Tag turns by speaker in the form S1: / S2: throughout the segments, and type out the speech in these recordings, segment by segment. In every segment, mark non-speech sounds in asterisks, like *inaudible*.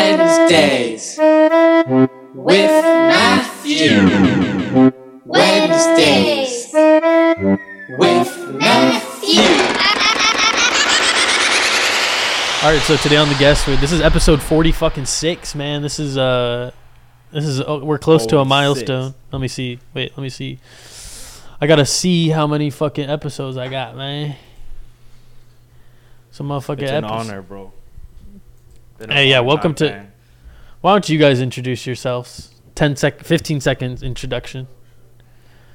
S1: Wednesdays with Matthew. Wednesdays with Matthew.
S2: All right, so today on the guest, this is episode forty fucking six, man. This is uh, this is oh, we're close to a
S3: 46.
S2: milestone. Let me see. Wait, let me see. I gotta see how many fucking episodes I got, man. Some motherfucking
S3: It's an
S2: episodes.
S3: honor, bro. Been a
S2: Hey, yeah,
S3: long
S2: welcome
S3: time,
S2: to-
S3: man.
S2: Why don't you guys introduce yourselves? 10 sec, fifteen seconds introduction.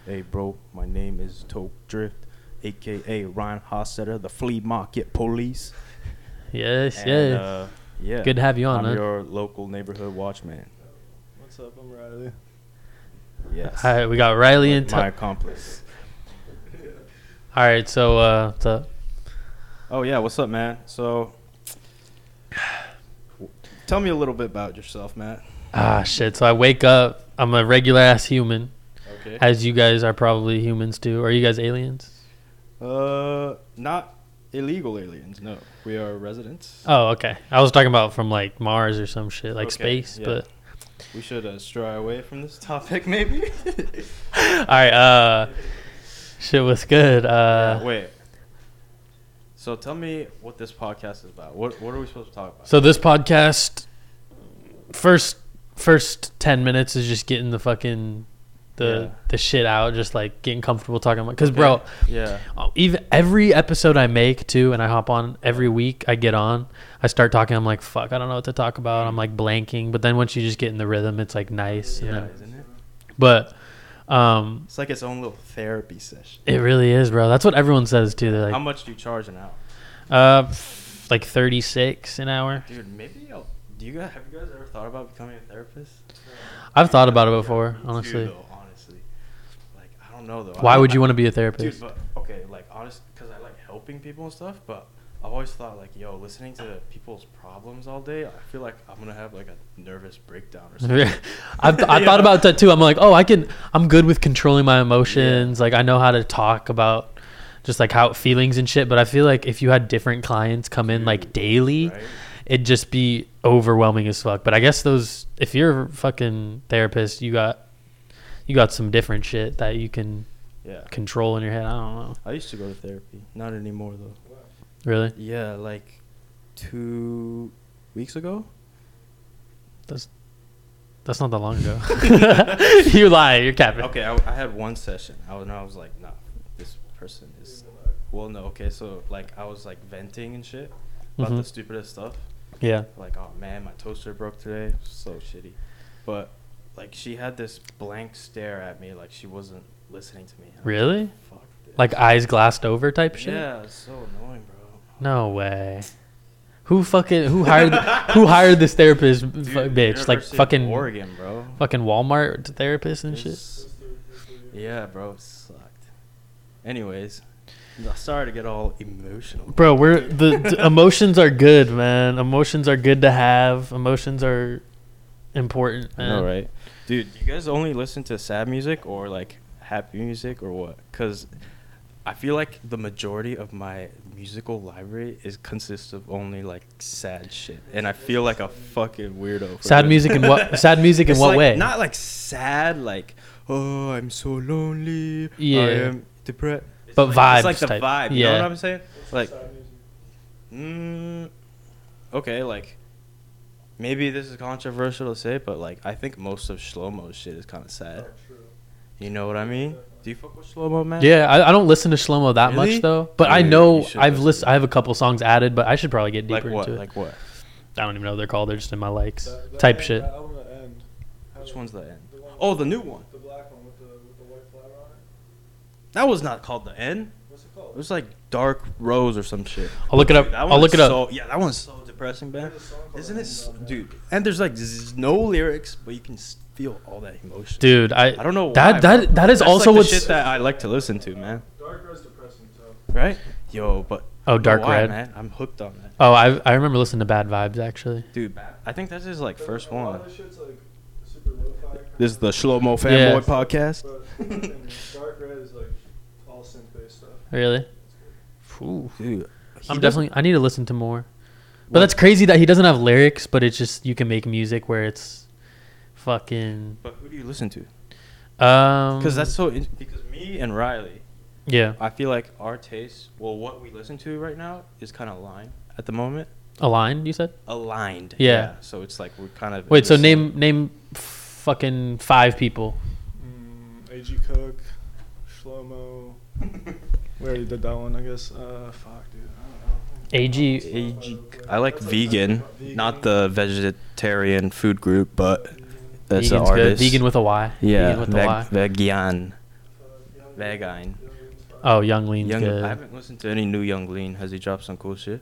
S3: Hey, bro, my name is Toke Drift, aka Ryan Hossetter, the flea market police.
S2: Yes,
S3: And,
S2: yes.
S3: uh, yeah.
S2: Good to have you on,
S3: I'm
S2: man.
S3: your local neighborhood watchman.
S4: What's up? I'm Riley.
S3: Yes.
S2: All right, we got Riley and.
S3: With
S2: T-
S3: my
S2: All
S3: accomplice.
S2: right, so uh, what's up?
S3: Oh yeah, what's up, man? So,
S4: Tell me a little bit about yourself, Matt.
S2: Ah, shit. So I wake up. I'm a regular ass human,
S4: Okay.
S2: as you guys are probably humans too. Are you guys aliens?
S4: Uh, not illegal aliens. No, we are residents.
S2: Oh, okay. I was talking about from like Mars or some shit, like
S4: Okay,
S2: space.
S4: yeah.
S2: But *laughs*
S4: We should uh, stray away from this
S3: *laughs*
S4: topic, maybe.
S2: all right, uh, shit was good. *laughs* Uh,
S3: yeah, wait. So tell me what this podcast is about. What What are we supposed to talk about?
S2: So this podcast first first 10 minutes is just getting the fucking the
S3: Yeah.
S2: the shit out, just like getting comfortable talking about cuz bro,
S3: yeah.
S2: oh, even every episode I make too and I hop on every week I get on, I start talking I'm like fuck, I don't know what to talk about. I'm like blanking, but then once you just get in the rhythm, it's like nice. and
S3: Yeah,
S2: then-
S3: uh, isn't it?
S2: But um
S4: it's like its own little therapy session.
S2: it really is, bro. That's what everyone says too. They're
S3: How
S2: like
S3: much do you charge an hour?
S2: uh f- like 36 an hour.
S3: Dude, maybe I'll, do you guys have you guys ever thought about becoming a therapist?
S2: I've thought about it before,
S3: Me too,
S2: honestly.
S3: though, honestly, like I don't know though.
S2: Why
S3: I-
S2: would you
S3: I-
S2: want to be a therapist? *laughs*
S3: Dude, but okay, like honest, because I like helping people and stuff. But I've always thought like, yo, listening to people's problems all day, I feel like I'm gonna have like a nervous breakdown or something.
S2: I've, I thought about that too. I'm like, oh, I can. I'm good with controlling my emotions. Like I know how to talk about just like how feelings and shit. But I feel like if you had different clients come in like daily,
S3: right?
S2: it'd just be overwhelming as fuck. But I guess those, if you're a fucking therapist, you got you got some different shit that you can
S3: Yeah,
S2: control in your head. I don't know.
S3: I used to go to therapy. Not anymore though.
S2: Really,
S3: Yeah, like two weeks ago.
S2: that's not that long ago.
S3: *laughs*
S2: *laughs* you lie. You're capping.
S3: Okay, I, I had one session. I was, and I was like, nah, this person is. Well, no, okay, so like I was like venting and shit about the
S2: Mhm.
S3: stupidest stuff.
S2: Yeah.
S3: Like, oh man, my toaster broke today. So shitty. But like she had this blank stare at me, like she wasn't listening to me. And I'm
S2: Really?
S3: like, Fuck this.
S2: Like eyes glassed over type shit.
S3: yeah, it's so annoying, bro.
S2: No way. Who fucking who hired
S3: *laughs*
S2: who hired this therapist fu- bitch? Like
S3: University of
S2: fucking
S3: Oregon, bro.
S2: fucking Walmart therapist and shit.
S3: It's- Yeah, bro, it sucked. Anyways, sorry to get all emotional.
S2: Bro, we're the,
S3: *laughs*
S2: the emotions are good, man. Emotions are good to have. Emotions are important,
S3: I
S2: man.
S3: know, right? Uh, Dude, do you guys only listen to sad music or like happy music or what? Because I feel like the majority of my musical library is consists of only like sad shit, and I feel like a fucking weirdo. for
S2: Sad
S3: this.
S2: music in what- sad music in
S3: It's
S2: what
S3: like-
S2: way?
S3: Not like sad, like oh, I'm so lonely.
S2: Yeah.
S3: I am depressed.
S2: But
S3: It's like
S2: vibes
S3: the
S2: type.
S3: vibe. You know
S2: Yeah.
S3: what I'm saying? Like, mm, okay, like maybe this is controversial to say, but like I think most of Shlomo's shit is kind of sad.
S5: Oh,
S3: You know what I mean? Do you fuck with Shlomo, man?
S2: Yeah, I, I don't listen to Shlomo that
S3: Really?
S2: much though, but I
S3: Dude, you
S2: know
S3: should
S2: I've
S3: listen
S2: list
S3: to
S2: I have a couple songs added, but I should probably get
S3: Like
S2: deeper
S3: what?
S2: into it.
S3: Like what?
S2: I don't even know what they're called. They're just in my likes type shit.
S5: That album at end.
S3: Which one's the end? Oh, the new one.
S5: The black one with the, with the white flower on it.
S3: That was not called the end.
S5: What's it
S3: It
S5: called?
S3: was like Dark Rose or some shit.
S2: I'll look it up.
S3: Dude, that
S2: I'll
S3: one
S2: look it
S3: is
S2: up.
S3: So, yeah, that one's so depressing, man.
S5: There's a song called
S3: Isn't
S5: The
S3: it,
S5: End
S3: s-
S5: on there.
S3: dude? And there's like z- no lyrics, but you can s- feel all that emotion.
S2: Dude, I
S3: I don't know
S2: That
S3: why,
S2: that
S3: bro.
S2: that is
S3: That's
S2: also
S3: like the
S2: what's
S3: shit that I like to listen to, man.
S5: Dark Red's depressing, so.
S3: Right? Yo, but
S2: Oh,
S3: I don't know
S2: Dark
S3: why,
S2: Red.
S3: man. I'm hooked on that,
S2: Oh, I I remember listening to Bad Vibes actually.
S3: dude. I think that's his like first
S5: A lot
S3: one.
S5: of shit's like super lo-fi.
S3: This is the Shlomo
S2: Yeah.
S3: Fanboy podcast.
S5: But and Dark Red is like all synth based stuff.
S2: Really?
S3: *laughs* Dude, he
S2: I'm
S3: doesn't-
S2: definitely. I need to listen to more. But that's crazy that he doesn't have lyrics, but it's just you can make music where it's fucking
S3: But who do you listen to?
S2: um
S3: Because that's so. In- because me and Riley,
S2: yeah,
S3: I feel like our taste, well, what we listen to right now is kind of aligned at the moment.
S2: a line you said?
S3: Aligned.
S2: Yeah.
S3: So it's like we're kind of. in
S2: Wait,
S3: the
S2: so
S3: same-
S2: name name fucking five people.
S5: Mm, A.G. Cook, Shlomo. we already did that one, I guess. Uh, fuck, dude. I don't know.
S2: AG.
S3: AG. I like vegan, not the vegetarian food group, but that's the
S2: Vegan's
S3: artist.
S2: Vegan with a Y.
S3: yeah,
S2: Vegan with a Y.
S3: veg- vegan, vegine.
S2: Oh, Young Lean's
S3: Young,
S2: good.
S3: I haven't listened to any new Young Lean. Has he dropped some cool shit?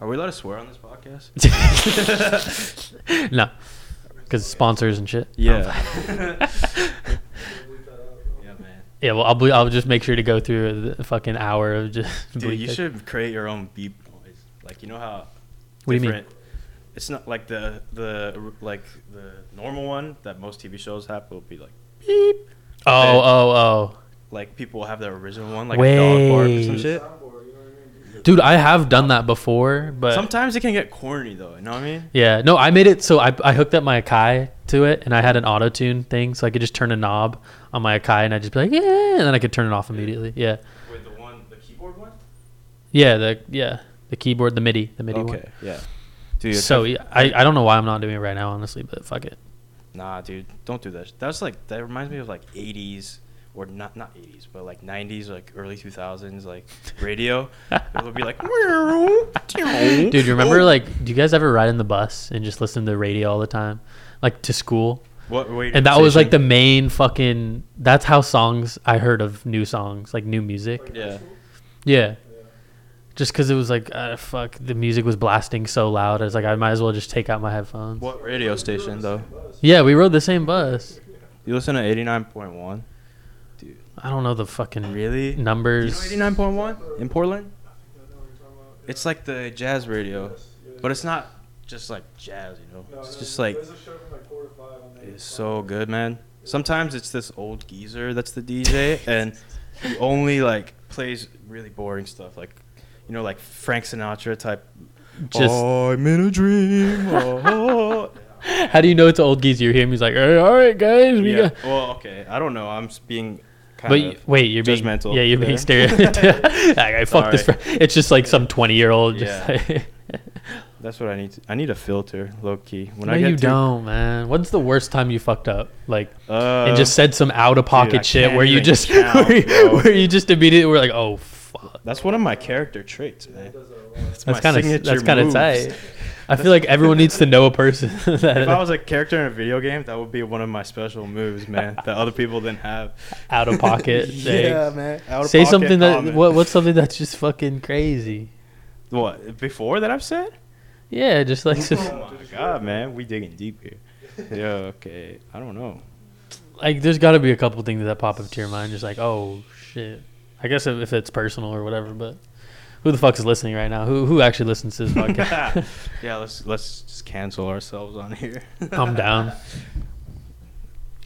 S3: Are
S2: Oh.
S3: we allowed to swear on this
S2: *laughs*
S3: podcast? *laughs*
S2: no, because sponsors and shit. Oh,
S3: Yeah. *laughs* yeah, man.
S2: *laughs* Yeah, well, I'll ble- I'll just make sure to go through the fucking hour of just.
S3: Dude,
S2: bleep
S3: you
S2: it.
S3: should create your own beep noise. Like, you know how.
S2: What do you mean?
S3: different- It's not like the the like the normal one that most TV shows have. Will be like
S2: Oh, oh,
S3: like people have their original one, like a
S2: Wait.
S3: dog bark or some shit.
S2: oh, dude, I have done that before, but
S3: Sometimes it can get corny though. You know what I mean?
S2: yeah, no, I made it so I I hooked up my Akai to it, and I had an auto tune thing, so I could just turn a knob on my Akai, and I'd just be like, yeah, and then I could turn it off immediately. Yeah,
S3: With the one, the keyboard one.
S2: yeah, the yeah the keyboard, the MIDI, the MIDI
S3: Okay, yeah. Dude,
S2: one.
S3: it's
S2: So
S3: like-
S2: yeah, I I don't know why I'm not doing it right now, honestly, but fuck it.
S3: nah, dude, don't do that. That's like that reminds me of like '80s or not not '80s, but like '90s, like early 2000s, like radio. it would be like, *laughs*
S2: Dude, you remember
S3: Oh.
S2: like do you guys ever ride in the bus and just listen to the radio all the time? Like to school?
S3: what? Wait,
S2: And that was like the main fucking that's how songs I heard of new songs, like new music.
S3: yeah.
S2: Yeah. Just cuz it was like uh, fuck the music was blasting so loud. I was like I might as well just take out my headphones.
S3: What radio station though?
S2: Yeah, we rode the same bus.
S3: You listen to 89.1.
S2: I don't know the fucking
S3: Really?
S2: numbers.
S3: You know 89.1 in Portland? It's like the jazz radio, but it's not just like jazz, you know. It's just like it's so good, man. Sometimes it's this old geezer that's the DJ, and he only like plays really boring stuff, like you know, like Frank Sinatra type. "Oh,
S2: Just-
S3: I'm in a dream. *laughs* oh."
S2: How do you know it's an old geezer? You hear him he's like, "Hey, "All right, guys, we
S3: yeah.
S2: got
S3: Well, okay. I don't know. I'm s- being kind
S2: But
S3: of.
S2: you, wait, you're being
S3: judgmental
S2: yeah, you're being *laughs*
S3: there. *laughs*
S2: stereotypical. like, I fuck this.
S3: Sorry.
S2: fr- It's just like some twenty year old. Just
S3: Yeah.
S2: like, *laughs*
S3: That's what I need. To, I need a filter, low key. When
S2: no,
S3: I get
S2: you
S3: to-
S2: don't, man. When's the worst time you fucked up? Like
S3: Uh,
S2: and just said some out of
S3: dude, I
S2: pocket shit
S3: can't
S2: where you
S3: even
S2: just *laughs*
S3: count,
S2: where, you,
S3: bro.
S2: where you just immediately were like, oh fuck.
S3: That's one of my character traits, man.
S2: That's
S3: my
S2: kind of
S3: signature
S2: that's kind of
S3: moves.
S2: tight. I feel like everyone needs to know a person. *laughs*
S3: If
S2: that
S3: I was a character in a video game, that would be one of my special moves, man. that other people didn't have.
S2: out of pocket.
S3: *laughs* yeah,
S2: thing.
S3: man. Out of
S2: Say
S3: pocket
S2: something that
S3: comment.
S2: what, what's something that's just fucking crazy.
S3: *laughs* What before that I've said?
S2: Yeah, just
S3: *laughs*
S2: like some,
S3: Oh my god, man, we digging deep here. Yeah, okay. I don't know.
S2: like there's got to be a couple things that pop up to your mind just like oh shit i guess if, if it's personal or whatever but who the fuck is listening right now who who actually listens
S3: *laughs*
S2: to this podcast *laughs*
S3: yeah, let's let's just cancel ourselves on here. *laughs*
S2: i'm down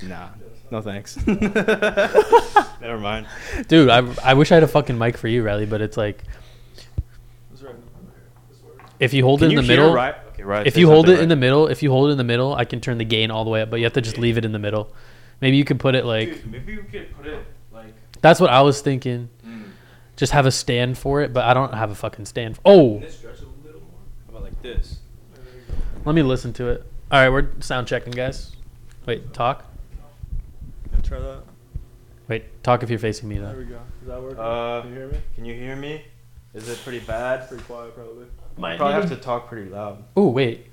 S3: Nah, no
S2: *laughs*
S3: thanks. Never mind.
S2: dude I, I wish i had a fucking mic for you riley but it's like if you hold
S3: Can
S2: it
S3: you
S2: in the
S3: hear
S2: middle
S3: Ri- okay, Ri-
S2: if
S3: say
S2: you hold it
S3: something,
S2: in
S3: Ri-
S2: the middle if you hold it in the middle i can turn the gain all the way up but you have to just leave it in the middle maybe you can put it like
S3: Dude, maybe we could put it like.
S2: that's what i was thinking just have a stand for it but i don't have a fucking stand for, oh
S3: Can it stretch a little more? How about like this?
S2: let me listen to it all right we're sound checking guys wait talk
S5: Try that.
S2: Wait, talk if you're facing me
S5: There
S2: though.
S5: we go. Does that work?
S3: Uh,
S5: Can you hear me?
S3: Can you hear me? Is it pretty bad?
S5: Pretty quiet, probably.
S3: Probably have to talk pretty loud.
S2: Oh wait.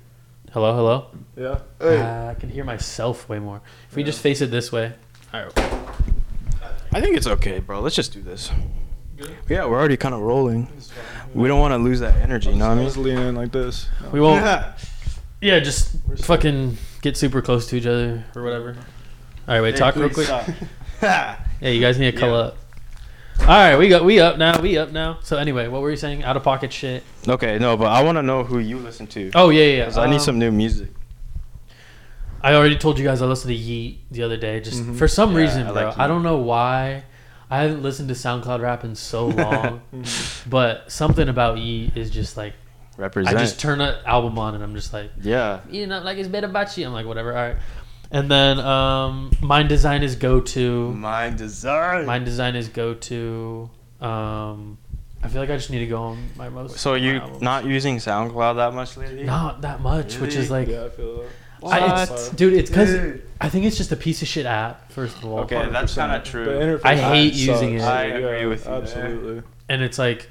S2: Hello, hello.
S5: Yeah.
S2: Uh, I can hear myself way more. If we just face it this way. All right.
S3: I think it's okay, bro. Let's just do this. Yeah, we're already kind of rolling. We don't want to lose that energy, you know what I
S5: Just
S3: mean?
S5: lean in like this.
S2: We won't. *laughs*
S3: *laughs*
S2: Yeah, just fucking get super close to each other or whatever. All right, wait. Talk real quick.
S5: *laughs*
S3: *laughs*
S2: Yeah, you guys need to call
S3: Yeah.
S2: up. All right, we got we up now. We up now. So anyway, what were you saying? Out of pocket shit.
S3: okay, no, but I want to know who you listen to.
S2: Oh yeah, yeah.
S3: 'Cause
S2: yeah.
S3: I need
S2: Um,
S3: some new music.
S2: I already told you guys I listened to Yeet the other day. Just for some
S3: Mm-hmm. Yeah,
S2: reason,
S3: I
S2: bro.
S3: like
S2: I
S3: Yeet.
S2: don't know why. I haven't
S3: *laughs* Mm-hmm.
S2: listened to SoundCloud rap in so long, but something about Yeet is just like
S3: represent.
S2: I just turn an album on and I'm just like,
S3: yeah.
S2: you know, like it's better about you. I'm like, whatever, all right. And then um, Mind Design is go to.
S3: Mind design.
S2: Mind Design is go to. Um, I feel like I just need to go on my most.
S3: so you
S2: my albums.
S3: not using SoundCloud that much lately?
S2: not that much, which is like,
S5: yeah, I feel that.
S2: I, it's, dude, it's because
S3: Dude.
S2: I think it's just a piece of shit app. First of all,
S3: Okay, that's kind of
S5: The
S3: true.
S5: interface
S2: I hate
S5: sucks.
S2: using it.
S3: I agree with you there.
S5: Absolutely.
S2: and it's like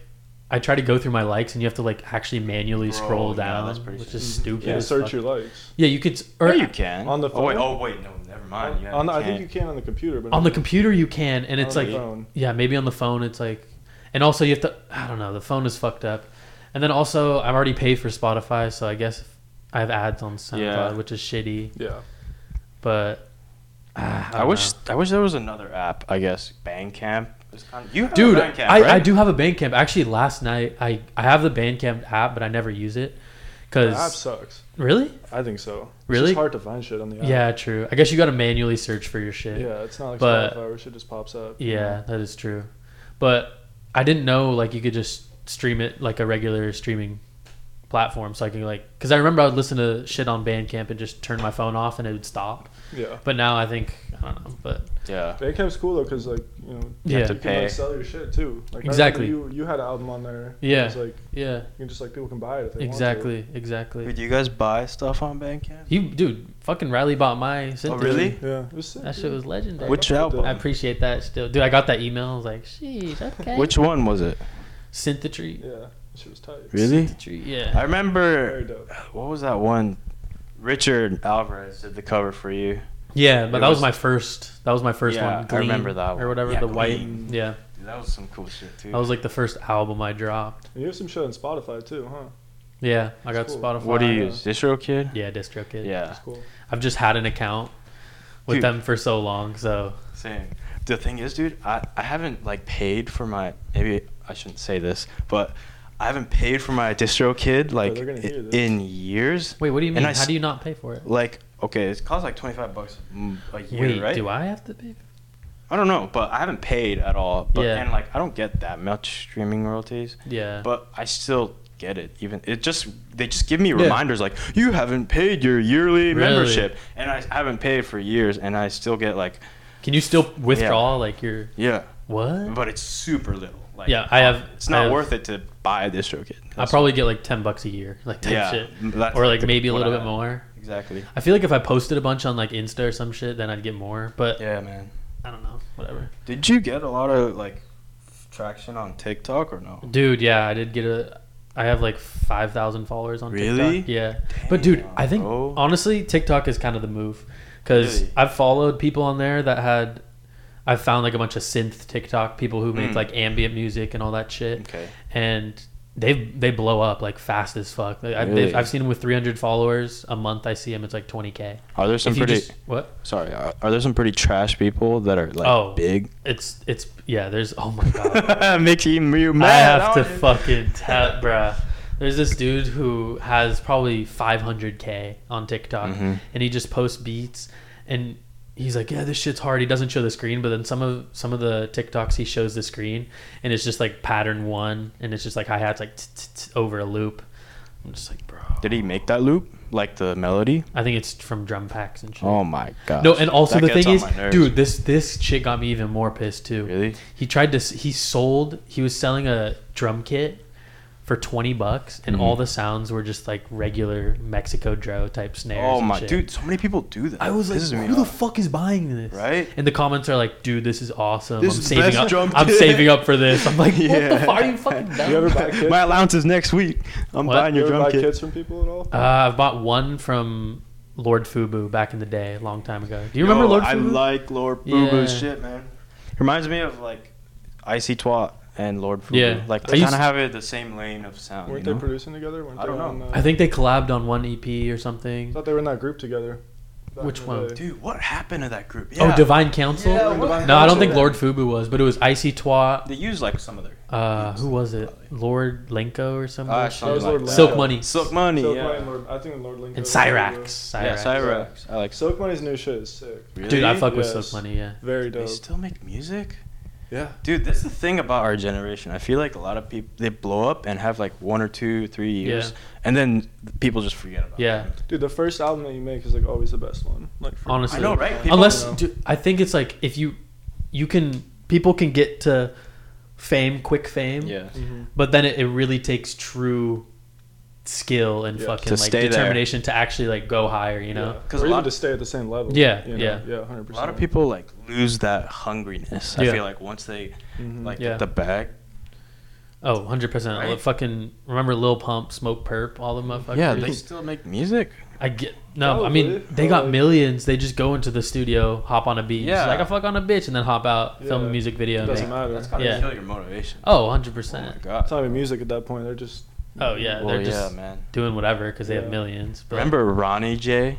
S2: I try to go through my likes, and you have to like actually manually
S3: Bro,
S2: scroll
S3: yeah,
S2: down,
S3: that's pretty
S2: which
S3: shitty.
S2: is stupid.
S5: You can
S2: as
S5: search
S2: fuck.
S5: your likes.
S2: yeah, you could, or
S3: Or you can
S5: On the
S3: Oh wait,
S5: phone?
S3: oh wait, no, never mind. Yeah,
S5: on the,
S3: you
S5: I think
S3: can't.
S5: you can on the computer, but
S2: on the
S5: not
S2: computer you can, and it's
S5: on
S2: like
S5: the phone.
S2: yeah, maybe on the phone it's like, and also you have to I don't know the phone is fucked up, and then also I've already paid for Spotify, so I guess I have ads on SoundCloud,
S3: Yeah.
S2: which is shitty,
S5: Yeah.
S2: but. ah,
S3: I,
S2: don't
S3: wish
S2: know.
S3: I wish there was another app. I guess Bandcamp. It's kind of- you have
S2: dude
S3: a Bandcamp,
S2: I,
S3: right?
S2: I do have a bandcamp actually last night i i have the bandcamp app but i never use it
S5: The app
S2: because
S5: sucks.
S2: really
S5: I think so. It's
S2: Really?
S5: just hard to find shit on the app.
S2: yeah true i guess you gotta manually search for your shit yeah,
S5: Yeah, it's not like
S2: But-
S5: Spotify where shit just pops up.
S2: that is true but i didn't know like you could just stream it like a regular streaming platform so i could like because i remember i would listen to shit on bandcamp and just turn my phone off and it would stop
S5: Yeah.
S2: but now i think i don't know but
S3: Yeah.
S5: Bandcamp's cool though, cause like you know,
S2: Yeah.
S5: you can
S3: Pay.
S5: like sell your shit too. Like I remember
S2: Exactly.
S5: You you had an album on there.
S2: Yeah.
S5: It's like
S2: yeah
S5: you can just like people can buy it if they want
S2: exactly exactly
S3: do you guys buy stuff on Bandcamp?
S2: you dude fucking riley bought my
S3: Oh,
S2: synthesis.
S3: really?
S5: to. Yeah. It was sick,
S2: that shit
S5: dude.
S2: was legendary
S3: Which uh,
S2: I
S3: album?
S2: appreciate that still. Dude, I got that email. I was like, sheesh, okay.
S3: Which one was it?
S2: Synthetry?
S5: Yeah. That shit was tight.
S3: Really?
S2: Synthetry,
S3: I
S2: yeah.
S5: Very
S3: remember.
S5: dope.
S3: What was that one? Richard Alvarez did the cover for you.
S2: Yeah, but
S3: It
S2: that was,
S3: was-
S2: my first. That was my first
S3: Yeah,
S2: one.
S3: I remember that one.
S2: Or whatever,
S3: Yeah,
S2: the white.
S3: Gleam.
S2: Yeah,
S3: Dude, that was some cool shit too.
S2: that was like the first album I dropped.
S5: And you have some shit on Spotify too, huh?
S2: Yeah, I got
S5: That's cool.
S2: Spotify.
S3: what do you use? Distro Kid?
S2: Yeah, DistroKid.
S3: Yeah.
S5: That's cool.
S2: I've just had an account with
S3: Dude.
S2: them for so long, so
S3: Same. The thing is, dude, I, I haven't like paid for my maybe I shouldn't say this, but I haven't paid for my distro kid like
S5: they're gonna
S3: i-
S5: hear this.
S3: in years.
S2: wait, what do you
S3: And
S2: mean?
S3: I
S2: How
S3: s-
S2: do you not pay for it?
S3: Like, okay, it costs like twenty five bucks mm, a year,
S2: Wait,
S3: right?
S2: do I have to pay?
S3: I don't know, but I haven't paid at all. But
S2: Yeah.
S3: and like I don't get that much streaming royalties,
S2: Yeah,
S3: but I still get it. Even it just they just give me
S2: Yeah.
S3: reminders like you haven't paid your yearly
S2: Really?
S3: membership, and I haven't paid for years, and I still get like
S2: can you still withdraw like your
S3: yeah.
S2: what?
S3: but it's super little. Like,
S2: Yeah, I have-
S3: It's
S2: I
S3: not
S2: have-
S3: worth it to buy a distro kit.
S2: I probably get like ten bucks a year, *laughs* like type
S3: *laughs* Yeah,
S2: shit,
S3: that's
S2: or like
S3: the-
S2: maybe a
S3: what
S2: little
S3: I
S2: bit
S3: have.
S2: more.
S3: exactly.
S2: I feel like if I posted a bunch on like Insta or some shit, then I'd get more. But
S3: Yeah, man.
S2: I don't know, whatever.
S3: Did you get a lot of like traction on TikTok or no?
S2: Dude, yeah, I did get a. I have like five thousand followers on
S3: Really?
S2: TikTok. Yeah, but dude,
S3: Damn,
S2: I think
S3: bro.
S2: honestly, TikTok is kind of the move because
S3: Really?
S2: I've followed people on there that had. I found like a bunch of synth TikTok people who make
S3: Mm.
S2: like ambient music and all that shit,
S3: Okay.
S2: and they they blow up like fast as fuck. Like, I've,
S3: Really?
S2: I've seen them with 300 followers a month. I see them, it's like 20k.
S3: Are there some
S2: If you
S3: pretty
S2: just- what?
S3: sorry? Are, are there some pretty trash people that are like
S2: Oh. *laughs*
S3: big?
S2: It's it's yeah. There's oh my god.
S3: *laughs* Makes you you
S2: I
S3: mad.
S2: have to
S3: aren't you? *laughs*
S2: fucking tell, bruh. There's this dude who has probably 500k on TikTok,
S3: Mhm.
S2: and he just posts beats, and he's like, "Yeah, this shit's hard." He doesn't show the screen, but then some of some of the TikToks he shows the screen, and it's just like pattern one, and it's just like hi hats like t- t- t- over a loop. I'm just like, bro.
S3: Did he make that loop like the melody?
S2: I think it's from drum packs and shit.
S3: Oh my god.
S2: No, and also the thing is, dude, this this shit got me even more pissed too.
S3: Really?
S2: He tried to. s- He sold. He was selling a drum kit for twenty bucks, and
S3: Mm-hmm.
S2: all the sounds were just like regular Mexico dro type snares.
S3: Oh
S2: and
S3: my
S2: shit.
S3: dude, so many people do that.
S2: I was like,
S3: Pisses me
S2: who the
S3: off.
S2: fuck is buying this?
S3: Right?
S2: And the comments are like, dude, this is awesome.
S3: This
S2: I'm
S3: is the
S2: saving
S3: best
S2: up.
S3: drum
S2: I'm
S3: kit."
S2: saving up for this. I'm
S3: *laughs*
S2: like, what the
S3: Yeah.
S2: fuck? Are you fucking dumb?
S5: You ever
S3: *laughs*
S5: buy kits?
S3: My allowance is next week. I'm
S2: What?
S3: buying
S5: you
S3: your
S5: ever
S3: drum
S5: buy
S3: kit.
S5: kits from people at all?
S2: uh, I've bought one from Lord Fubu back in the day, a long time ago. Do you remember
S3: Yo,
S2: Lord
S3: I
S2: Fubu?
S3: like Lord Boo Boo's
S2: Yeah.
S3: shit, man. Reminds me of like Icy Twat and Lord Fubu.
S2: Yeah.
S3: Like
S2: I
S3: they
S2: used-
S3: kind of have it the same lane of sound.
S5: Weren't
S3: you
S5: they
S3: know?
S5: producing together? Weren't
S3: I don't
S5: they
S3: know.
S5: On, uh,
S2: I think they collabed on one EP or something.
S5: I thought they were in that group together. back
S2: Which
S5: in the
S2: one?
S5: day.
S3: Dude, what happened to that group?
S2: Oh, Divine Council.
S3: Yeah,
S2: no,
S5: what-
S2: I don't think
S5: Yeah.
S2: Lord Fubu was, but it was Icy Twat.
S3: They used like some of their
S2: Uh, who was it? Lord Lenko or something.
S3: Ah,
S5: That was
S3: Something
S5: Lord
S3: like
S5: Lincoln.
S3: that.
S2: Silk Money.
S3: Silk Money.
S5: Silk
S3: yeah.
S5: Money and Lord, I think Lord Lincoln.
S2: and
S5: was
S2: Cyrax.
S5: the-
S3: yeah,
S2: Cyrax.
S3: Cyrax. I like
S5: Silk Money's new shit is sick.
S3: Really?
S2: Dude, I fuck with
S5: Yes.
S2: Silk Money. Yeah.
S5: Very
S3: They
S5: dope.
S3: still make music.
S5: Yeah.
S3: Dude, that's the thing about our generation. I feel like a lot of people they blow up and have like one or two, three years,
S2: Yeah.
S3: and then people just forget about.
S2: Yeah.
S3: them.
S5: Dude, the first album that you make is like always the best one. Like for-
S2: Honestly.
S3: I know, right? People-
S2: Unless
S5: know.
S2: dude, I think it's like if you you can people can get to fame, quick fame.
S3: Yeah.
S5: Mm-hmm.
S2: But then it, it really takes true skill and
S5: Yeah.
S2: fucking
S3: To
S2: like
S3: stay there.
S2: determination to actually like go higher, you know?
S5: Yeah.
S3: 'Cause
S5: Or
S3: a
S5: even
S3: lot-
S5: to stay at the same level.
S2: Yeah,
S5: you
S2: yeah.
S5: yeah, hundred
S3: A
S5: percent.
S3: lot of people like lose that hungriness.
S2: Yeah.
S3: I feel like once they
S5: Mm-hmm.
S3: like
S2: Yeah.
S3: get the bag.
S2: Oh, 100%. I
S3: Right?
S2: love fucking remember Lil Pump, Smoke Perp, all the motherfuckers.
S3: yeah, they still make music.
S2: I get no. I mean,
S5: Probably,
S2: they got
S5: probably.
S2: millions. They just go into the studio, hop on a beat, yeah.
S3: Yeah.
S2: like I fuck on a bitch, and then hop out, film a
S5: Yeah.
S2: music video.
S5: It
S2: and
S5: doesn't
S2: make-
S5: matter.
S3: That's gotta
S2: Yeah.
S3: kill your motivation.
S2: Oh, 100
S3: Oh my
S2: percent.
S5: It's
S3: god.
S5: not even music at that point. They're just
S2: Oh yeah,
S3: Well,
S2: they're just
S3: yeah, man.
S2: doing whatever because they have
S5: Yeah.
S2: millions. but-
S3: Remember Ronnie J?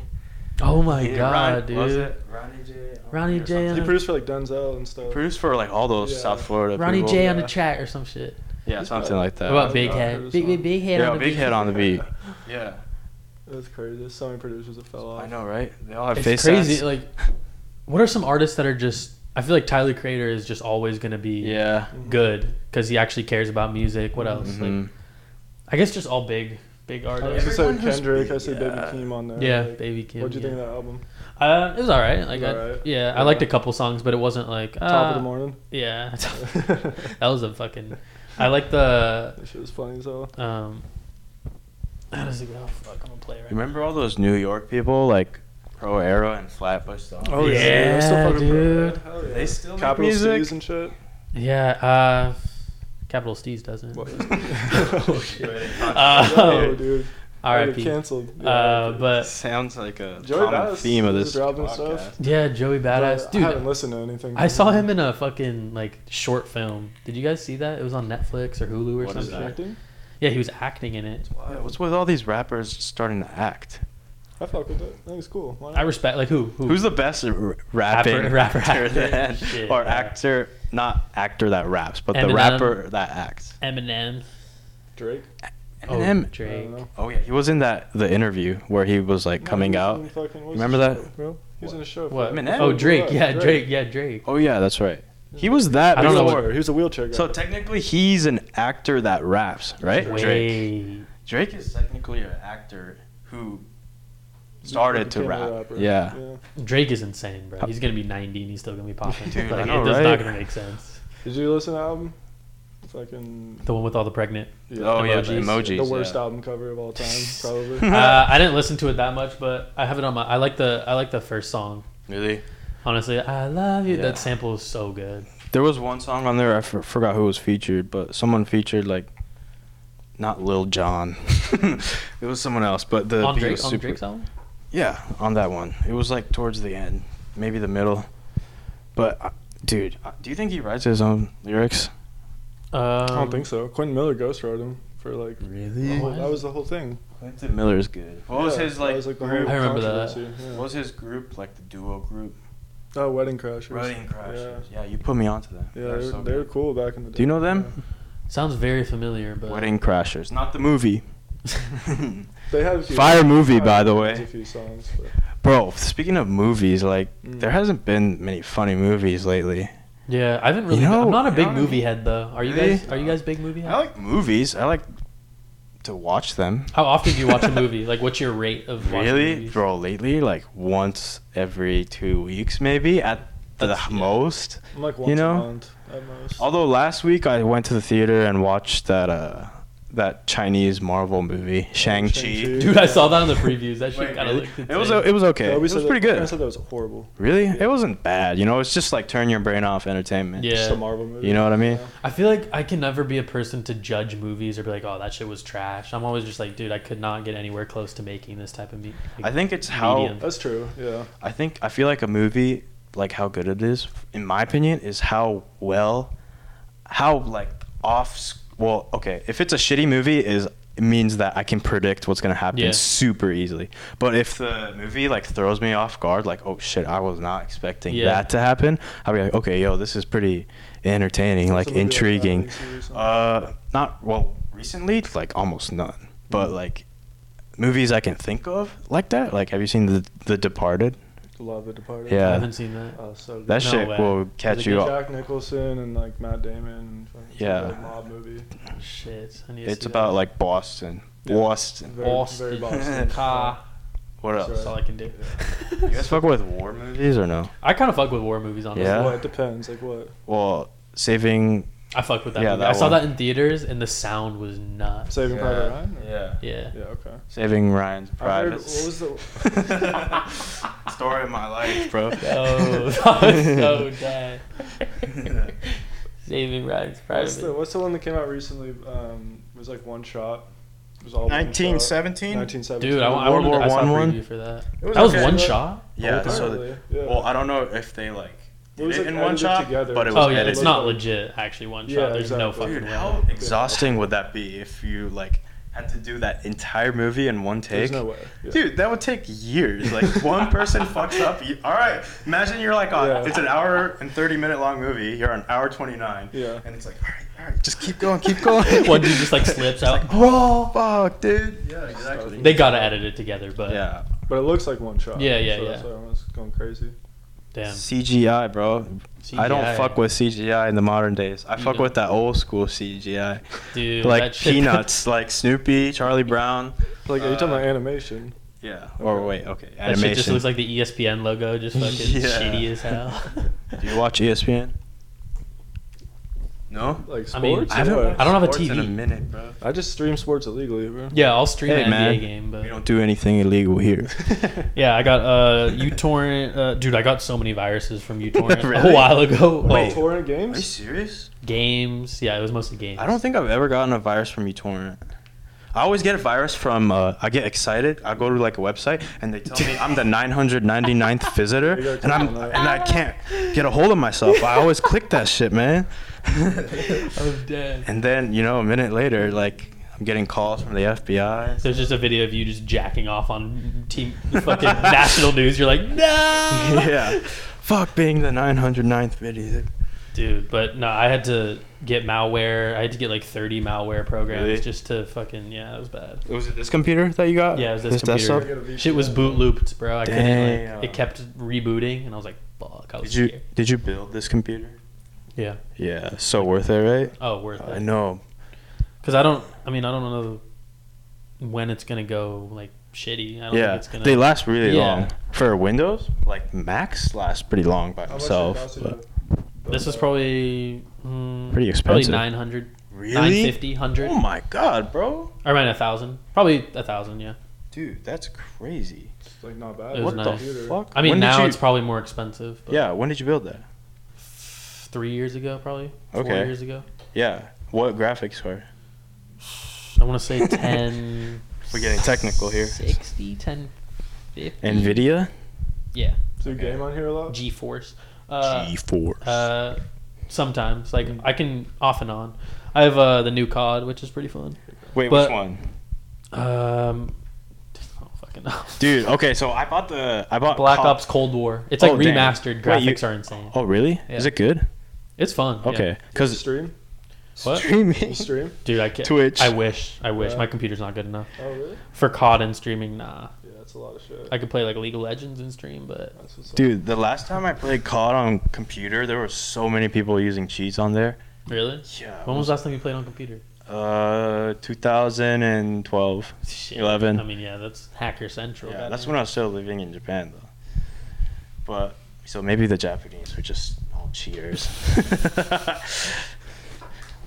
S2: Oh my
S3: Yeah,
S2: god,
S3: Ron- what was
S2: dude.
S3: it? Ronnie J.
S2: Ronnie
S3: or
S2: J.
S3: something.
S2: on
S5: He
S2: a-
S5: produced for like Denzel and stuff.
S3: Produced for like all those
S5: Yeah.
S3: South Florida
S2: Ronnie
S3: people.
S2: J on
S5: yeah.
S2: the track or some shit.
S3: Yeah, something like that.
S2: What about
S5: I
S2: Big
S5: don't
S2: Head?
S5: know
S2: Big,
S5: this
S2: big big head.
S3: yeah,
S2: on the
S3: big
S2: beat.
S3: head on
S2: *laughs*
S3: the beat. yeah,
S5: That's crazy. There's so many producers that fell off.
S3: I know, right? They all have
S2: It's
S3: face
S2: crazy.
S3: tats.
S2: Like, what are some artists that are just? I feel like Tyler Creator is just always gonna be
S3: yeah.
S2: good because he actually cares about music. What else? Like,
S3: Mhm.
S2: I guess just all big, big
S5: I
S2: artists.
S5: was gonna say
S3: Everyone who's
S5: Kendrick.
S3: big,
S5: I said Baby
S3: yeah.
S5: Keem on there.
S2: Yeah,
S5: like,
S2: Uh, Baby Kim.
S5: What'd you
S2: yeah.
S5: think of that album?
S2: Uh, it was all right. Like,
S5: It was
S2: I,
S5: all right?
S2: yeah, I
S5: Yeah.
S2: liked a couple songs, but it wasn't like uh,
S5: Top of the morning.
S2: Yeah,
S5: *laughs*
S2: *laughs*
S5: that
S2: that was a fucking. I like the.
S5: shit was funny as hell.
S2: Um, how does it go? Oh, Fuck, I'm gonna play it right. now.
S3: Remember all those New York people like Pro Arrow and Flatbush? Though?
S2: Oh, yeah.
S5: I still
S2: Yeah,
S5: fucking remember
S2: dude.
S5: that. Hell yeah.
S3: They still make
S5: Capital
S3: music? *laughs*
S5: Cities and shit.
S2: Yeah, uh, Capital Steez doesn't.
S5: What?
S3: Oh, *laughs*
S2: Uh,
S5: Yo, Oh, dude.
S2: R.I.P.
S5: Canceled. Yeah,
S2: Uh, but
S3: Sounds like a
S5: Joey
S3: common
S5: Badass
S3: theme of
S5: is
S3: this
S5: dropping
S3: podcast.
S5: stuff.
S2: yeah, Joey
S5: I
S2: Badass, dude.
S5: haven't listened to anything.
S2: I saw him in a fucking like short film. Did you guys see that? It was on Netflix or Hulu or
S3: What is
S2: something.
S3: that?
S5: acting.
S2: Yeah, he was acting in it.
S3: Yeah, what's with all these rappers starting to act?
S5: I fuck with it. I think it's cool. Why
S2: I
S5: not?
S2: respect like who? who?
S3: Who's the best at r- rapping
S2: rapper,
S3: actor,
S2: actor.
S3: then-
S2: Shit,
S3: or
S2: yeah.
S3: actor? Not actor that raps, but the
S2: Eminem.
S3: rapper that acts.
S2: Eminem?
S5: Drake.
S2: Oh,
S3: Eminem.
S5: I
S2: Drake.
S5: don't know.
S3: Oh yeah, he was in that the interview where he was like coming
S5: No, he was
S3: out.
S5: in fucking- what was
S3: Remember
S5: his
S3: that?
S5: show, Bro, he was in a show. for-
S2: What?
S3: Eminem?
S2: Oh, Drake.
S5: Drake.
S2: Yeah,
S5: Drake.
S2: Drake. Yeah, Drake.
S3: Oh yeah, that's right. He was that.
S2: I
S5: I
S2: don't
S5: don't
S2: know
S3: before.
S5: He was a wheelchair guy.
S3: So technically, he's an actor that raps, right?
S2: Wait.
S3: Drake. Drake is technically an actor who
S5: He
S3: started to
S5: became a
S3: rap.
S5: rapper.
S3: Yeah.
S2: Drake is insane, bro. He's gonna be 90 and he's still gonna be popping.
S3: Dude, I
S2: like,
S3: know,
S2: it does
S3: right?
S2: not gonna make sense.
S5: Did you listen to the album? Fucking.
S2: The one with all the pregnant. *laughs*
S5: Yeah.
S3: Oh yeah,
S2: Emojis.
S3: the emojis.
S5: the worst
S3: yeah.
S5: album cover of all time, probably.
S2: Uh, I didn't listen to it that much, but I have it on my. I like the. I like the first song.
S3: Really?
S2: Honestly, I love you.
S3: Yeah.
S2: That sample is so good.
S3: There was one song on there I for- forgot who was featured, but someone featured like not Lil Jon. *laughs* it was someone else, but the
S2: on
S3: beat
S2: Drake,
S3: was
S2: on
S3: super-
S2: Drake's album.
S3: Yeah, on that one. It was like towards the end, maybe the middle. But uh, dude, uh, do you think he writes his own lyrics?
S2: Um,
S5: I don't think so. Quentin Miller ghostwrote him for like. the
S2: Really?
S5: whole- that was the whole thing.
S3: Clinton Miller's good. What was
S5: Yeah,
S3: his
S5: that
S3: like?
S5: was, the
S3: group?
S5: whole
S2: I remember that.
S5: controversy, yeah.
S3: What was his group like the duo group?
S5: Oh, Wedding Crashers.
S3: Rodin Crashers.
S5: Yeah.
S3: Yeah. you put me onto them.
S5: Yeah, they were, they were cool back in the day.
S3: Do you know them?
S5: Yeah.
S2: Sounds very familiar, but
S3: Wedding Crashers, not the movie. *laughs*
S5: They had a few
S3: Fire movie, by the
S5: had
S3: way.
S5: A few songs, but
S3: Bro, speaking of movies, like
S5: Mm.
S3: there hasn't been many funny movies lately.
S2: yeah, I haven't really.
S3: know-
S2: I'm not a
S3: you
S2: big
S3: know what I
S2: movie
S3: mean?
S2: head though. Are you
S3: Really?
S2: guys? Are you guys big movie head?
S3: I like movies. I like to watch them.
S2: How often do you watch a movie? Like, what's your rate of watching
S3: Really,
S2: movies?
S3: bro? Lately, like once every two weeks, maybe at the
S2: That's- yeah.
S3: most.
S5: I'm like
S3: You
S5: once
S3: know?
S5: a month at most.
S3: Although last week I went to the theater and watched that uh that Chinese Marvel movie Shang Chi.
S5: Shang-Chi.
S2: Dude, I saw that in the previews. That shit kind of
S3: really?
S2: looked.
S3: It was
S2: insane.
S3: it was okay.
S5: Yeah,
S3: It
S5: we
S3: was
S5: said that-
S3: pretty
S5: I
S3: good.
S5: said that was horrible.
S3: Really? It wasn't bad. You know, it's just like turn your brain off entertainment.
S2: Yeah.
S5: Just a Marvel movie.
S3: You know what I mean?
S5: Yeah.
S2: I feel like I can never be a person to judge movies or be like, oh, that shit was trash. I'm always just like, dude, I could not get anywhere close to making this type of meat.
S3: I think it's how
S2: Medium.
S5: That's true. Yeah.
S3: I think I feel like a movie like how good it is in my opinion is how well how like off s- well okay, if it's a shitty movie is it means that I can predict what's going to happen
S2: Yeah.
S3: super easily. But if the movie like throws me off guard like oh shit, I was not expecting
S2: Yeah.
S3: that to happen, I'll be like okay, yo, this is pretty entertaining,
S5: What's
S3: like
S5: a movie that
S3: intriguing.
S5: happened to you or something?
S3: Uh, not well. Recently, like almost none. But like movies I can think of like that. Like, have you seen the The Departed?
S5: Love the Departed.
S2: I
S3: Yeah.
S2: haven't seen that.
S5: Oh, so good.
S3: That
S2: No
S3: shit
S2: way.
S3: will
S5: Like
S3: catch you up.
S5: Jack Nicholson and like Matt Damon. And fucking it's
S3: Yeah.
S5: like a mob movie.
S2: Shit, I need to
S3: It's
S2: see
S3: about like Boston.
S5: Yeah.
S3: Boston.
S5: Very, very
S2: Boston. *laughs*
S5: Boston.
S2: that. Ah,
S3: What
S5: Sorry.
S3: else?
S2: that's all I can do.
S3: *laughs* You guys fuck with war movies or no?
S2: I kind of fuck with war movies, honestly.
S3: Yeah.
S5: Well, it depends. Like what?
S3: Well, Saving.
S2: I fuck with that.
S3: Yeah,
S2: movie.
S3: that
S2: I saw
S3: one.
S2: that in theaters, and the sound was nuts.
S5: Saving Private Ryan. or-
S3: Yeah.
S2: Yeah.
S5: Yeah. Okay.
S3: Saving Ryan's
S5: I heard,
S3: Private.
S5: what was the?
S3: *laughs* Story of my life,
S2: *laughs*
S3: bro. *laughs*
S2: Oh, that was so bad. Saving Ryan's
S5: What's the,
S2: private.
S5: what's the one that came out recently? Um, it was like one shot. It was all one shot.
S4: 1917?
S5: 1917.
S2: Dude, I, wa- I
S3: World
S2: wanted.
S3: War
S2: I saw a
S3: One one?
S2: preview for that.
S4: It was
S2: that was
S4: okay,
S2: one
S4: but-
S2: shot.
S3: Yeah. So
S5: Apparently,
S3: the-
S5: yeah.
S3: well, I don't know if they like
S5: It was,
S3: did
S5: like,
S3: it in one
S5: edited
S3: shot,
S5: together.
S3: but it was
S2: Oh yeah,
S3: edited.
S2: it's not legit. Actually, one shot.
S5: Yeah,
S2: There's no
S5: exactly.
S2: fucking
S3: Dude,
S2: way.
S3: how exhausting would that be if you like had to do that entire movie in one
S5: There's
S3: take?
S5: no way. Yeah.
S3: Dude, that would take years.
S5: *laughs*
S3: Like one person fucks up. You, all right, imagine you're like on.
S5: Yeah.
S3: It's an hour and thirty minute long movie. You're on hour twenty nine.
S5: Yeah.
S3: And it's like, all right, all right, just keep going,
S5: *laughs*
S3: keep going.
S2: One dude just like slips out.
S3: oh fuck, dude. Yeah, exactly.
S2: They gotta edit it together, but
S3: yeah.
S5: But it looks like one shot.
S2: Yeah, yeah,
S5: so That's
S2: yeah.
S5: why everyone's going crazy.
S2: damn.
S3: CGI, bro. I
S2: CGI.
S3: don't fuck with CGI in the modern days. I
S2: You
S3: fuck
S2: don't.
S3: with that old school CGI,
S2: Dude,
S3: like
S2: that shit-
S3: Peanuts, like Snoopy, Charlie Brown.
S5: Like, are you talking
S3: Uh,
S5: about animation?
S3: Yeah. Or wait, okay,
S2: *laughs* That
S3: animation.
S2: shit just looks like the E ESPN logo, just fucking
S3: *laughs* Yeah.
S2: shitty as hell.
S3: *laughs* Do you watch E ESPN? No.
S5: Like sports?
S2: I mean,
S5: or
S2: I haven't-
S5: what?
S2: I don't have a
S3: Sports In a
S2: TV.
S3: minute, bro.
S5: I just stream sports illegally, bro.
S2: *laughs* yeah, I'll stream
S3: Hey,
S2: an
S3: man.
S2: NBA game,
S3: We
S2: but
S3: don't do anything illegal here. *laughs*
S2: yeah, I got uh uTorrent. Uh, dude, I got so many viruses
S3: *laughs*
S2: from uTorrent
S3: Really?
S2: a while ago.
S3: Wait.
S2: Oh,
S5: Torrent
S3: Are you
S5: games?
S3: serious?
S2: games. Yeah, it was mostly games.
S3: I don't think I've ever gotten a virus from uTorrent. I always get a virus from. Uh, I get excited. I go to like a website and they tell me I'm the *laughs* 999th visitor,
S5: You gotta
S3: and I'm
S5: click on that.
S3: and I can't get a hold of myself. I always click that shit, *laughs* man.
S2: I'm dead.
S3: and then you know, a minute later, like I'm getting calls from the FBI.
S2: There's just a video of you just jacking off on team fucking *laughs* national news. You're like, no.
S3: yeah, *laughs* fuck being the 909th visitor.
S2: Dude, but no, I had to get malware. I had to get like 30 malware programs
S3: Really?
S2: just to fucking yeah, it was bad.
S3: Was it this computer that you got?
S2: Yeah, it was this computer.
S3: desktop?
S2: Shit was boot looped, bro. I couldn't
S3: Damn.
S2: like it kept rebooting, and I was like, fuck. I was
S3: Did you
S2: scared.
S3: did you build this computer?
S2: Yeah.
S3: Yeah, so worth it, right?
S2: Oh, worth
S3: I
S2: it.
S3: know.
S2: Because I don't. I mean, I don't know when it's gonna go like shitty. I don't
S3: Yeah,
S2: think it's gonna.
S3: they last really
S2: Yeah.
S3: long for Windows. Like Macs last pretty long
S5: How
S3: by
S5: much it
S3: themselves.
S5: costs you
S3: but-
S5: to build
S2: this was
S5: that?
S2: probably mm, Probably
S3: Pretty expensive.
S2: 900,
S3: Really?
S2: 950, 100,
S3: Oh my god, bro,
S2: or around a thousand. Probably a thousand. Yeah.
S3: dude, that's crazy.
S5: It's, like not bad.
S2: It was
S3: what
S2: nice.
S3: the
S5: Computer.
S3: fuck?
S2: I mean,
S3: When did
S2: now
S3: you-
S2: it's probably more expensive. But
S3: yeah. When did you build that?
S2: Three years ago, probably. Four
S3: Okay.
S2: years ago.
S3: Yeah. What graphics were?
S2: I want to
S3: *laughs*
S2: say 10.
S3: We're getting technical here.
S2: 60, 10, 50.
S3: Nvidia.
S2: Yeah.
S5: So you game on here a lot?
S2: G Force. Uh,
S3: G4.
S2: Uh, sometimes, like I can off and on. I have uh, the new COD, which is pretty fun.
S3: Wait,
S2: but-
S3: which one?
S2: Um, I don't fucking know.
S3: Dude, okay, so I bought the I bought
S2: *laughs* Black
S3: Call-
S2: Ops Cold War. It's like
S3: Oh, damn.
S2: remastered.
S3: Wait,
S2: Graphics
S3: you-
S2: are insane.
S3: Oh, really? Is
S2: Yeah.
S3: it good?
S2: It's fun. yeah.
S3: Okay,
S5: You
S3: because
S5: stream?
S2: What?
S5: You
S2: *laughs*
S3: streaming.
S5: stream?
S2: Dude, I can't.
S3: Twitch.
S2: I wish. I wish
S5: Yeah.
S2: my computer's not good enough
S5: Oh really?
S2: for COD and streaming. Nah,
S5: Yeah, that's a lot of shit.
S2: I could play like League of Legends and stream, but
S5: That's what's up.
S3: *laughs* Dude, the last time I played COD on computer, there were so many people using cheats on there.
S2: really.
S3: Yeah.
S2: When was the last time you played on computer?
S3: uh 2012?
S2: Shit.
S3: 11.
S2: I mean, yeah, that's hacker central.
S3: Yeah,
S2: goddamn.
S3: that's when I was still living in Japan though. But so maybe the Japanese were just all
S2: *laughs*
S3: cheaters. *laughs*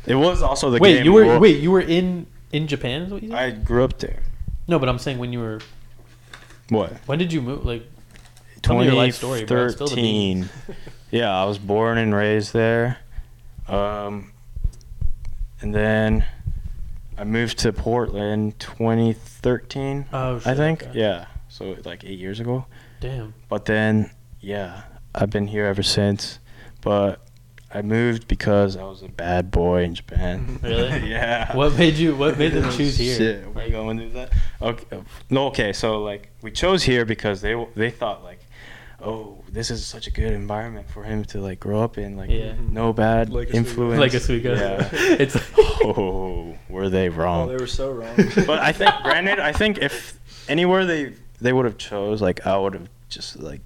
S3: it was also the
S2: wait,
S3: game
S2: you were
S3: world-
S2: wait, you were in in Japan? Is what you said?
S3: I grew up there.
S2: no, but I'm saying when you were
S3: What?
S2: When did you move? Like, Tell me your life story, bro. Spill the
S3: 2013.
S2: *laughs*
S3: Yeah, I was born and raised there. Um, and then I moved to Portland 2013,
S2: oh,
S3: I think.
S2: okay.
S3: Yeah, so like eight years ago.
S2: Damn.
S3: But then, yeah, I've been here ever since. But I moved because I was a bad boy in Japan.
S2: *laughs*
S3: *laughs*
S2: Really?
S3: yeah.
S2: What made you? What made
S3: *laughs*
S2: them
S3: Oh,
S2: choose here?
S3: Shit, we
S2: Like,
S3: going to that. Okay, no, okay. So like we chose here because they they thought like, oh, this is such a good environment for him to like grow up in, like
S2: Yeah.
S3: no bad
S5: Like a sweet-
S3: influence.
S2: like a sweet guy.
S3: Yeah.
S2: *laughs* it's
S3: *laughs*
S2: like,
S3: oh, were they
S5: Oh,
S3: wrong?
S5: they were so
S2: *laughs*
S5: wrong.
S3: *laughs* but I think, granted, I think if anywhere they they would have chose, like I would have just like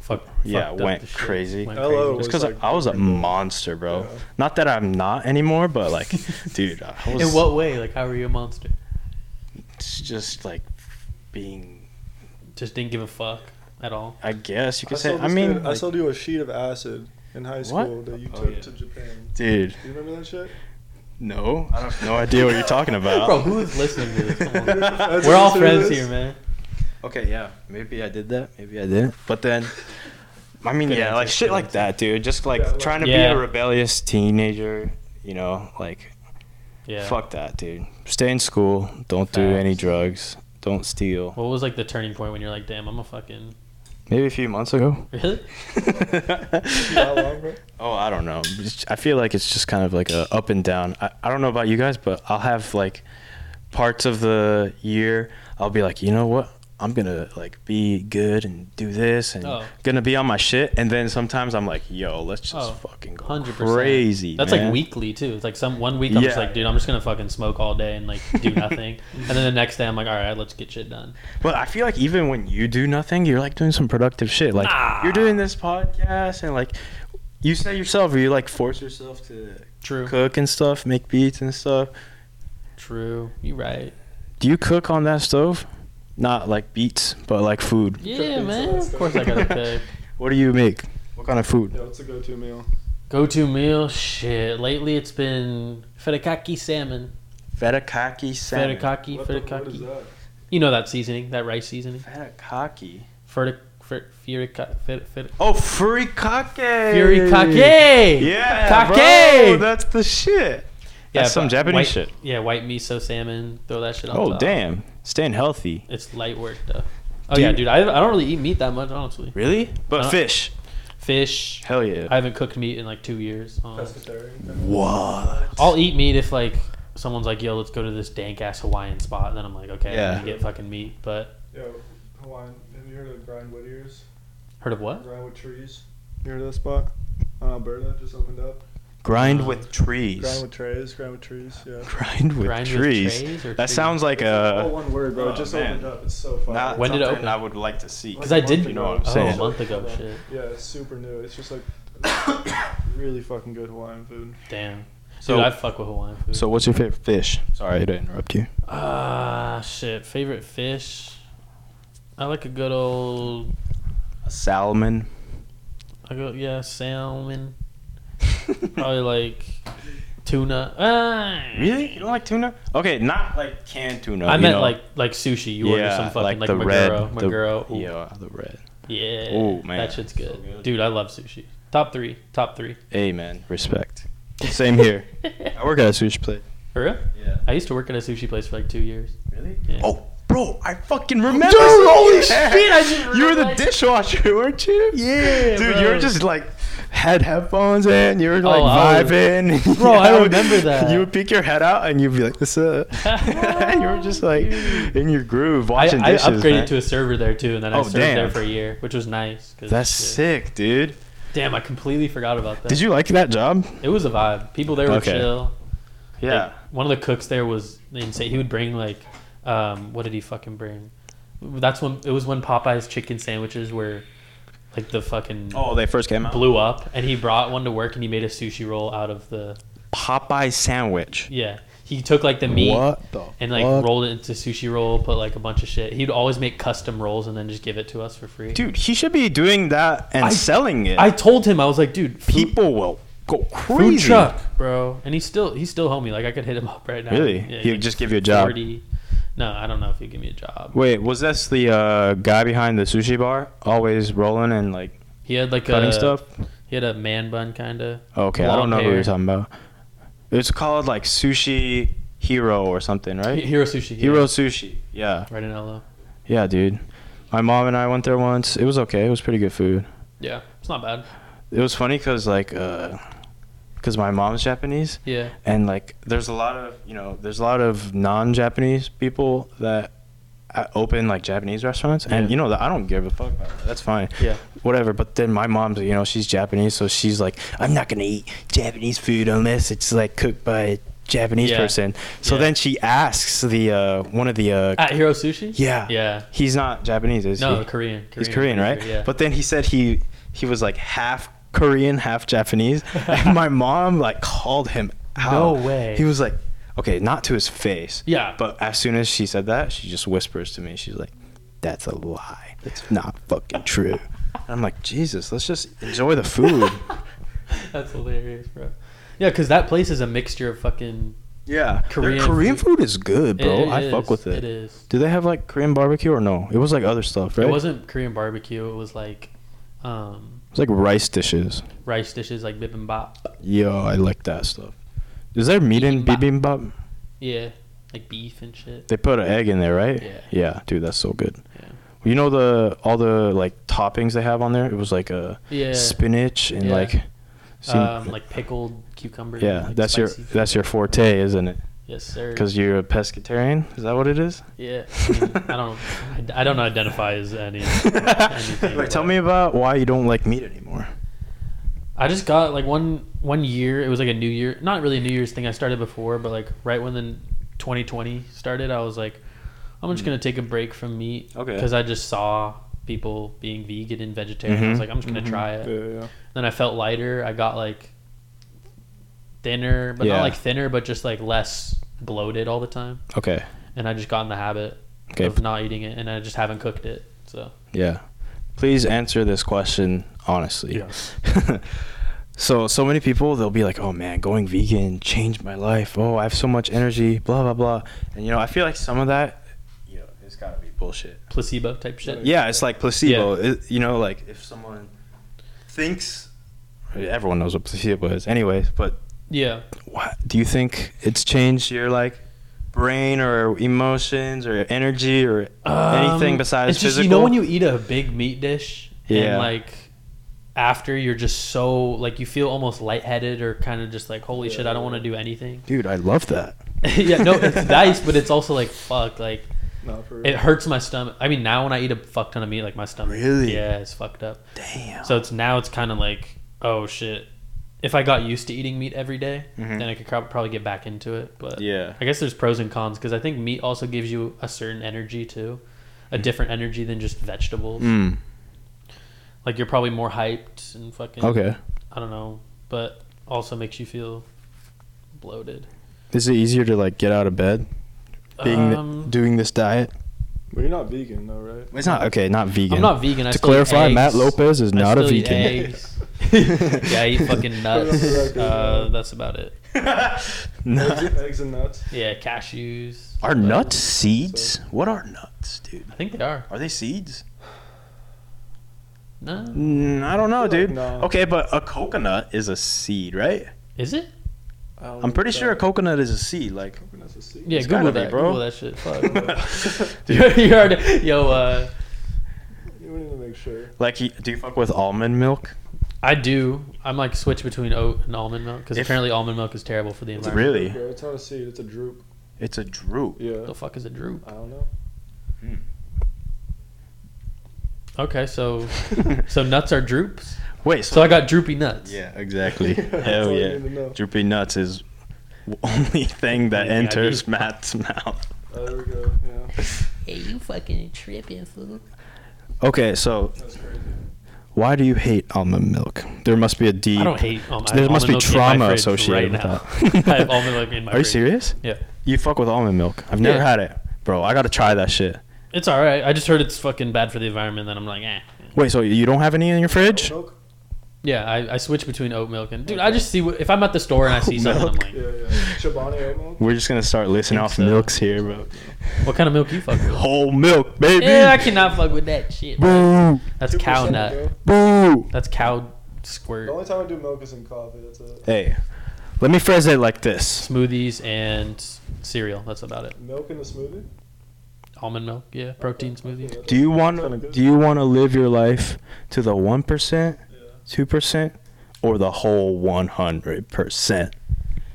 S2: fuck.
S3: yeah,
S2: fucked up
S3: went
S2: the shit.
S3: crazy.
S2: Went
S5: LO
S2: crazy.
S5: was
S3: Just because
S5: like
S3: I was a
S5: pretty cool.
S3: monster, bro.
S5: Yeah.
S3: Not that I'm not anymore, but
S2: *laughs*
S3: like, *laughs* dude, I was
S2: In what way? Like, how were you a monster?
S3: it's just like being.
S2: Just didn't give a fuck at all.
S3: I guess you
S5: I
S3: could say.
S5: sold
S3: I
S5: this
S3: mean,
S5: dude- I
S3: like,
S5: sold you a sheet of acid in high school that you
S3: Oh,
S5: took
S3: yeah.
S5: to Japan.
S3: dude,
S5: Do you remember that shit?
S3: no, I have no idea what you're talking about.
S2: Bro, who is listening to this? Come
S5: *laughs*
S2: on.
S5: That's
S2: We're all
S5: what it
S2: friends
S5: is.
S2: here, man.
S3: Okay, yeah, maybe I did that, maybe I didn't. But then, *laughs* I mean,
S2: Good
S3: yeah,
S2: answer,
S3: like shit
S2: good
S3: like
S2: answer.
S3: that, dude. Just like
S5: Yeah, like-
S3: trying to
S2: Yeah.
S3: be a rebellious teenager, you know, like
S2: Yeah.
S3: fuck that, dude. Stay in school. Don't do any
S2: Facts.
S3: drugs. Don't steal.
S2: What was like the turning point when you're like, damn, I'm a fucking *laughs*
S3: Maybe a few months ago. *laughs*
S2: really?
S5: How long, bro?
S3: oh, I don't know. It's- I feel like it's just kind of like a up and down. I, I don't know about you guys, but I'll have like parts of the year I'll be like, you know what? I'm gonna like be good and do this and
S2: Oh.
S3: gonna be on my shit. And then sometimes I'm like, yo, let's just
S2: Oh,
S3: fucking go
S2: Hundred percent.
S3: crazy.
S2: That's
S3: man.
S2: like weekly too. It's like some one week I'm just
S3: Yeah.
S2: like, dude, I'm just gonna fucking smoke all day and like
S3: *laughs*
S2: do nothing, and then the next day I'm like, all right, let's get shit done.
S3: But I feel like even when you do nothing, you're like doing some productive shit. Like
S2: Nah.
S3: you're doing this podcast and like you say yourself, you like force yourself to
S2: True.
S3: cook and stuff, make beats and stuff.
S2: True. You right.
S3: Do you cook on that stove? Not like beats, but like food.
S2: Yeah,
S5: pizza
S2: man.
S5: and
S2: Of
S5: stuff.
S2: course I gotta pick.
S3: *laughs* What do you make? What kind of food?
S5: Yeah, what's a go-to meal?
S2: Go to meal shit. Lately it's been fettuccine salmon.
S3: Fettuccine salmon.
S2: Fettuccine,
S5: What the- what is
S2: fettuccine.
S5: that?
S2: You know that seasoning, that rice seasoning.
S3: Fettuccine.
S2: Furtic, fur, furica, fit, fit,
S3: Oh, furikake.
S2: furikake.
S3: Yeah,
S2: Kake!
S3: bro, that's the shit.
S2: Yeah,
S3: That's some
S2: but
S3: Japanese
S2: white,
S3: shit.
S2: Yeah, white miso salmon. Throw that shit on
S3: Oh
S2: top.
S3: damn, staying healthy.
S2: It's light work though. Oh
S3: Do
S2: yeah,
S3: you-
S2: dude. I, I don't really eat meat that much, honestly.
S3: Really? But
S2: Uh,
S3: fish.
S2: Fish.
S3: Hell yeah.
S2: I haven't cooked meat in like two years.
S5: Uh,
S2: Um,
S5: Pescatarian.
S3: What?
S2: I'll eat meat if like someone's like, "Yo, let's go to this dank ass Hawaiian spot," and then I'm like, "Okay,
S3: Yeah.
S2: I'm gonna get fucking meat." But
S5: Yo, Hawaiian. Have you heard of grind wood ears?
S2: heard of what?
S5: Grind with trees. You heard of that spot? On Alberta, just opened up.
S3: Grind with trees.
S5: Grind with trays. Grind with trees. Yeah.
S3: Grind with
S2: Grind with
S3: trees.
S2: trays or
S3: that
S2: trees?
S3: sounds like
S5: All
S3: a.
S5: one word, bro.
S3: Uh, oh,
S5: it just
S3: man.
S5: opened up. It's so fun.
S3: not
S2: When did it
S3: something
S2: open?
S3: I would like to see.
S2: Because I did.
S3: You know what I'm
S2: oh,
S3: saying.
S2: a month ago. Shit.
S5: Yeah, it's super new. It's just like *coughs* really fucking good Hawaiian food.
S2: Damn. So
S3: So-
S2: dude, I fuck with Hawaiian food.
S3: So, what's your favorite fish? Sorry to interrupt you.
S2: ah shit. Favorite fish. I like a good old.
S3: A *laughs* salmon.
S2: I go yeah salmon.
S3: Oh,
S2: Probably like tuna. Ah.
S3: Really? You don't like tuna? Okay, not like canned tuna.
S2: I
S3: you
S2: meant
S3: know.
S2: like like sushi. You order some fucking like,
S3: the red,
S2: Maguro.
S3: the-
S2: Maguro. Ooh,
S3: Yeah, the red.
S2: Yeah.
S3: Ooh, man.
S2: That shit's good.
S3: So good.
S2: Dude, I love sushi. Top three. Top three. *laughs*
S3: Amen. Respect. Same *laughs* here. I work at a sushi place.
S2: For real?
S3: Yeah.
S2: I used to work at a sushi place for like two years.
S3: Really?
S2: Yeah.
S3: Oh, bro, I fucking remember.
S2: Dude, holy shit,
S3: *laughs*
S2: I just
S3: just you were the
S2: realized.
S3: dishwasher, *laughs* weren't you?
S2: Yeah,
S3: dude, you
S2: bro.
S3: were just like had headphones in. You were like
S2: Oh, I was-
S3: vibing. *laughs*
S2: Bro, I
S3: Yeah.
S2: remember that.
S3: You would peek your head out and you'd be like, "What's up?" *laughs* you were just like
S2: Dude.
S3: in your groove,
S2: I,
S3: watching
S2: I
S3: dishes.
S2: upgraded
S3: man.
S2: to a server there too, and then I
S3: Oh,
S2: served
S3: damn.
S2: there for a year, which was nice. 'cause
S3: That's
S2: shit.
S3: sick, dude.
S2: Damn, I completely forgot about that.
S3: Did you like that job?
S2: It was a vibe. People there were
S3: Okay.
S2: chill. Like, one of the cooks there was insane. He would bring like, um, what did he fucking bring? That's when it was when Popeye's chicken sandwiches were, like the fucking
S3: Oh, they first came out.
S2: blew up, and he brought one to work and he made a sushi roll out of the
S3: Popeye sandwich.
S2: yeah. He took like the meat
S3: What the
S2: and like
S3: fuck?
S2: rolled it into sushi roll, put like a bunch of shit. He'd always make custom rolls and then just give it to us for free.
S3: Dude, he should be doing that and
S2: I-
S3: selling it.
S2: I told him I was like, dude, food,
S3: People will go
S2: food
S3: crazy.
S2: truck, bro, and he still he still homie. Like I could hit him up right now.
S3: Really?
S2: Yeah,
S3: He'll
S2: he's
S3: just give you a job.
S2: 40. No, I don't know if he'd give me a job.
S3: Wait, was this the uh, guy behind the sushi bar, always rolling and like
S2: He had like
S3: cutting
S2: a
S3: stuff?
S2: He had a man bun kind of.
S3: Okay, I don't know who you're talking about. It's called like Sushi Hero or something, right?
S2: Hero Sushi. yeah.
S3: Hero Sushi. Yeah,
S2: Right in LO.
S3: yeah, dude. My mom and I went there once. It was okay. It was pretty good food.
S2: Yeah, it's not bad.
S3: It was funny because like, because my mom's Japanese,
S2: Yeah.
S3: and like there's a lot of you know there's a lot of non-japanese people that uh, open like japanese restaurants and
S2: Yeah.
S3: you know that i don't give a fuck about that that's fine
S2: Yeah.
S3: whatever but then my mom's you know she's japanese so she's like i'm not gonna eat japanese food unless it's like cooked by Japanese
S2: Yeah.
S3: person. So
S2: Yeah.
S3: then she asks the uh, one of the uh,
S2: At Hero Sushi?
S3: yeah
S2: Yeah.
S3: he's not Japanese is
S2: No,
S3: he?
S2: Korean.
S3: He's Korean, right?
S2: Yeah.
S3: But then he said he he was like half Korean, half
S2: *laughs*
S3: Japanese, and my mom like called him out.
S2: No way.
S3: He was like, okay, not to his face.
S2: Yeah.
S3: But as soon as she said that, she just whispers to me. She's like, "That's a lie. It's not fucking true." And I'm like, Jesus, let's just enjoy the
S2: *laughs*
S3: food.
S2: That's hilarious, bro. Yeah, because that place is a mixture of fucking.
S3: yeah.
S2: Korean
S3: Korean, Korean food. is good, bro.
S2: It- it
S3: I
S2: is,
S3: fuck with
S2: It
S3: it.
S2: is.
S3: Do they have like Korean barbecue or no? It was like other stuff, right?
S2: It wasn't Korean barbecue. It was like um,
S3: It was like rice dishes.
S2: rice dishes, like bibimbap.
S3: Yo, I like that stuff. Is there meat in
S2: Bibimbap.
S3: bibimbap?
S2: Yeah, like beef and shit.
S3: They put an egg in there, right?
S2: Yeah.
S3: Yeah, dude, that's so good.
S2: Yeah.
S3: You know the all the like toppings they have on there? It was like a
S2: Yeah.
S3: spinach and
S2: Yeah.
S3: like, see-
S2: um, like pickled cucumber.
S3: yeah,
S2: like
S3: that's
S2: spicy.
S3: your that's your forte, isn't it?
S2: yes,
S3: *laughs*
S2: sir.
S3: Because you're a pescatarian. Is that what it is?
S2: yeah, I, mean, I don't, I, I don't identify as any. *laughs* anything,
S3: Wait, tell
S2: but-
S3: me about why you don't like meat anymore.
S2: I just got like one one year. It was like a New Year, not really a New Year's thing. I started before, but like right when the 2020 started, I was like, I'm just gonna take a break from meat.
S3: Mm. Okay.
S2: Because I just saw people being vegan and vegetarian. I was
S3: Mhm.
S2: like, I'm just gonna try it.
S5: Yeah, yeah.
S2: Then I felt lighter. I got like thinner, but
S3: Yeah.
S2: not like thinner, but just like less bloated all the time.
S3: Okay.
S2: And I just got in the habit
S3: Okay.
S2: of not eating it, and I just haven't cooked it. So
S3: Yeah. Please answer this question honestly.
S2: Yes.
S3: *laughs* so so many people they'll be like, "Oh man, going vegan changed my life. Oh, I have so much energy, blah blah blah." And you know, I feel like some of that you know, it's got to be bullshit.
S2: placebo type shit.
S3: Yeah, it's like placebo. It- you know, like if someone thinks everyone knows what placebo is anyways, but
S2: Yeah.
S3: what do you think it's changed your like brain or emotions or energy or anything
S2: Um,
S3: besides
S2: it's just,
S3: physical?
S2: You know when you eat a big meat dish
S3: Yeah.
S2: and like after you're just so like you feel almost lightheaded or kind of just like holy shit I don't want to do
S3: *laughs*
S2: anything.
S3: Dude, I love that.
S2: yeah, no, it's nice, but it's also like fuck, like
S5: No, for
S2: it hurts my stomach. I mean, now when I eat a fuck ton of meat, like my stomach,
S3: Really?
S2: yeah, it's fucked up.
S3: Damn.
S2: So it's now it's kind of like oh shit. If I got used to eating meat every day, then I could prob- probably get back into it. But
S3: Mm-hmm. Yeah.
S2: I guess there's pros and cons because I think meat also gives you a certain energy too, a different energy than just vegetables.
S3: Mm.
S2: Like you're probably more hyped and fucking.
S3: Okay.
S2: I don't know, but also makes you feel bloated.
S3: Is it easier to like get out of bed being
S2: Um,
S3: doing this diet?
S5: Well, you're not vegan though, right?
S3: It's not okay. Not vegan.
S2: I'm not vegan. I
S3: to
S2: still eat
S3: clarify,
S2: eggs.
S3: Matt Lopez is
S2: I
S3: not a
S2: still eat
S3: vegan.
S2: eggs.
S3: *laughs*
S2: yeah, I eat fucking nuts.
S5: record,
S2: Uh,
S5: yeah.
S2: that's about it.
S3: *laughs*
S5: Eggs,
S3: Nah.
S5: eggs and nuts.
S2: Yeah, cashews.
S3: Are
S2: but-
S3: nuts seeds? What are nuts, dude?
S2: I think they are.
S3: Are they seeds?
S2: No,
S3: Mm, I don't know,
S5: I feel like
S3: dude.
S5: no.
S3: Okay, but a coconut is a seed, right?
S2: is it?
S3: I'm pretty sure a coconut is a
S2: *laughs*
S3: seed. Like, *laughs*
S5: coconut's a seed.
S2: Yeah,
S3: It's
S2: Google
S3: gotta be,
S2: that,
S3: bro.
S2: Google that shit. Fuck. *laughs* you already, yo, uh,
S5: You need to make sure.
S3: like, he- do you fuck with almond milk?
S2: I do. I'm like switch between oat and almond milk because
S3: If-
S2: apparently almond milk is terrible for the environment.
S3: Really?
S5: Bro, it's not a seed. It's a droop.
S3: It's a droop.
S5: Yeah.
S2: The fuck is a droop?
S5: I don't know.
S2: Okay, so *laughs* so nuts are droops.
S3: Wait.
S2: So I got droopy nuts.
S3: Yeah, *laughs* exactly.
S5: That's
S3: Hell
S5: all you
S3: yeah.
S5: need to know.
S3: Droopy nuts is w- only thing
S2: Only thing I
S3: that enters
S2: need.
S3: Matt's mouth.
S5: Oh, there we go. Yeah.
S6: Hey, you fucking tripping, fool.
S3: Okay, so
S5: That's crazy.
S3: why do you hate almond milk? There must be a deep.
S2: I don't hate. Um, I have
S3: there must be
S2: almond milk in my
S3: trauma
S2: fridge
S3: associated
S2: right
S3: with
S2: now. *laughs*
S3: that.
S2: I have almond milk in my.
S3: Are you
S2: fridge.
S3: serious?
S2: Yeah,
S3: You fuck with almond milk? I've never
S2: Yeah.
S3: had it, bro. I gotta try that shit.
S2: it's all right. I just heard it's fucking bad for the environment. Then I'm like, eh.
S3: Wait, so you don't have any in your fridge?
S5: Milk?
S2: Yeah, I, I switch between oat milk and dude. I just see what, if I'm at the store and I see
S3: Oat
S2: something, I'm
S3: milk.
S2: like,
S5: Yeah, yeah. Chobani oat milk?
S3: We're just gonna start listing
S2: Think
S3: off
S2: so.
S3: milks here, bro.
S2: what kind of milk you
S3: *laughs*
S2: fuck with?
S3: Whole milk, baby.
S2: Yeah, I cannot fuck with that shit.
S3: Boo,
S2: That's cow
S5: 2%
S2: nut.
S5: milk.
S3: boo.
S2: That's cow
S5: The only
S2: squirt.
S5: time I do milk is in coffee. That's it.
S3: Hey, let me phrase it like this.
S2: Smoothies and cereal. That's about it.
S5: Milk in the smoothie?
S2: Almond milk. Yeah, protein
S5: Yeah,
S2: smoothie.
S5: that's
S3: Do you want
S5: kinda
S3: to
S5: good.
S3: do you want to live your life to the one percent,
S5: Yeah.
S3: two percent, or the whole one hundred percent?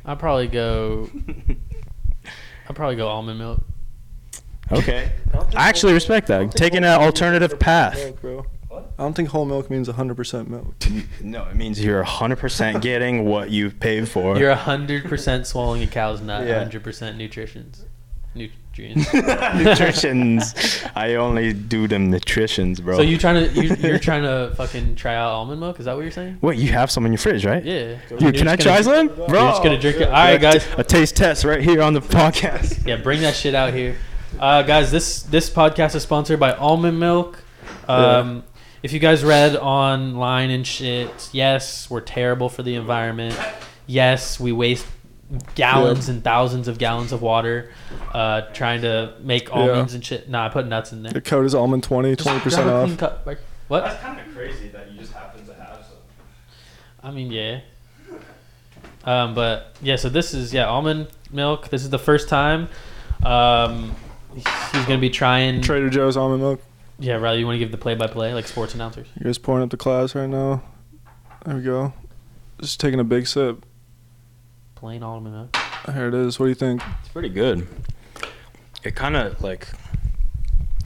S2: I probably go. I probably go almond milk.
S3: Okay.
S5: I don't think
S3: I actually
S5: oat-
S3: respect that.
S5: I don't think
S3: Taking
S5: oat
S3: an
S5: milk is
S3: alternative
S5: good for
S3: path.
S5: milk, bro.
S3: What?
S5: I don't think whole milk means 100% milk.
S3: No, it means you're 100% getting what you've paid for.
S2: You're hundred percent swallowing a cow's nut.
S3: Yeah.
S2: Hundred percent nutritions. Nutrients.
S3: *laughs* nutritions. I only do them nutritions, bro.
S2: So you trying to you, you're trying to fucking try out almond milk? Is that what you're saying?
S3: *laughs* Wait, you have some in your fridge, right?
S2: Yeah. You're
S3: Dude, can
S2: just
S3: I
S2: gonna-
S3: try some, bro?
S2: You're just gonna drink it. All right, guys.
S3: A taste test right here on the *laughs* podcast.
S2: Yeah, bring that shit out here, uh, guys. This this podcast is sponsored by almond milk. Um, If you guys read online and shit, yes, we're terrible for the environment. Yes, we waste gallons and thousands of gallons of water uh, trying to make almonds and shit. Nah, I put nuts in there.
S5: The code is almond 20,
S2: Just
S5: 20%
S2: grab a clean
S5: off.
S2: cup, like, What?
S3: kind of crazy that you just happen to have some.
S2: I mean, yeah. Um, but yeah, so this is yeah almond milk. This is the first time. Um, he's gonna be trying.
S5: Trader Joe's almond milk.
S2: Yeah, rather you want to give the play-by-play like sports announcers.
S5: You're just pouring up the class right now. There we go. Just taking a big sip.
S2: Plain almond milk.
S5: Here it is. What do you think?
S3: It's pretty good. It kind of like *clears throat*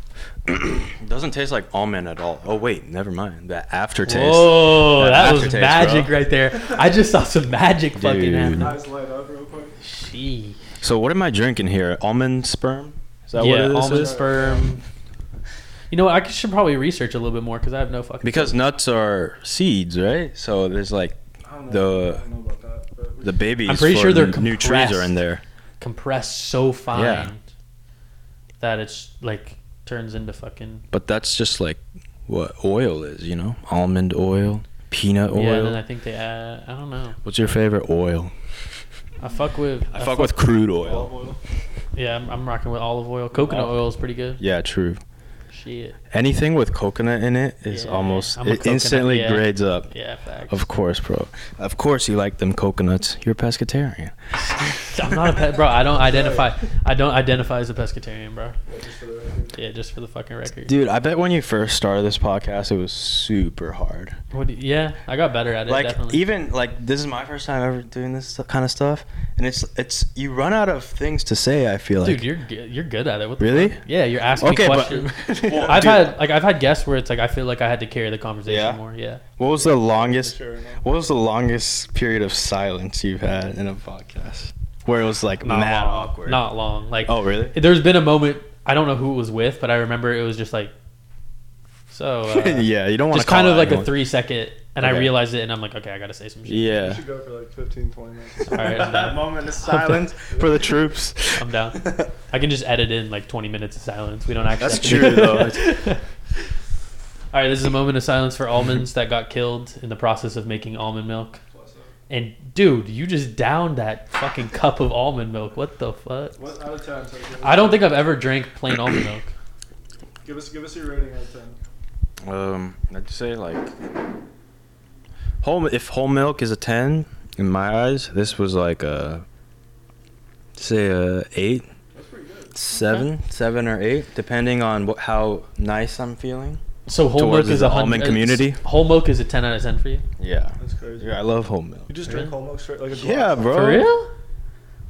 S3: doesn't taste like almond at all. Oh wait, never mind. That aftertaste.
S2: Whoa,
S3: That
S2: that was
S3: aftertaste,
S2: magic
S3: bro.
S2: right there. I just saw some magic fucking
S3: Dude.
S2: happen.
S5: light up real quick.
S2: She.
S3: So what am I drinking here? Almond sperm? Is that
S2: Yeah,
S3: what it is?
S2: almond sperm. You know, what, I could- should probably research a little bit more because I have no fucking.
S3: Because nuts are seeds, right? So there's like
S5: I don't
S3: know. The- I
S5: I don't know about that. But
S3: the babies.
S2: I'm pretty
S3: for
S2: sure they're
S3: n- new trees are in there.
S2: compressed so fine
S3: Yeah.
S2: that it's like turns into fucking.
S3: But that's just like what oil is, you know? Almond oil, peanut
S2: Yeah,
S3: oil.
S2: and then I think they add. I don't know.
S3: What's your favorite oil?
S2: I fuck with.
S3: I, fuck, with crude oil.
S2: Yeah, I'm, I'm rocking with olive oil. Coconut
S3: Oh.
S2: oil is pretty good.
S3: Yeah, true.
S2: Shit.
S3: Anything with coconut in it is
S2: Yeah,
S3: almost
S2: I'm a
S3: it
S2: coconut,
S3: instantly
S2: yeah.
S3: grades up.
S2: Yeah, facts.
S3: Of course, bro. Of course you like them coconuts. You're a pescatarian.
S2: *laughs* I'm not a pet, bro. I don't identify. I don't identify as a pescatarian, bro.
S5: just for the record.
S2: Yeah, just for the fucking record.
S3: Dude, I bet when you first started this podcast it was super hard.
S2: What do you- yeah, I got better at it.
S3: like
S2: definitely.
S3: even like this is my first time ever doing this kind of stuff and it's it's you run out of things to say, I feel like.
S2: dude, you're good- you're good at it. What the
S3: Really?
S2: fuck? Yeah, you're asking me
S3: Okay, but-
S2: questions. *laughs*
S3: *laughs* Well,
S2: I've
S3: dude.
S2: had like I've had guests where it's like I feel like I had to carry the conversation
S3: Yeah?
S2: more. Yeah.
S3: What was the longest?
S5: Sure enough.
S3: What was the longest period of silence you've had in a podcast where it was like mad
S2: long,
S3: awkward?
S2: Not long. Like
S3: Oh, really?
S2: there's been a moment I don't know who it was with, but I remember it was just like so uh,
S3: *laughs* yeah, you don't want
S2: just
S3: to.
S2: kind of like a three second, and I
S3: Okay.
S2: realized it, and I'm like, okay, I gotta say some shit.
S5: You
S3: Yeah.
S5: should go for like 15, 20 minutes.
S2: All right, *laughs* I'm
S3: that
S2: down.
S3: moment of silence for the troops.
S2: I'm down. I can just edit in like 20 minutes of silence. We don't actually.
S3: That's
S2: have to do
S3: true,
S2: that. *laughs* All right, this is a moment of silence for almonds that got killed in the process of making almond milk. And dude, you just downed that fucking cup of almond milk. What the fuck?
S5: What out of 10? So give,
S2: I don't think I've ever drank plain almond milk.
S5: give us give us your rating out of 10.
S3: *laughs* um, I'd say like whole. If whole milk is a ten in my eyes, this was like a say a eight,
S5: That's pretty good.
S3: seven, seven or eight, depending on what, how nice I'm feeling.
S2: So whole
S3: Towards
S2: milk is
S3: the
S2: a hun-
S3: almond
S2: uh,
S3: community?
S2: Whole milk is a 10 out of 10 for you.
S3: Yeah.
S5: That's crazy.
S3: Yeah, I love whole milk.
S5: You just drink whole milk straight like a
S3: Yeah,
S5: glass. *laughs*
S3: bro.
S2: For real?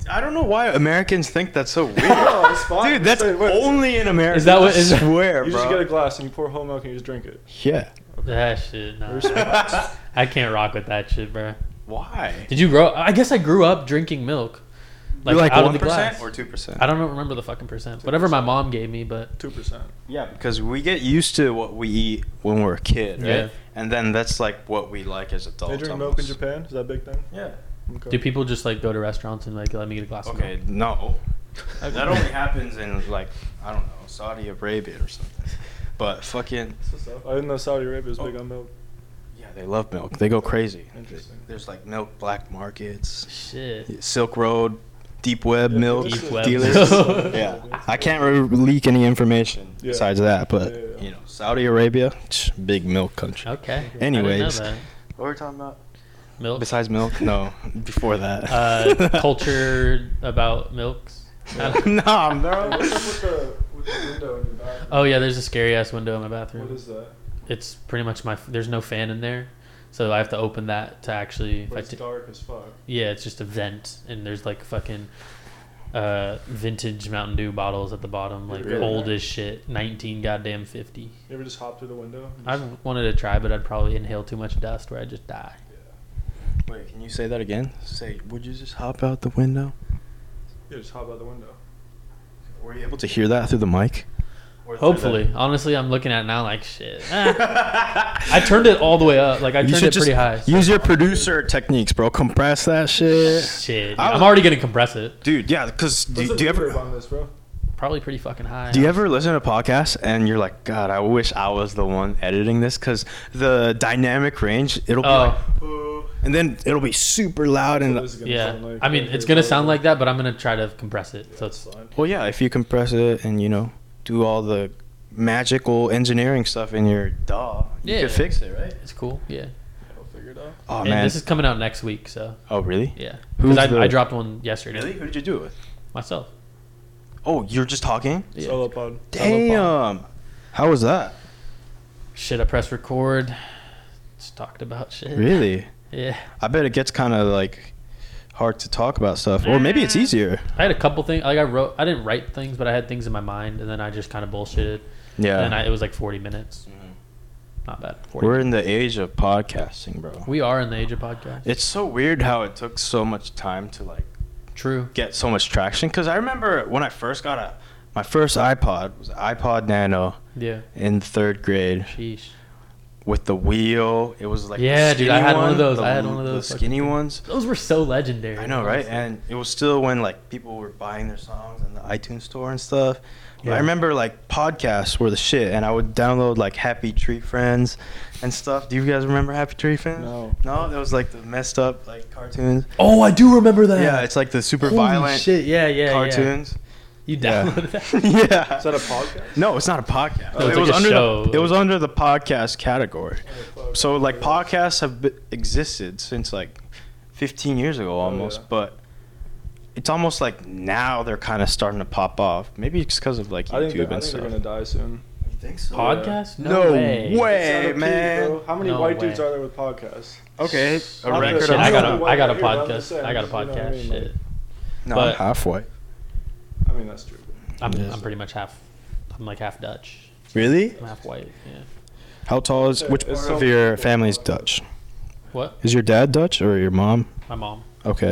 S3: I don't know why Americans think that's so weird.
S5: Oh, it's fine.
S3: *laughs* Dude, that's
S5: Say, what-
S3: only in America.
S2: Is that what- is
S3: I
S2: that- *laughs*
S3: swear,
S5: You
S3: bro.
S5: just get a glass and you pour whole milk and you just drink
S3: *laughs*
S5: it.
S3: yeah.
S2: That shit. Nah. I can't rock with that shit, bro.
S3: Why?
S2: Did you grow? I guess I grew up drinking milk, like,
S3: You're like
S2: out of
S3: one
S2: the glass.
S3: percent or two percent?
S2: I don't know- remember the fucking percent. Whatever my mom gave me, but
S5: 2%.
S3: Yeah, because we get used to what we eat when we're a kid, right?
S2: Yeah.
S3: And then that's like what we like as adults.
S5: They drink milk in
S3: almost.
S5: Japan? Is that a big thing?
S3: Yeah.
S5: Okay.
S2: do people just like go to restaurants and like let me get a glass?
S3: Okay.
S2: Of
S5: *laughs*
S3: No.
S2: milk?
S3: that only happens in like I don't know Saudi Arabia or something. But fucking
S5: That's what's up. I didn't know Saudi Arabia was big on milk.
S3: yeah, they love milk. They go crazy.
S5: Interesting.
S3: There's like milk black markets.
S2: Shit.
S3: Silk Road, Deep Web
S5: Yeah,
S3: Milk
S5: Deep *laughs*
S2: Web.
S3: dealers. yeah, I can't re- leak any information
S5: Yeah.
S3: besides that, but
S5: Yeah, yeah, yeah.
S3: you know, Saudi Arabia, tch, big milk country.
S2: Okay.
S3: Anyways.
S2: I didn't know
S3: What were we talking about?
S2: that. milk.
S3: Besides milk? No, before that. *laughs*
S2: uh, culture about milks.
S3: nah,
S5: Hey,
S3: bro.
S5: what's up with the, with the window in your bathroom?
S2: Oh yeah, there's a scary ass window in my
S5: What
S2: bathroom.
S5: is that?
S2: It's pretty much my. There's no fan in there, so I have to open that to actually. If
S5: But
S2: I
S5: it's
S2: t-
S5: dark as fuck.
S2: yeah, it's just a vent, and there's like fucking uh, vintage Mountain Dew bottles at the bottom, like
S5: Really?
S2: old as shit, nineteen goddamn fifty.
S5: You ever just hop through the window? and
S2: I
S5: just-
S2: wanted to try, but I'd probably inhale too much dust where I just die.
S3: Wait, can you say that again? Say, would you just hop out the window?
S5: yeah, just hop out the window.
S3: Were you able to hear that through the mic?
S2: *laughs* Hopefully, honestly, I'm looking at it now like shit. Ah. I turned it all the way up, like I
S3: You
S2: turned
S3: should
S2: it
S3: just
S2: pretty high.
S3: Use your producer techniques, bro. Compress that shit.
S2: Shit, dude,
S3: I
S2: I'm
S3: was-
S2: already gonna compress it.
S3: Dude, yeah, because
S5: What's
S3: do,
S5: the
S3: do you
S5: reverb
S3: ever
S5: on this, bro?
S2: Probably pretty fucking high.
S3: do you ever listen to podcasts and you're like, God, I wish I was the one editing this because the dynamic range it'll be like,
S2: Oh
S3: and then it'll be super
S5: What
S3: loud and
S5: is it gonna
S2: yeah,
S5: sound like?
S2: I mean
S5: Like,
S2: it's
S5: hey,
S2: gonna
S5: bro,
S2: sound like that, but I'm gonna try to compress it. So it's
S5: fine.
S3: well, yeah, if you compress it and you know do all the magical engineering stuff in your DAW, you
S2: Yeah.
S3: could fix it, right?
S2: it's cool. Yeah,
S5: I'll figure it out.
S3: Oh
S2: and
S3: man,
S2: this is coming out next week. So
S3: oh really?
S2: yeah,
S3: Who's
S2: because I,
S3: the-
S2: I dropped one yesterday
S3: Who did you do it with?
S2: myself.
S3: Oh, you're just talking?
S2: Yeah.
S5: Solo pod.
S3: Damn, how was that?
S2: Shit, I pressed record. Just talked about shit.
S3: Really?
S2: Yeah.
S3: I bet it gets kind of like hard to talk about stuff, or maybe it's easier.
S2: I had a couple things. Like I wrote, I didn't write things, but I had things in my mind, and then I just kind of bullshitted.
S3: Yeah.
S2: And I, it was like 40 minutes. Not bad. 40
S3: We're in the age of podcasting, bro.
S2: We are in the age of podcast.
S3: It's so weird how it took so much time to like
S2: True.
S3: get so much traction. Cause I remember when I first got a my first iPod was iPod Nano
S2: Yeah.
S3: in third grade
S2: Sheesh.
S3: with the wheel. It was like the
S2: Yeah, dude, I
S3: skinny
S2: had one of those.
S3: the
S2: I had
S3: l-
S2: one of
S3: the
S2: those fucking
S3: skinny ones.
S2: Those were so legendary.
S3: I know, right?
S2: honestly.
S3: And it was still when like people were buying their songs in the iTunes store and stuff. But I
S2: Yeah.
S3: remember like podcasts were the shit, and I would download like Happy Tree Friends and stuff. Do you guys remember Happy Tree Friends?
S4: No.
S3: no, that was like the messed up like cartoons.
S2: oh, I do remember that.
S3: Yeah, it's like the super
S2: Holy
S3: violent
S2: shit. Yeah, yeah, yeah. *laughs*
S3: cartoons.
S2: You
S3: Yeah.
S2: downloaded that?
S3: Yeah.
S5: Is that a podcast?
S3: no, it's not a podcast.
S2: No, it's like
S3: it was
S2: Oh, a
S3: under
S2: show.
S3: The, it was under the podcast category.
S5: fuck.
S3: So like podcasts have be- existed since like 15 years ago almost,
S5: yeah.
S3: but it's almost like now they're kind of starting to pop off. Maybe it's because of like
S5: I think,
S3: YouTube
S5: they're, I
S3: and
S5: think they're
S3: stuff.
S5: gonna die soon.
S3: you think so?
S2: *laughs* Podcast? No,
S3: No
S2: way.
S3: way.
S5: It's out of
S3: Hey,
S5: key,
S3: man.
S5: bro. How many
S2: No
S5: white dudes
S2: way.
S5: are there with podcasts?
S3: Okay, a
S5: I'm
S3: record.
S5: just-
S2: Shit,
S3: of-
S2: I got
S5: I'm
S2: a, I got a
S5: here, but I'm just
S2: podcast.
S5: saying,
S2: I got a
S5: you know what I
S2: podcast.
S5: mean,
S2: Shit.
S3: no,
S2: but-
S3: I'm half white.
S5: I mean, that's true.
S2: I'm,
S3: Yes.
S2: I'm pretty much half. I'm like half Dutch.
S3: Really?
S2: I'm half white. Yeah.
S3: How tall is which
S5: It's
S3: part
S5: so
S3: of your
S5: cool.
S3: family's Dutch?
S2: What?
S3: Is your dad Dutch or your mom?
S2: My mom.
S3: Okay.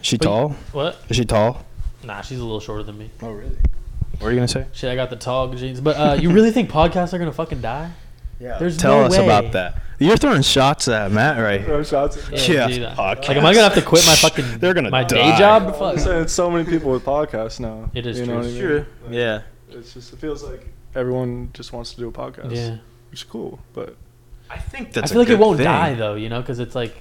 S3: Is she
S2: But-
S3: tall?
S2: What?
S3: Is she tall?
S2: Nah, she's a little shorter than me.
S3: Oh really? What are you gonna say?
S2: Shit, I got the tall jeans. But uh, you really think podcasts are gonna fucking *laughs* die?
S3: Yeah.
S2: There's
S3: Tell
S2: no
S3: us
S2: way.
S3: about that. You're throwing shots at Matt right here.
S5: Throw shots. at-
S3: Yeah,
S2: dude, I-
S3: podcast.
S2: Like, am I gonna have to quit my fucking
S3: They're gonna
S2: my
S3: die.
S2: day job?
S5: I'm
S2: Fuck.
S5: saying it's so many people with podcasts now.
S2: It is
S5: you
S2: true.
S5: Know what I
S2: It's
S5: mean?
S3: True.
S5: Like,
S3: Yeah.
S5: It's just it feels like everyone just wants to do a podcast.
S2: Yeah,
S5: Which is cool, but
S3: I think
S2: I
S3: that's.
S2: feel like it won't die though, you know, because it's like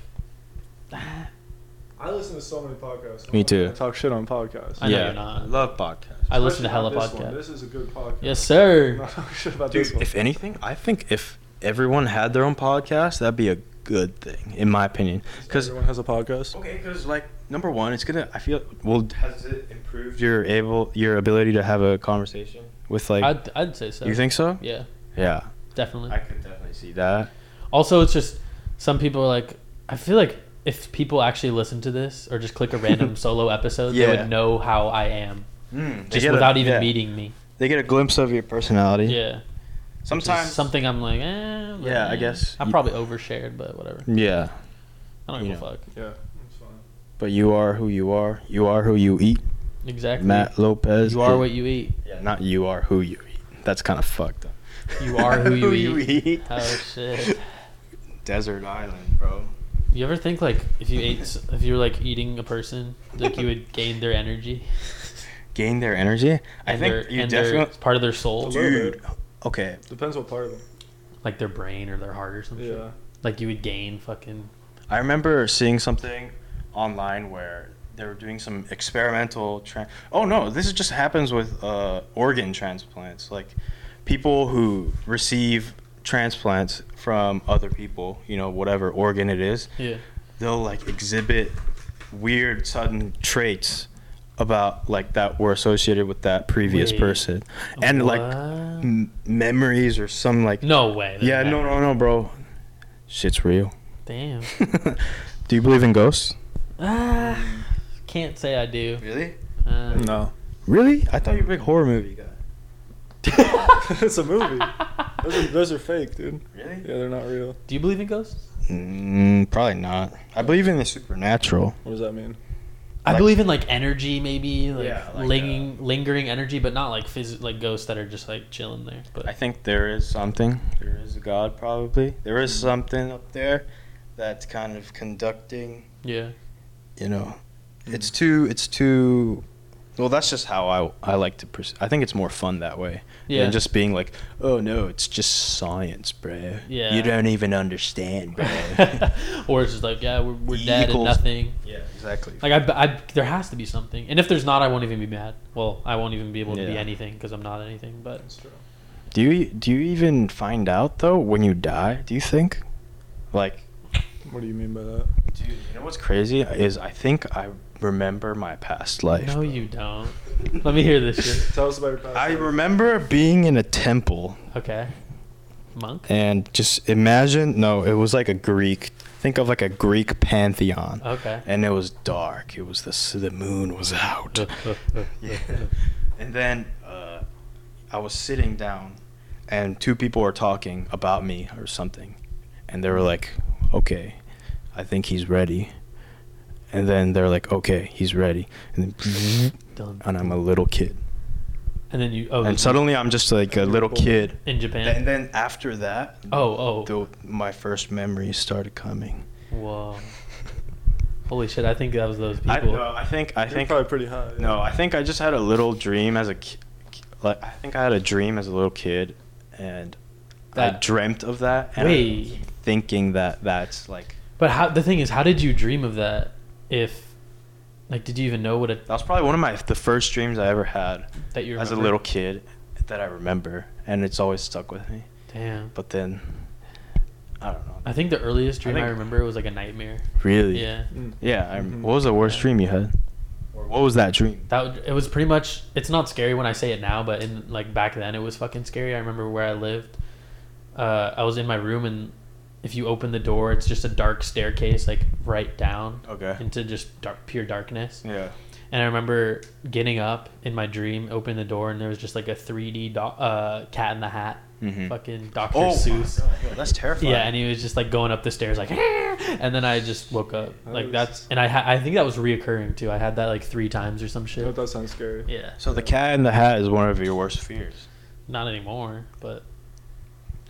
S5: I listen to so many podcasts.
S3: Me too.
S5: I talk shit on podcasts.
S2: I know you're not.
S3: I love podcasts.
S2: I listen
S5: Especially
S2: to hella
S5: about this one.
S2: podcasts.
S5: This is a good podcast. *laughs*
S2: Yes, *laughs*
S5: I'm
S2: sir.
S5: not talking shit about
S3: Dude,
S5: this one.
S3: if anything, I think if everyone had their own podcast, that'd be a good thing, in my opinion. Because
S5: everyone has a podcast.
S3: okay, because like number one, it's gonna. I feel well. Has it improved your able your ability to have a conversation with like?
S2: I'd, I'd say so.
S3: you think so?
S2: Yeah,
S3: Yeah.
S2: definitely.
S3: could definitely see that.
S2: Also, it's just some people are like, I feel like if people actually listen to this or just click a
S3: *laughs*
S2: random solo episode, they
S3: Yeah.
S2: would know how I am
S3: Mm,
S2: just without even
S3: yeah,
S2: meeting me.
S3: They get a glimpse of your personality.
S2: Yeah. Which is
S3: Sometimes.
S2: something I'm like, eh, but,
S3: Yeah, I
S2: eh.
S3: guess
S2: I'm
S3: you-
S2: probably overshared, but whatever.
S3: Yeah.
S2: I don't give
S3: You
S2: a
S3: know.
S2: fuck.
S5: Yeah, it's fine.
S3: But you are who you are. You are who you eat.
S2: Exactly.
S3: Matt Lopez.
S2: you are
S3: did-
S2: what you eat.
S3: Yeah, not you are who you eat. That's kind of fucked up.
S2: You are
S3: *laughs*
S2: who you eat. Oh shit.
S3: Desert island, bro.
S2: You ever think like if you ate s- if you were like eating a person, like you would gain their energy?
S3: Gain their energy. *laughs* I
S2: and
S3: think
S2: their,
S3: you
S2: and their-
S3: definitely,
S2: part of their soul,
S5: Dude.
S3: dude. Okay,
S5: Depends what part of them.
S2: like their brain or their heart or something.
S5: Yeah.
S2: Like you would gain fucking
S3: I remember seeing something online where they were doing some experimental. Tra- oh no, this is just happens with uh, organ transplants. Like people who receive transplants from other people, you know, whatever organ it is,
S2: yeah.
S3: they'll like exhibit weird sudden traits about like that were associated with that previous
S2: Wait,
S3: person and like
S2: What?
S3: m- memories or some like
S2: no way. there's
S3: yeah no
S2: never-
S3: no no bro shit's real *laughs*
S2: Damn. *sighs*
S3: do you believe in ghosts
S2: ah, can't say I do.
S3: really
S2: I Uh,
S5: No.
S3: Really? I thought you were a big horror movie guy.
S5: *laughs* it's a
S2: *laughs*
S5: movie. Those are, those are fake, dude.
S3: Really?
S5: Yeah, they're not real.
S2: Do you believe in ghosts?
S3: Mm, probably not. I believe in the supernatural.
S5: What does that mean?
S2: I
S3: Like-
S2: believe in like energy, maybe like,
S3: Yeah, like, uh,
S2: linging, lingering energy, but not like phys- like ghosts that are just like chilling there.
S3: I
S2: But
S3: think there is something. There is a God, probably. There is something up there that's kind of conducting. *laughs*
S2: yeah,
S3: You know, it's too. It's too. Well, that's just how I I like to. Pers- I think it's more fun that way
S2: yeah,
S3: than just being like, oh no, it's just science, bro.
S2: Yeah.
S3: You don't even understand, bro.
S2: *laughs* or it's just like yeah, we're, we're dead and
S3: Equals-
S2: nothing.
S3: yeah, exactly.
S2: Like I, I, there has to be something, and if there's not, I won't even be mad. Well, I won't even be able to be
S3: Yeah.
S2: anything because I'm not anything. But
S3: Do you do you even find out though when you die? Do you think? Like,
S5: What do you mean by that?
S3: dude, you know what's crazy is I think I remember my past life.
S2: no, you don't. Let me hear this shit.
S5: Tell us about your past.
S3: I
S5: life.
S3: remember being in a temple
S2: Okay, monk.
S3: and just imagine no, it was like a Greek. Think of like a Greek pantheon. *laughs*
S2: Okay. *laughs*
S3: And it was dark. It was the s- the moon was out. yeah. And then uh, I was sitting down, and two people were talking about me or something, and they were like, "Okay, I think he's ready." And then they're like, "Okay, he's ready," and then *laughs*
S2: Done.
S3: and I'm a little kid,
S2: And then you. Oh,
S3: and suddenly I'm just like a little kid.
S2: in Japan.
S3: And then after that,
S2: Oh, oh.
S3: the, my first memories started coming.
S2: Whoa. Holy shit! I think that was those people.
S3: *laughs* I, no, I think I
S5: You're
S3: think
S5: probably pretty high. yeah.
S3: No, I think I just had a little dream as a ki- like I think I had a dream as a little kid and I
S2: That-
S3: dreamt of that and I
S2: Wait.
S3: keep thinking that that's like
S2: But how the thing is, how did you dream of that? If, like, did you even know what it
S3: that was probably one of my the first dreams I ever had
S2: that you
S3: as a
S2: remember?
S3: little kid that I remember and it's always stuck with me.
S2: Damn.
S3: But then I don't know.
S2: I think the earliest dream I,
S3: think-
S2: remember was like a nightmare.
S3: Really?
S2: Yeah. Mm-hmm.
S5: Mm.
S3: Yeah, I rem-
S5: Mhm.
S3: what was the worst dream you had? Or what was that dream?
S2: That would- it was pretty much. It's not scary when I say it now, but in like back then, it was fucking scary. I remember where I lived. Uh, I was in my room, and if you open the door, it's just a dark staircase, like right down
S3: Okay.
S2: into just dark, pure darkness.
S3: Yeah.
S2: And I remember getting up in my dream, opening the door, and there was just like a 3D do- uh, Cat in the Hat,
S3: Mhm.
S2: fucking Doctor
S3: Oh,
S2: Seuss.
S3: that's terrifying.
S2: Yeah, and he was just like going up the stairs, like, *laughs* and then I just woke up, like
S5: was-
S2: that's, and I ha- I think that was reoccurring too. I had that like three times or some
S5: That *laughs*
S2: shit.
S5: does sound scary.
S2: Yeah,
S3: so the cat in the hat is one of your worst fears.
S2: not anymore, but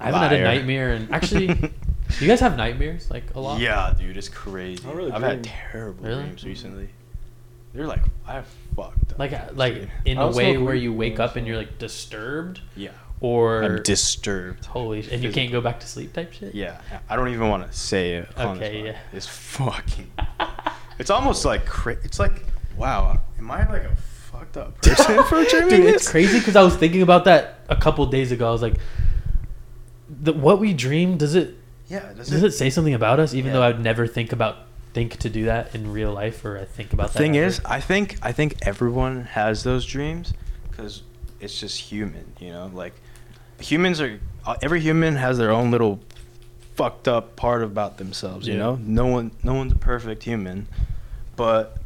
S2: I haven't had a
S3: Liar.
S2: nightmare. And *laughs* actually,
S3: *laughs*
S2: do you guys have nightmares like a lot?
S3: Yeah, dude, it's crazy.
S5: I don't really
S3: I've had
S5: dream.
S3: terrible
S2: Really? Mm-hmm.
S3: dreams recently. They're like, I fucked up.
S2: Like uh,
S3: dreams,
S2: like
S3: dude.
S2: in
S5: I
S2: a
S5: also
S2: way
S5: have
S2: where
S5: weird
S2: you wake
S5: dreams,
S2: up and
S5: so-
S2: you're like disturbed
S3: yeah,
S2: or
S3: I'm disturbed.
S2: holy, sh- and you can't go back to sleep type shit.
S3: Yeah, I don't even want to say it. on this
S2: Okay,
S3: pod.
S2: yeah.
S3: It's fucking. *laughs* it's almost like cra- it's like wow. Am I like a fucked
S2: *laughs*
S3: up person for dreaming
S2: Dude,
S3: this?
S2: it's crazy because I was thinking about that a couple days ago. I was like, the, what we dream does it
S3: Yeah, does
S2: does it say something about us? Even
S3: Yeah.
S2: though I'd never think about think to do that in real life, or I think about that.
S3: thing
S2: ever.
S3: is, I think I think everyone has those dreams because it's just human, you know. Like humans are uh, every human has their own little fucked up part about themselves, you
S2: Yeah.
S3: know. No one no one's a perfect human, but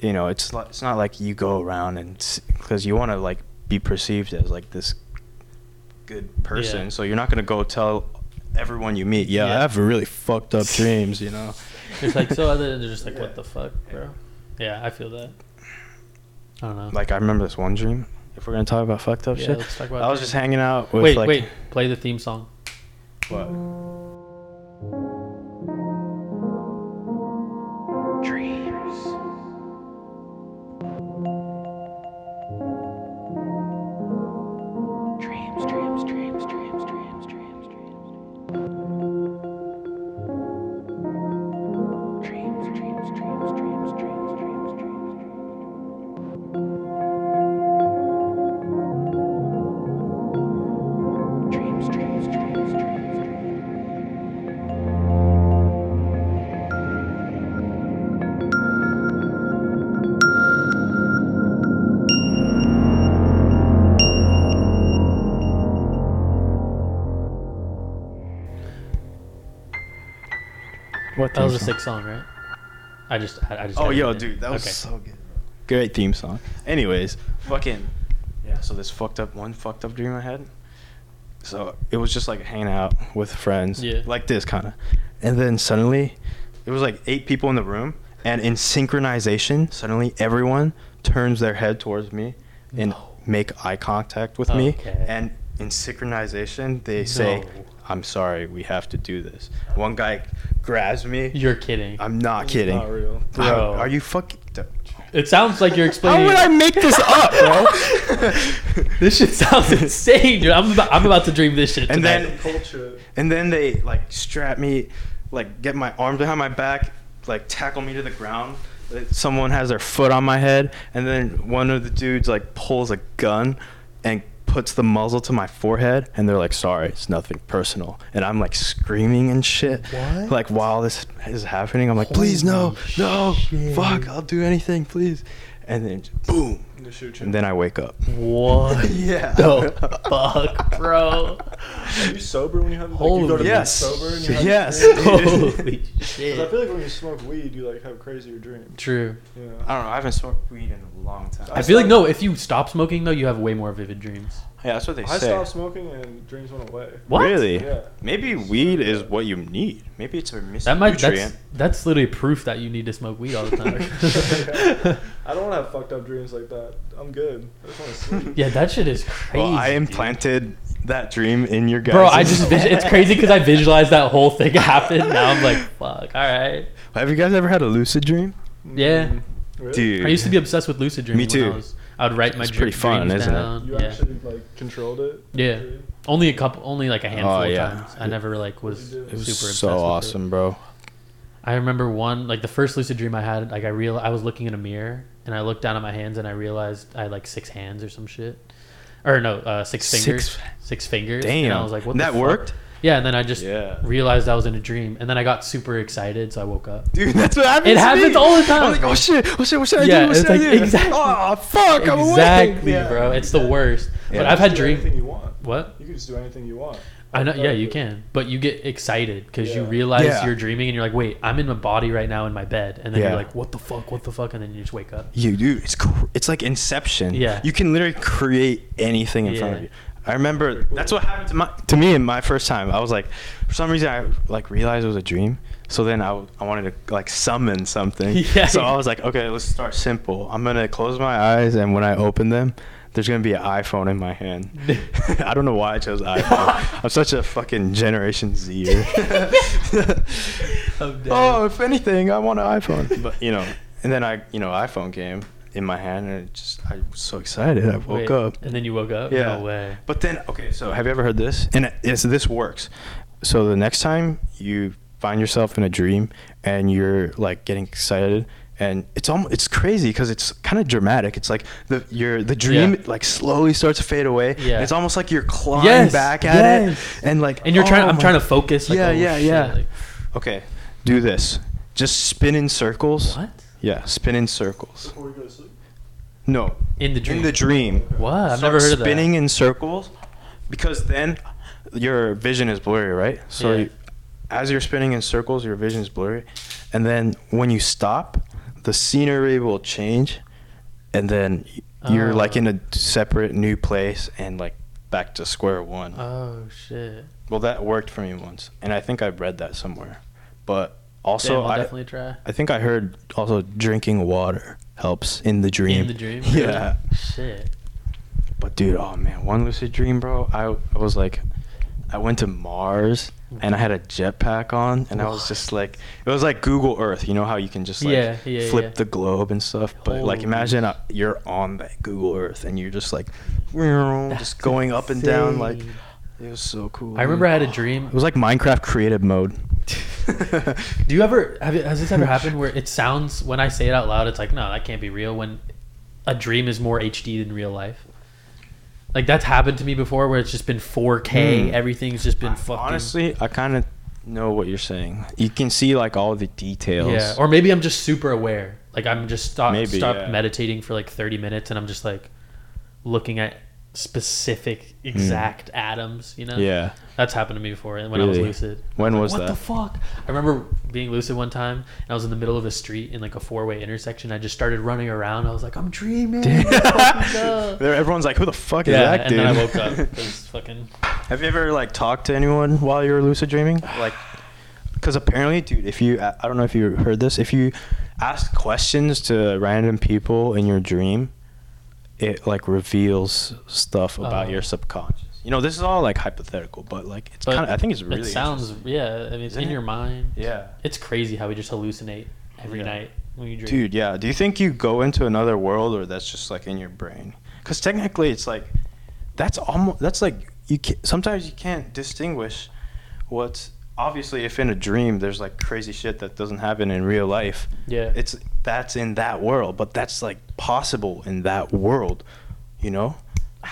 S3: you know it's li- it's not like you go around and because you want to like be perceived as like this good person,
S2: Yeah.
S3: so you're not gonna go tell everyone you meet, yeah,
S2: Yeah.
S3: I have really fucked up dreams, you know.
S2: it's like
S3: *laughs*
S2: so other than they're just like,
S3: Yeah.
S2: what the fuck, bro? Yeah, I feel that. I don't know.
S3: like I remember this one dream. If we're gonna talk about fucked up
S2: Yeah,
S3: Oh, shit,
S2: let's talk about
S3: I was
S2: dreams.
S3: just hanging out with
S2: wait,
S3: like.
S2: wait, play the theme song.
S3: What?
S7: Dreams, dreams, dreams, dreams, dreams, dreams, dreams. Dreams, dreams, dreams, dreams, dreams, dreams, dreams, dreams. Dreams, dreams, dreams, dreams, dreams.
S3: What?
S2: That was a sick song, right? I just, I, I just.
S3: Oh,
S2: added
S3: yo,
S2: it in.
S3: dude, that was
S2: Okay.
S3: Oh, so good.
S4: Great theme song.
S3: Anyways, fucking yeah. So this fucked up one fucked up dream I had. So it was just like hanging out with friends,
S2: Yeah.
S3: like this kind of, and then suddenly, it was like eight people in the room, and in synchronization, suddenly everyone turns their head towards me and make eye contact with
S2: Okay.
S3: me, and in synchronization they say,
S2: No.
S3: "I'm sorry, we have to do this." One guy grabs me.
S2: You're kidding.
S3: I'm not kidding.
S5: Not real.
S3: How-
S2: Bro.
S3: are you fucking?
S2: It sounds like you're
S3: *laughs* How
S2: explaining.
S3: would I make this up, bro?
S2: This shit *laughs* sounds insane, dude. I'm about, I'm about to dream this shit.
S3: and
S2: tonight.
S3: then
S5: Culture.
S3: *laughs* and then they like strap me, like get my arms behind my back, like tackle me to the ground. Like, Someone has their foot on my head, and then one of the dudes like pulls a gun and puts the muzzle to my forehead, and they're like, "Sorry, it's nothing personal." And I'm like screaming and shit,
S2: What?
S3: like while this is happening. I'm like, "Please no, no, fuck, I'll do anything, please." And then boom,
S5: They shoot you.
S3: and then I wake up.
S2: what
S3: *laughs* Yeah.
S2: the fuck, bro?
S5: Are you sober when you have? Like,
S2: Holy-
S5: you go to bed
S3: Yes.
S5: Sober and you have
S3: Yes.
S5: these dreams?
S2: Holy shit.
S5: 'Cause I feel like when you smoke weed, you like have crazier dreams.
S2: *laughs* True.
S5: Yeah.
S3: I don't know. I haven't smoked weed in a long time.
S2: I feel like no. If you stop smoking though, you have way more vivid dreams.
S3: yeah, that's what they
S5: I
S3: say.
S5: stopped smoking and dreams went away.
S2: What?
S3: Really?
S5: Yeah.
S3: Maybe weed is what you need. Maybe it's a missing
S2: That might that's, *laughs*
S3: nutrient.
S2: that's literally proof that you need to smoke weed all the *laughs* time.
S5: I don't want to have fucked up dreams like that. I'm good. I just want to sleep.
S2: yeah, that shit is crazy.
S3: well, I
S2: dude.
S3: implanted that dream in your guys.
S2: Bro, I just vis- it's crazy because I visualized that whole thing *laughs* happen. Now I'm like, fuck. All right.
S3: Have you guys ever had a lucid dream?
S2: Yeah.
S5: Really?
S3: Dude.
S2: I used to be obsessed with lucid dreaming.
S3: Mm-hmm. Me
S2: When
S3: too.
S2: I, was, I would write my
S3: It's
S2: dr-
S3: pretty fun,
S2: dreams
S3: isn't it?
S2: down.
S5: You
S2: yeah.
S5: actually like controlled it.
S2: Yeah. Only a couple. Only like a handful
S3: Oh,
S2: of
S3: yeah.
S2: times. I never like
S5: It
S2: was super
S5: was
S2: obsessed.
S3: so
S2: with it.
S3: awesome, bro.
S2: I remember one like the first lucid dream I had. Like I real I was looking in a mirror and I looked down at my hands and I realized I had like six hands or some shit, or no, uh, six
S3: Six-
S2: fingers. Six, fingers.
S3: Damn.
S2: And I was like, what? the
S3: That
S2: fuck?
S3: worked?
S2: Yeah. And then I just
S3: Yeah.
S2: realized I was in a dream. And then I got super excited, so I woke up.
S3: Dude, that's what happens.
S2: It
S3: to
S2: happens
S3: me.
S2: all the time.
S3: I'm like, oh shit, what should, what should I
S2: Yeah,
S3: do? What
S2: it's
S3: should I
S2: like,
S3: do?
S2: exactly.
S3: Oh fuck, I'm awake.
S2: exactly,
S3: Yeah.
S2: bro. It's the worst.
S3: Yeah.
S2: But I've had
S5: dreams.
S2: dream.
S5: Anything you want.
S2: What?
S5: You can just do anything you want.
S2: I know. Yeah, you
S5: Exactly.
S2: can. But you get excited because you
S5: Yeah.
S2: realize
S3: Yeah.
S2: you're dreaming and you're like, wait, I'm in my body right now in my bed, and then
S3: Yeah.
S2: you're like, what the fuck, what the fuck, and then you just wake up.
S3: *laughs*
S2: *laughs*
S3: You dude, it's cr- it's like Inception.
S2: Yeah.
S3: You can literally create anything in front
S2: Yeah.
S3: of you. I remember that's what happened to my to me in my first time. I was like, for some reason, I like realized it was a dream. So then I, w- I wanted to like summon something.
S2: *laughs* Yeah.
S3: So I was like, okay, let's start simple. I'm gonna close my eyes, and when I open them, there's gonna be an iPhone in my hand. *laughs* I don't know why I
S2: *laughs*
S3: chose iPhone. I'm such a fucking Generation Z.
S2: I'm dead.
S3: oh, if anything, I want an iPhone. *laughs* But you know, and then I, you know, iPhone came in my hand, and it just I was so excited. I woke
S2: Wait,
S3: up.
S2: and then you woke up.
S3: Yeah.
S2: No way.
S3: But then, okay, so have you ever heard this? And it- it's, this works. So the next time you find yourself in a dream and you're like getting excited. And it's almost it's crazy because it's kind of dramatic. It's like the your the dream
S2: Yeah.
S3: like slowly starts to fade away.
S2: Yeah.
S3: It's almost like you're clawing
S2: Yes,
S3: back at
S2: yes.
S3: it, and like
S2: And you're trying.
S3: oh
S2: I'm
S3: my
S2: trying to focus. Like,
S3: Yeah,
S2: oh,
S3: yeah,
S2: shit,
S3: yeah.
S2: like,
S3: Okay, do this. Just spin in circles.
S2: what?
S3: Yeah, spin in circles.
S5: Before you go to sleep.
S3: No,
S2: In the dream.
S3: in the dream.
S2: What? I've
S3: Start
S2: never heard of that.
S3: spinning in circles, because then your vision is blurry, right? So
S2: Yeah.
S3: you, as you're spinning in circles, your vision is blurry, and then when you stop, the scenery will change, and then you're like
S2: Oh.
S3: in a separate new place and like back to square one.
S2: Oh shit.
S3: well, that worked for me once, and I think I read that somewhere, but
S2: So
S3: also
S2: I'll
S3: I.
S2: definitely try.
S3: I think I heard also drinking water helps in the dream.
S2: In the dream.
S3: *laughs* Yeah.
S2: Really? Shit.
S3: But dude, oh man, one lucid dream, bro. I I was like, I went to Mars and I had a jetpack on, and I was just like, it was like Google Earth. You know how you can just like
S2: Yeah, yeah,
S3: flip
S2: yeah.
S3: the globe and stuff. But like,
S2: Holy
S3: imagine uh, you're on that Google Earth and you're just like, just going up and down. Like,
S2: insane.
S3: it was so cool.
S2: I remember I had a
S3: dude.
S2: dream.
S3: It was like Minecraft
S2: *laughs*
S3: creative mode. *laughs*
S2: Do you ever have it, has this ever happened where it sounds when I say it out loud, it's like no, that can't be real. When a dream is more HD than real life, like that's happened to me before, where it's just been 4K.
S3: Hmm.
S2: Everything's just been fucking
S3: Honestly, I kind of know what you're saying. You can see like all the details.
S2: yeah. *laughs* Or maybe I'm just super aware. Like I'm just stop
S3: Maybe,
S2: stopped
S3: yeah.
S2: meditating for like 30 minutes, and I'm just like looking at specific, exact atoms. You know,
S3: Hmm. Yeah.
S2: that's happened to me before. And when I was
S3: Really?
S2: lucid,
S3: When was
S2: what
S3: that?
S2: the fuck? I remember being lucid one time, and I was in the middle of a street in like a four-way intersection. I just started running around. I was like, I'm dreaming.
S3: There- *laughs* Everyone's like, who the
S2: *laughs*
S3: fuck
S2: yeah,
S3: is that
S2: and
S3: dude?
S2: then I woke up. It was fucking.
S3: *laughs* Have you ever like talked to anyone while you were lucid dreaming? Like, because apparently, dude, if you, I I don't know if you heard this, if you ask questions to random people in your dream, it like reveals stuff about
S2: Oh.
S3: your subconscious. You know, this is all like hypothetical, but like it's
S2: But
S3: kind of. I think it's really.
S2: it sounds yeah. I mean, it's
S3: Isn't
S2: in
S3: it?
S2: your mind.
S3: Yeah.
S2: It's crazy how we just hallucinate every
S3: Yeah.
S2: night when you dream.
S3: Dude, yeah. Do you think you go into another world, or that's just like in your brain? Because technically, it's like that's almost that's like you. Can, sometimes you can't distinguish what's obviously if in a dream there's like crazy shit that doesn't happen in real life.
S2: Yeah.
S3: It's that's in that world, but that's like possible in that world, you know. *sighs*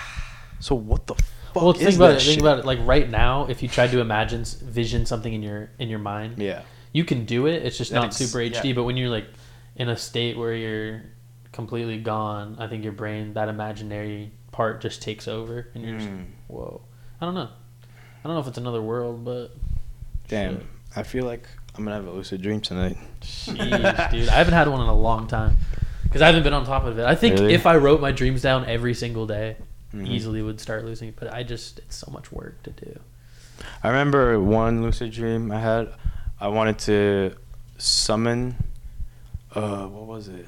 S3: So what the fuck
S2: well,
S3: is
S2: think
S3: that
S2: about it.
S3: shit?
S2: Think about it. Like right now, if you tried to imagine, s- vision something in your in your mind,
S3: Yeah.
S2: you can do it. It's just
S3: That
S2: not
S3: ex-
S2: super HD.
S3: yeah.
S2: But when you're like in a state where you're completely gone, I think your brain that imaginary part just takes over, and you're just
S3: Hmm.
S2: whoa. I don't know. I don't know if it's another world, but
S3: *laughs* Damn.
S2: shit.
S3: I feel like I'm gonna have a lucid dream tonight.
S2: Jeez, dude, I haven't had one in a long time because I haven't been on top of it. I think
S3: Really?
S2: if I wrote my dreams down every single day,
S3: Mhm.
S2: easily would start losing. it, But I just it's so much work to do.
S3: I remember one lucid dream I had. I wanted to summon. Uh, what was it?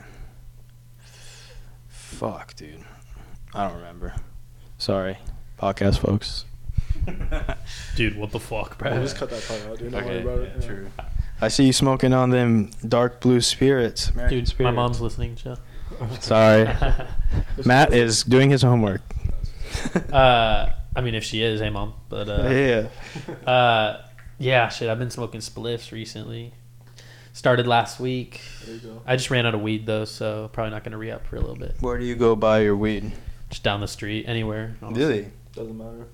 S3: Fuck, dude. I don't remember. Sorry, podcast *laughs* folks.
S2: Dude, what the fuck, bro?
S5: We'll just cut that part out, dude. Don't worry
S3: Okay,
S5: about it. Yeah.
S3: I see you smoking on them dark blue spirits. American
S2: Dude, my
S3: spirits.
S2: mom's listening, *laughs* Joe.
S3: Sorry, *laughs* Matt is doing his homework.
S2: uh, I mean, if she is, hey mom. But uh,
S3: *laughs* yeah.
S2: uh, yeah, shit, I've been smoking spliffs recently. Started last week.
S5: There you go.
S2: I just ran out of weed though, so probably not gonna re up for a little bit.
S3: Where do you go buy your weed?
S2: Just down the street, anywhere.
S3: Oh, Really?
S5: Doesn't matter.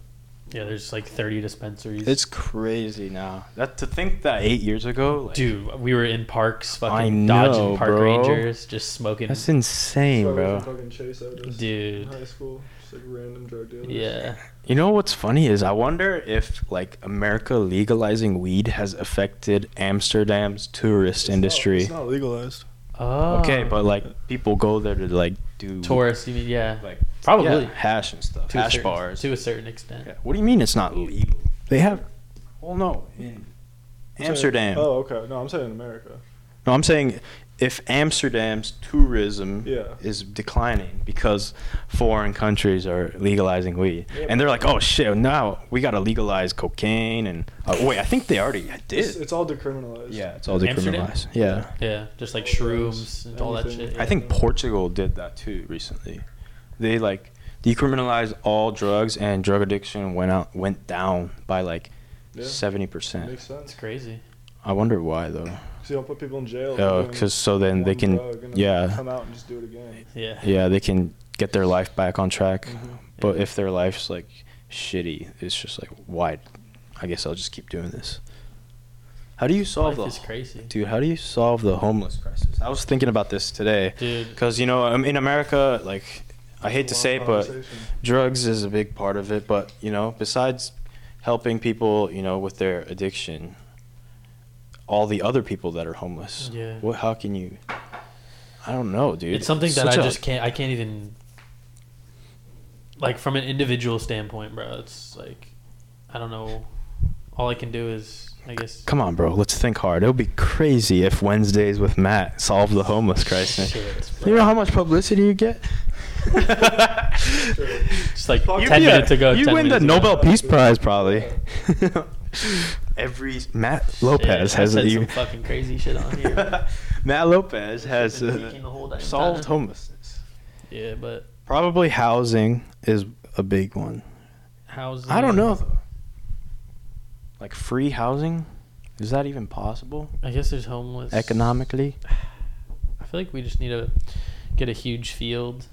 S2: Yeah, there's like 30 dispensaries.
S3: It's crazy now. That to think that eight years ago, like,
S2: Dude, we were in parks,
S3: I
S2: fucking
S3: know,
S2: dodging park
S3: bro.
S2: rangers, just smoking.
S3: that's insane,
S5: Probably
S3: bro.
S5: fucking chase out us in
S2: Dude,
S5: high school. Just like random drug dealers.
S2: yeah,
S3: You know what's funny is I wonder if like America legalizing weed has affected Amsterdam's tourist
S5: It's not-
S3: industry.
S5: it's not legalized.
S2: oh,
S3: okay, but like people go there to like do
S2: tourists, you mean yeah,
S3: like
S2: probably
S3: yeah, hash and stuff,
S2: to a
S3: hash
S2: certain,
S3: bars.
S2: to a certain extent.
S3: Yeah, What do you mean it's not legal? They have. Well, no, in
S5: I'm saying-
S3: Amsterdam.
S5: Oh, okay. No, I'm saying in America.
S3: No, I'm saying if Amsterdam's tourism
S5: Yeah.
S3: is declining because foreign countries are legalizing weed,
S5: Yeah,
S3: and they're like, "Oh shit, now we gotta legalize cocaine." And uh, wait, I think they already did.
S5: It's, it's all decriminalized.
S3: yeah, it's all
S2: Amsterdam?
S3: decriminalized. Yeah.
S2: Yeah, just like
S5: All drugs,
S2: shrooms and all that
S5: anything.
S2: shit.
S3: I think Portugal did that too recently. They like decriminalized all drugs, and drug addiction went out went down by like
S5: Yeah.
S3: seventy percent.
S5: Makes
S2: it's
S5: sense.
S2: crazy.
S3: I wonder why though.
S5: Because you don't put people in jail. for
S3: Oh,
S5: doing
S3: because so then they
S5: one
S3: can
S5: drug and then
S3: yeah.
S5: Come out and just do it again.
S2: Yeah,
S3: yeah they can get their life back on track
S2: Mm-hmm.
S5: Mhm.
S3: but if their life's like shitty it's just like why i guess i'll just keep doing this how do you solve
S2: life
S3: the
S2: is crazy,
S3: dude how do you solve the homeless crisis i was thinking about this today
S2: dude.
S3: because you know um, in america like i hate to
S5: Long
S3: say it, but
S5: conversation.
S3: drugs is a big part of it but you know besides helping people you know with their addiction all the other people that are homeless
S2: Yeah.
S3: what how can you i don't know dude
S2: It's something that
S3: such
S2: I
S3: a-
S2: just can't. I can't even. Like from an individual standpoint, bro. It's like, I don't know. All I can do is, I guess.
S3: Come on, bro. Let's think hard. It would be crazy if Wednesdays with Matt solved the homeless crisis.
S2: Shit,
S3: You know how much publicity you get?
S2: Just like
S3: You'd
S2: ten
S3: be a-
S2: minutes ago.
S3: You
S2: 10
S3: win the
S2: minutes ago.
S3: Nobel Peace Prize, probably. *laughs* Every Matt Lopez
S2: Shit,
S3: has
S2: I said
S3: a-
S2: some fucking crazy shit on here.
S3: *laughs* Matt Lopez has
S2: Been
S3: uh,
S2: leaking the whole damn
S3: solved
S2: time.
S3: homelessness.
S2: Yeah, but
S3: Probably housing is a big one.
S2: how's?
S3: I don't know. though. Like free housing, is that even possible
S2: I guess there's homeless.
S3: economically? *laughs*
S2: I feel like we just need to get a huge field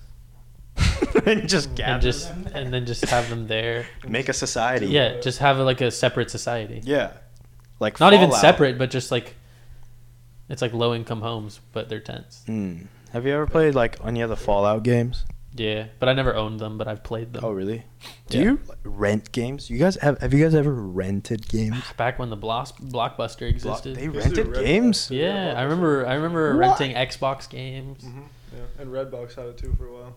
S3: and just
S2: and just and then just have them there.
S3: make a society.
S2: Yeah, just have like a separate society.
S3: Yeah. Like
S2: Not even
S3: Fallout.
S2: separate, but just like it's like low income homes, but they're tents.
S3: Hmm. Mm. Have you ever played like any of the Fallout games?
S2: Yeah, but I never owned them, but I've played them.
S3: Oh, really? Do
S2: Yeah.
S3: you like, rent games? You guys have have you guys ever rented games?
S2: Back when the Blos- Blockbuster
S3: Block-
S2: existed.
S3: They
S5: Yes,
S3: rented
S5: dude, Red
S3: games?
S5: Box.
S2: yeah, I remember. I remember
S3: What? Mm.
S2: renting Xbox games.
S5: Yeah, and Redbox had it too for a while.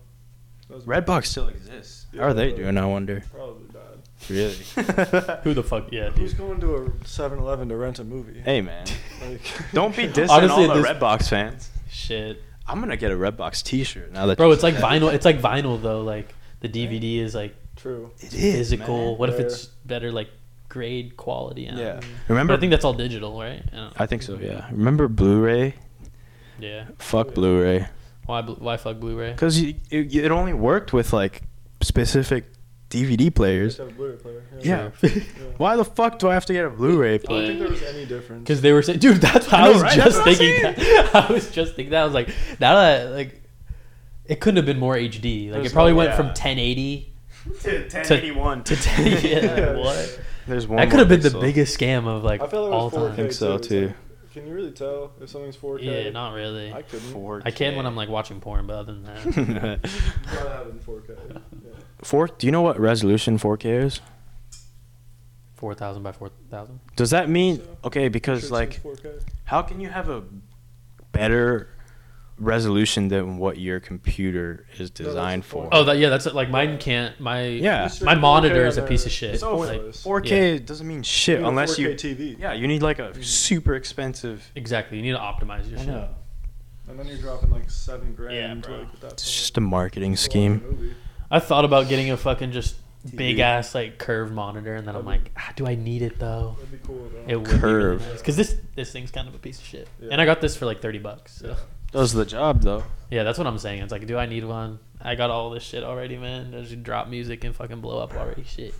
S5: That was
S3: Redbox still exists.
S5: Yeah,
S3: How are they
S5: but-
S3: doing? I wonder.
S5: Probably bad.
S3: Really? *laughs*
S2: Who the fuck? Yeah,
S5: Who's
S2: dude.
S5: going to a 7-Eleven to rent a movie?
S3: hey man,
S5: Like,
S3: *laughs* don't be dissing
S2: Honestly,
S3: all the
S2: this-
S3: Redbox fans.
S2: Shit,
S3: I'm gonna get a Redbox T-shirt now that
S2: bro.
S3: you
S2: It's like
S3: said
S2: vinyl. It's like vinyl though. Like the DVD is like
S5: *laughs* true.
S3: it is
S2: physical.
S3: man.
S2: what if
S5: Yeah.
S2: it's better like grade quality? I don't
S3: Yeah.
S2: know.
S3: Remember?
S2: But I think that's all digital, right? I don't know.
S3: I think so. Yeah. Remember Blu-ray?
S2: Yeah.
S3: Fuck Blu-ray.
S2: Why? bl- Why fuck Blu-ray?
S3: Because it, it only worked with like specific DVD players.
S5: Just have a Blu-ray player.
S3: Yeah.
S2: *laughs*
S3: Why the fuck do I have to get a Blu-ray
S5: I don't think
S3: player?
S5: there was any difference.
S2: Because they were saying, dude, that's what I,
S3: I know,
S2: was
S3: right?
S2: just
S3: That's what I'm
S2: thinking. That. *laughs* I was just thinking that. I was like, now that like, it couldn't have been more HD. Like it
S3: There's
S2: probably
S3: no-
S2: went
S3: yeah.
S2: from 1080
S3: 1081.
S2: to
S3: *laughs*
S2: 10. *laughs* yeah, like, what?
S3: There's one.
S2: That could
S3: more
S2: have been the
S3: pixel.
S2: biggest scam of like
S5: I feel like it
S2: all
S5: was 4K
S2: time.
S3: think so,
S5: It's
S3: too.
S5: like, can you really tell if something's 4K?
S2: Yeah, not really.
S5: I couldn't.
S2: I can when I'm like watching porn, but other than that,
S5: *laughs*
S3: 4K.
S5: You gotta have it in 4K. Yeah.
S3: Four. Do you know what resolution 4K is?
S2: four thousand by four thousand.
S3: Does that mean okay? Because
S5: Sure,
S3: like,
S5: it's 4K.
S3: how can you have a better resolution than what your computer is designed for?
S2: Oh, that yeah, that's it. like mine can't. My
S3: yeah.
S5: Just
S2: my
S5: straight 4K
S2: monitor is
S5: on
S2: a
S5: a-
S2: piece of shit.
S5: it's over
S2: Like,
S5: with.
S3: 4K Oh, doesn't mean shit
S5: Even a
S3: unless
S5: 4K
S3: you.
S5: TV.
S3: Yeah, you need like a super expensive.
S2: exactly, you need to optimize your shit.
S5: And then you're dropping like seven grand.
S2: Yeah, bro.
S5: Like, at that
S3: It's
S5: point.
S3: just a marketing
S5: Well,
S3: scheme.
S5: the movie.
S2: I thought about getting a fucking just big ass like curved monitor, and then I'm like, ah, do I need it though?
S5: That'd be cool though. *laughs*
S2: It would
S3: Curve.
S2: curve because this this thing's kind of a piece of shit, and I got this for like thirty bucks. So. Yeah.
S3: Does the job though.
S2: that's what I'm saying. It's like, do I need one? I got all this shit already, man. I should drop music and fucking blow up already. Shit.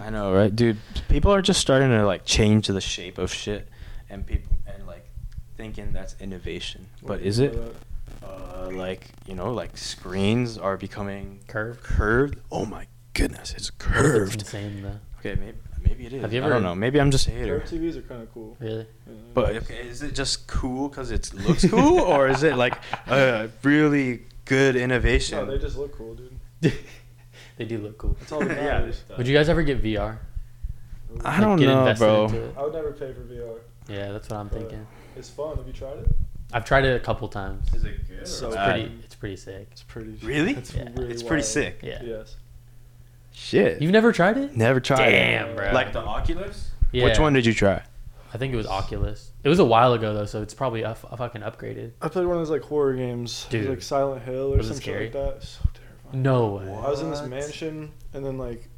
S3: I know, right, dude? People are just starting to like change the shape of shit, and people and like thinking that's innovation.
S5: What
S3: But
S5: do
S3: is
S5: you
S3: it?
S5: call that?
S3: Uh, like you know, like screens are becoming
S2: Curved.
S3: Curved. Oh my goodness, it's
S2: It's
S3: curved.
S2: insane though.
S3: Okay, maybe maybe it is.
S2: Have you
S3: I
S2: ever-
S3: don't know. Maybe I'm just a hater.
S5: Curved TVs are kind of cool.
S3: *laughs*
S2: Really?
S3: But okay, is it just cool because it looks cool, or is it like a really good
S5: No,
S3: innovation?
S5: they just look cool, dude.
S2: They do look cool.
S5: That's all that
S3: Yeah.
S5: matters.
S2: Would you guys ever get VR?
S3: I
S2: Like,
S3: don't
S2: get
S3: know,
S2: invested into
S3: bro.
S2: it?
S5: I would never pay for VR.
S2: Yeah, that's what I'm
S5: But-
S2: thinking.
S5: It's fun. Have you tried it?
S2: I've tried it a couple times. It's
S3: Is it good?
S5: So
S3: bad?
S2: pretty. It's pretty sick.
S5: It's pretty.
S3: Really?
S5: It's
S2: Yeah.
S5: really
S3: It's pretty
S5: wild.
S3: sick.
S2: Yeah.
S5: Yes.
S3: Shit.
S2: You've never tried it?
S3: never tried. it.
S2: Damn, bro.
S3: Like the Oculus.
S2: Yeah.
S3: Which one did you try?
S2: I think it was Oculus. It was a while ago though, so it's probably a, f- a fucking upgraded.
S5: I played one of those like horror games,
S2: Dude.
S5: like Silent Hill or
S2: Was it
S5: some shit like that. So terrifying.
S2: No way.
S5: I was in this mansion, and then like,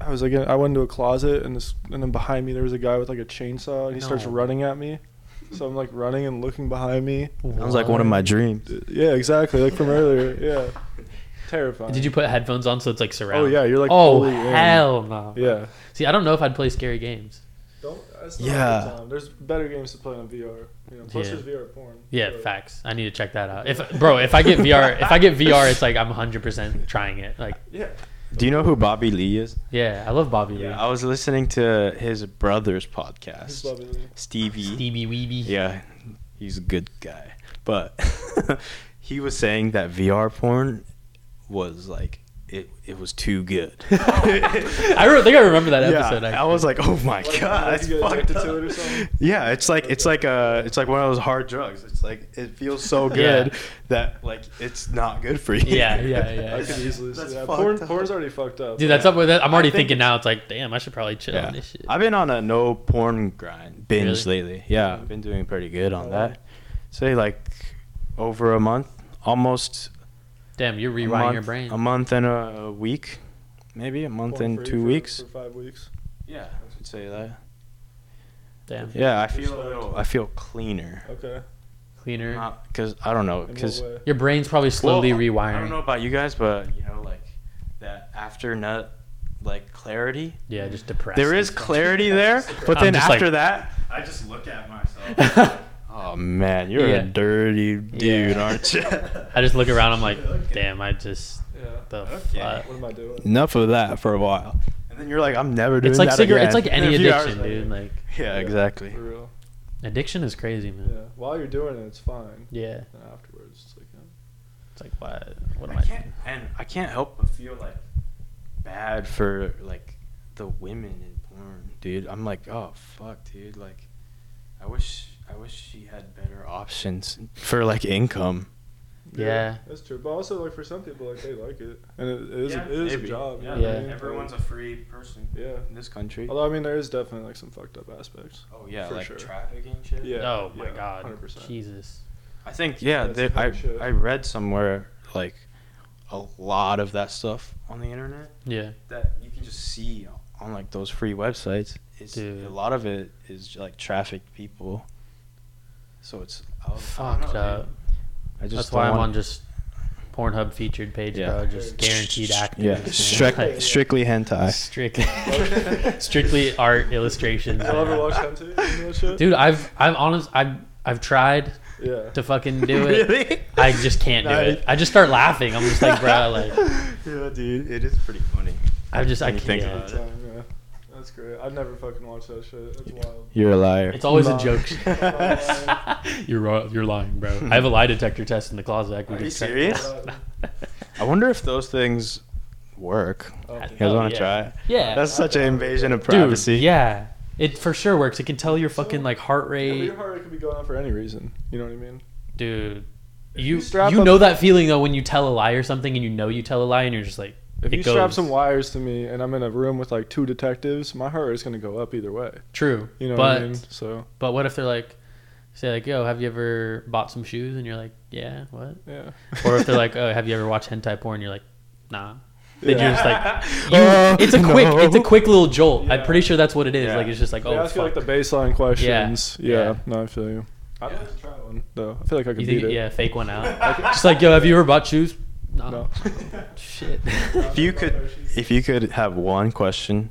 S5: I was like, in- I went into a closet, and this, and then behind me there was a guy with like a chainsaw, and he starts
S2: No.
S5: running at me. So I'm like running and looking behind me.
S3: Sounds like one of my dreams.
S5: Yeah, exactly, like from earlier. Yeah, terrifying.
S2: Did you put headphones on so it's like surround?
S5: Oh yeah, you're like.
S2: oh
S5: fully in.
S2: hell no.
S5: Yeah.
S2: See, I don't know if I'd play scary games.
S5: Don't. That's not
S3: Yeah.
S5: yeah. Time. There's better games to play on VR. You know, plus
S2: Yeah.
S5: there's VR porn.
S2: Yeah,
S5: so-
S2: facts. I need to check that out. If bro, if I get VR, if I get VR, it's like I'm 100 percent trying it. Like,
S5: Yeah.
S3: Do you know who Bobby Lee is?
S2: yeah, I love Bobby
S3: Yeah, I was listening to his brother's
S5: Who's
S3: podcast,
S5: Bobby Lee?
S3: Stevie.
S2: Lee. Stevie Weeby.
S3: Yeah, he's a good guy. But *laughs* he was saying that VR porn was like it, it was too good. *laughs*
S2: I re- think I remember that episode.
S3: yeah, I
S2: actually.
S3: was like, oh my
S5: like
S3: god, that's
S5: you get
S3: fucked
S5: addicted to
S3: up.
S5: it or something?
S3: Yeah, it's like it's like a it's like one of those hard drugs. It's like it feels so
S2: Yeah.
S3: good that like it's not good for you.
S2: Yeah,
S3: *laughs*
S2: yeah, yeah.
S5: I could *laughs* easily see
S3: That's
S5: that.
S3: fucked
S5: Porn,
S3: up.
S5: porn's already fucked up.
S2: Dude, that's up with that. I'm already
S3: I think
S2: thinking now. It's like, damn, I should probably chill on this shit.
S3: I've been on a no porn grind binge
S2: Really?
S3: lately. Yeah,
S5: Mm-hmm.
S3: I've been doing pretty good on that. Say like over a month, almost
S2: damn, you're
S3: a
S2: rewiring
S3: month,
S2: your brain.
S3: A month and a week, maybe a month
S5: Porn
S3: and
S5: free
S3: two
S5: for-
S3: weeks.
S5: For five weeks.
S3: Yeah, I would say that.
S2: damn,
S3: Yeah, I
S5: Respect.
S3: feel a little- I feel cleaner
S5: Okay.
S2: cleaner.
S3: because Uh, I don't know
S5: In
S3: because
S5: what way?
S2: Your brain's probably slowly rewiring.
S3: I don't know about you guys, but you know like that after nut like clarity.
S2: Yeah, just depressed.
S3: There is clarity there, but
S2: I'm
S3: then
S2: just like-
S3: after that, I just look at myself. *laughs* Oh man, you're
S2: Yeah.
S3: a dirty dude, aren't you?
S2: I just look around. I'm like, damn, I just
S5: Yeah.
S2: the
S3: Okay.
S2: fuck.
S5: What am I
S2: *laughs*
S5: doing?
S3: *laughs* Enough of that for a while, and then you're like, I'm never doing
S2: It's like
S3: that
S2: cigarette. It's
S3: again.
S2: like any
S3: A few hours
S2: addiction,
S3: later.
S2: dude. Like
S3: Yeah, exactly.
S5: For real.
S2: addiction is crazy,
S5: Yeah.
S2: man.
S5: While you're doing it, it's fine.
S2: Yeah.
S5: And afterwards, it's like, yeah.
S2: It's like, why? What am
S3: I
S2: I?
S3: can't, and I can't help but feel like bad for like the women in porn, dude. I'm like, oh fuck, dude. Like, I wish, I wish she had better options for like income.
S2: Yeah.
S5: that's true. But also, like for some people, like they like it, and it, it is, a, it is a
S3: maybe.
S5: job. you
S3: Yeah,
S5: know what I
S2: Yeah.
S5: mean?
S3: everyone's a free person
S5: yeah.
S3: in this country.
S5: Although I mean, there is definitely like some fucked up aspects.
S3: Oh yeah,
S5: For
S3: like
S5: sure.
S3: trafficking shit.
S5: Yeah.
S2: oh my
S5: yeah,
S2: god.
S5: 100%.
S2: Jesus.
S3: I think yeah,
S5: That's
S3: there,
S5: some
S3: I
S5: shit.
S3: I read somewhere like a lot of that stuff on the internet
S2: Yeah.
S3: that you can just see on like those free websites. It's
S2: Dude.
S3: a lot of it is like trafficked people. So it's I don't
S2: Fucked
S3: know,
S2: up.
S3: Oh, dude. I just
S2: That's why
S3: don't
S2: I'm
S3: want-
S2: on just Pornhub featured page,
S3: Yeah.
S2: bro. Just guaranteed actors.
S3: yeah
S2: man.
S3: strict,
S2: Like,
S3: strictly hentai.
S2: strictly, strictly art illustrations.
S5: Y'all ever watch Hunter? You know that shit?
S2: Dude, I've I've honest I've I've tried
S5: Yeah.
S2: to fucking do it. I just can't do it. I just start laughing. I'm just like, bro, like
S3: *laughs* yeah, dude, it is pretty funny.
S2: I just I
S3: When you think
S2: can't.
S3: about
S5: Time, yeah. That's great. I've never fucking watched that shit. That's wild.
S3: You're a liar.
S2: It's always a
S5: Nah.
S2: *laughs* joke. you're ri- you're lying, bro. I have a lie detector test in the closet. I can
S3: Are you
S2: detect-
S3: serious? I wonder if those things work. You guys
S2: Oh,
S3: want to
S2: yeah.
S3: try it?
S2: Yeah.
S3: That's such an invasion of
S2: Dude,
S3: privacy.
S2: yeah. It for sure works. It can tell your fucking like heart
S5: Yeah, but
S2: rate,
S5: your heart rate could be going on for any reason. You know what I mean?
S2: dude.
S5: you
S2: You
S5: strap
S2: you
S5: up-
S2: know that feeling though when you tell a lie or something and you know you tell a lie and you're just like
S5: If
S2: it
S5: you
S2: goes
S5: strap some wires to me and I'm in a room with like two detectives, my heart rate's gonna go up either way.
S2: true.
S5: You know
S2: but
S5: what I mean? So
S2: but what if they're like say like yo have you ever bought some shoes and you're like yeah
S5: *laughs*
S2: what
S5: yeah.
S2: or if they're like oh have you ever watched hentai porn you're like nah then
S5: Yeah.
S2: you're just like you, it's a
S3: no.
S2: quick it's a quick little jolt I'm
S5: Yeah.
S2: pretty sure that's what it is
S3: Yeah.
S2: like it's just like oh
S5: they ask you like
S2: fuck.
S5: the baseline questions. Yeah.
S2: Yeah.
S5: No, I feel you. I'd like to try one though. I feel like I could
S2: you
S5: beat
S2: think
S5: it.
S2: yeah fake one out just like yo have you ever bought shoes
S5: *laughs*
S2: nah.
S5: No.
S2: shit
S3: If you could, if you could have one question,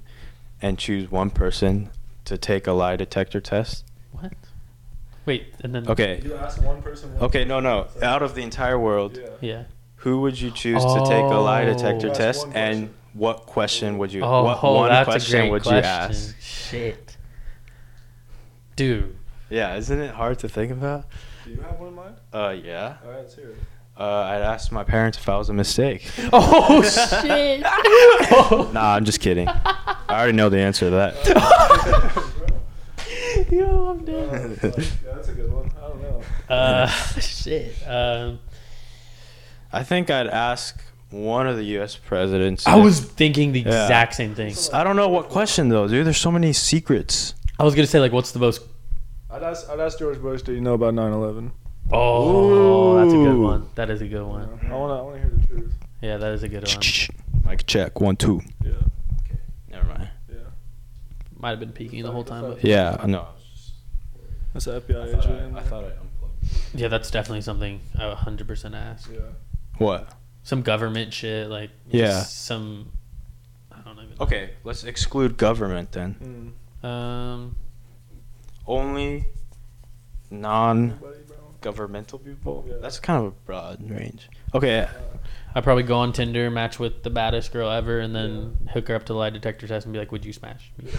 S3: and choose one person to take a lie detector test.
S2: *laughs* what wait and then
S3: Okay.
S5: You ask one person. One
S3: Okay. No. No. Out of the entire world,
S5: Yeah.
S2: yeah
S3: who would you choose to take a lie detector
S2: Oh.
S5: That's
S3: test,
S5: one
S3: and
S5: question.
S3: what question would you?
S2: oh,
S3: what
S2: oh,
S3: one
S2: that's
S3: question
S2: a great
S3: would
S2: question
S3: you ask?
S2: shit dude
S3: Yeah. Isn't it hard to think about?
S5: Do you have one in mind?
S3: Uh. Yeah.
S5: All right, let's *laughs* hear it.
S3: Uh, I'd ask my parents if I was a mistake.
S2: oh *laughs* shit Oh.
S3: nah, I'm just kidding. I already know the answer to
S2: *laughs*
S3: that.
S2: yo I'm dead
S5: Oh, fuck. *laughs* yeah, that's a good one. I don't know.
S2: Uh, shit. Um,
S3: I think I'd ask one of the U.S. presidents.
S2: I
S3: if-
S2: was thinking the
S3: Yeah.
S2: exact same thing.
S3: I don't know what question though, dude. There's so many secrets.
S2: I was gonna say like, what's the most?
S5: I'd ask, I'd ask George Bush, do you know about 9/11?
S2: Oh, that's a good
S3: Ooh.
S2: one. That is a good one.
S5: I wanna, I wanna hear the truth.
S2: Yeah, that is a good one.
S3: Mic check one two.
S5: Yeah.
S3: Never mind.
S5: Yeah.
S2: Might have been peeking the whole time, but
S3: Yeah, I know.
S5: That's an FBI agent. in there.
S3: I unplugged.
S2: *laughs* yeah, that's definitely something I would 100% ask.
S5: Yeah.
S3: What?
S2: Some government shit, like
S3: Yeah.
S2: just some. I don't even.
S3: Okay, let's exclude government then.
S5: Mm.
S2: know. Um.
S3: Only non-governmental
S5: Buddy, bro.
S3: people.
S5: Yeah.
S3: That's kind of a broad range. *laughs* Okay.
S2: I'd probably go on Tinder, match with the baddest girl ever, and then hook her up to the lie detector test and be like, "Would you smash me?"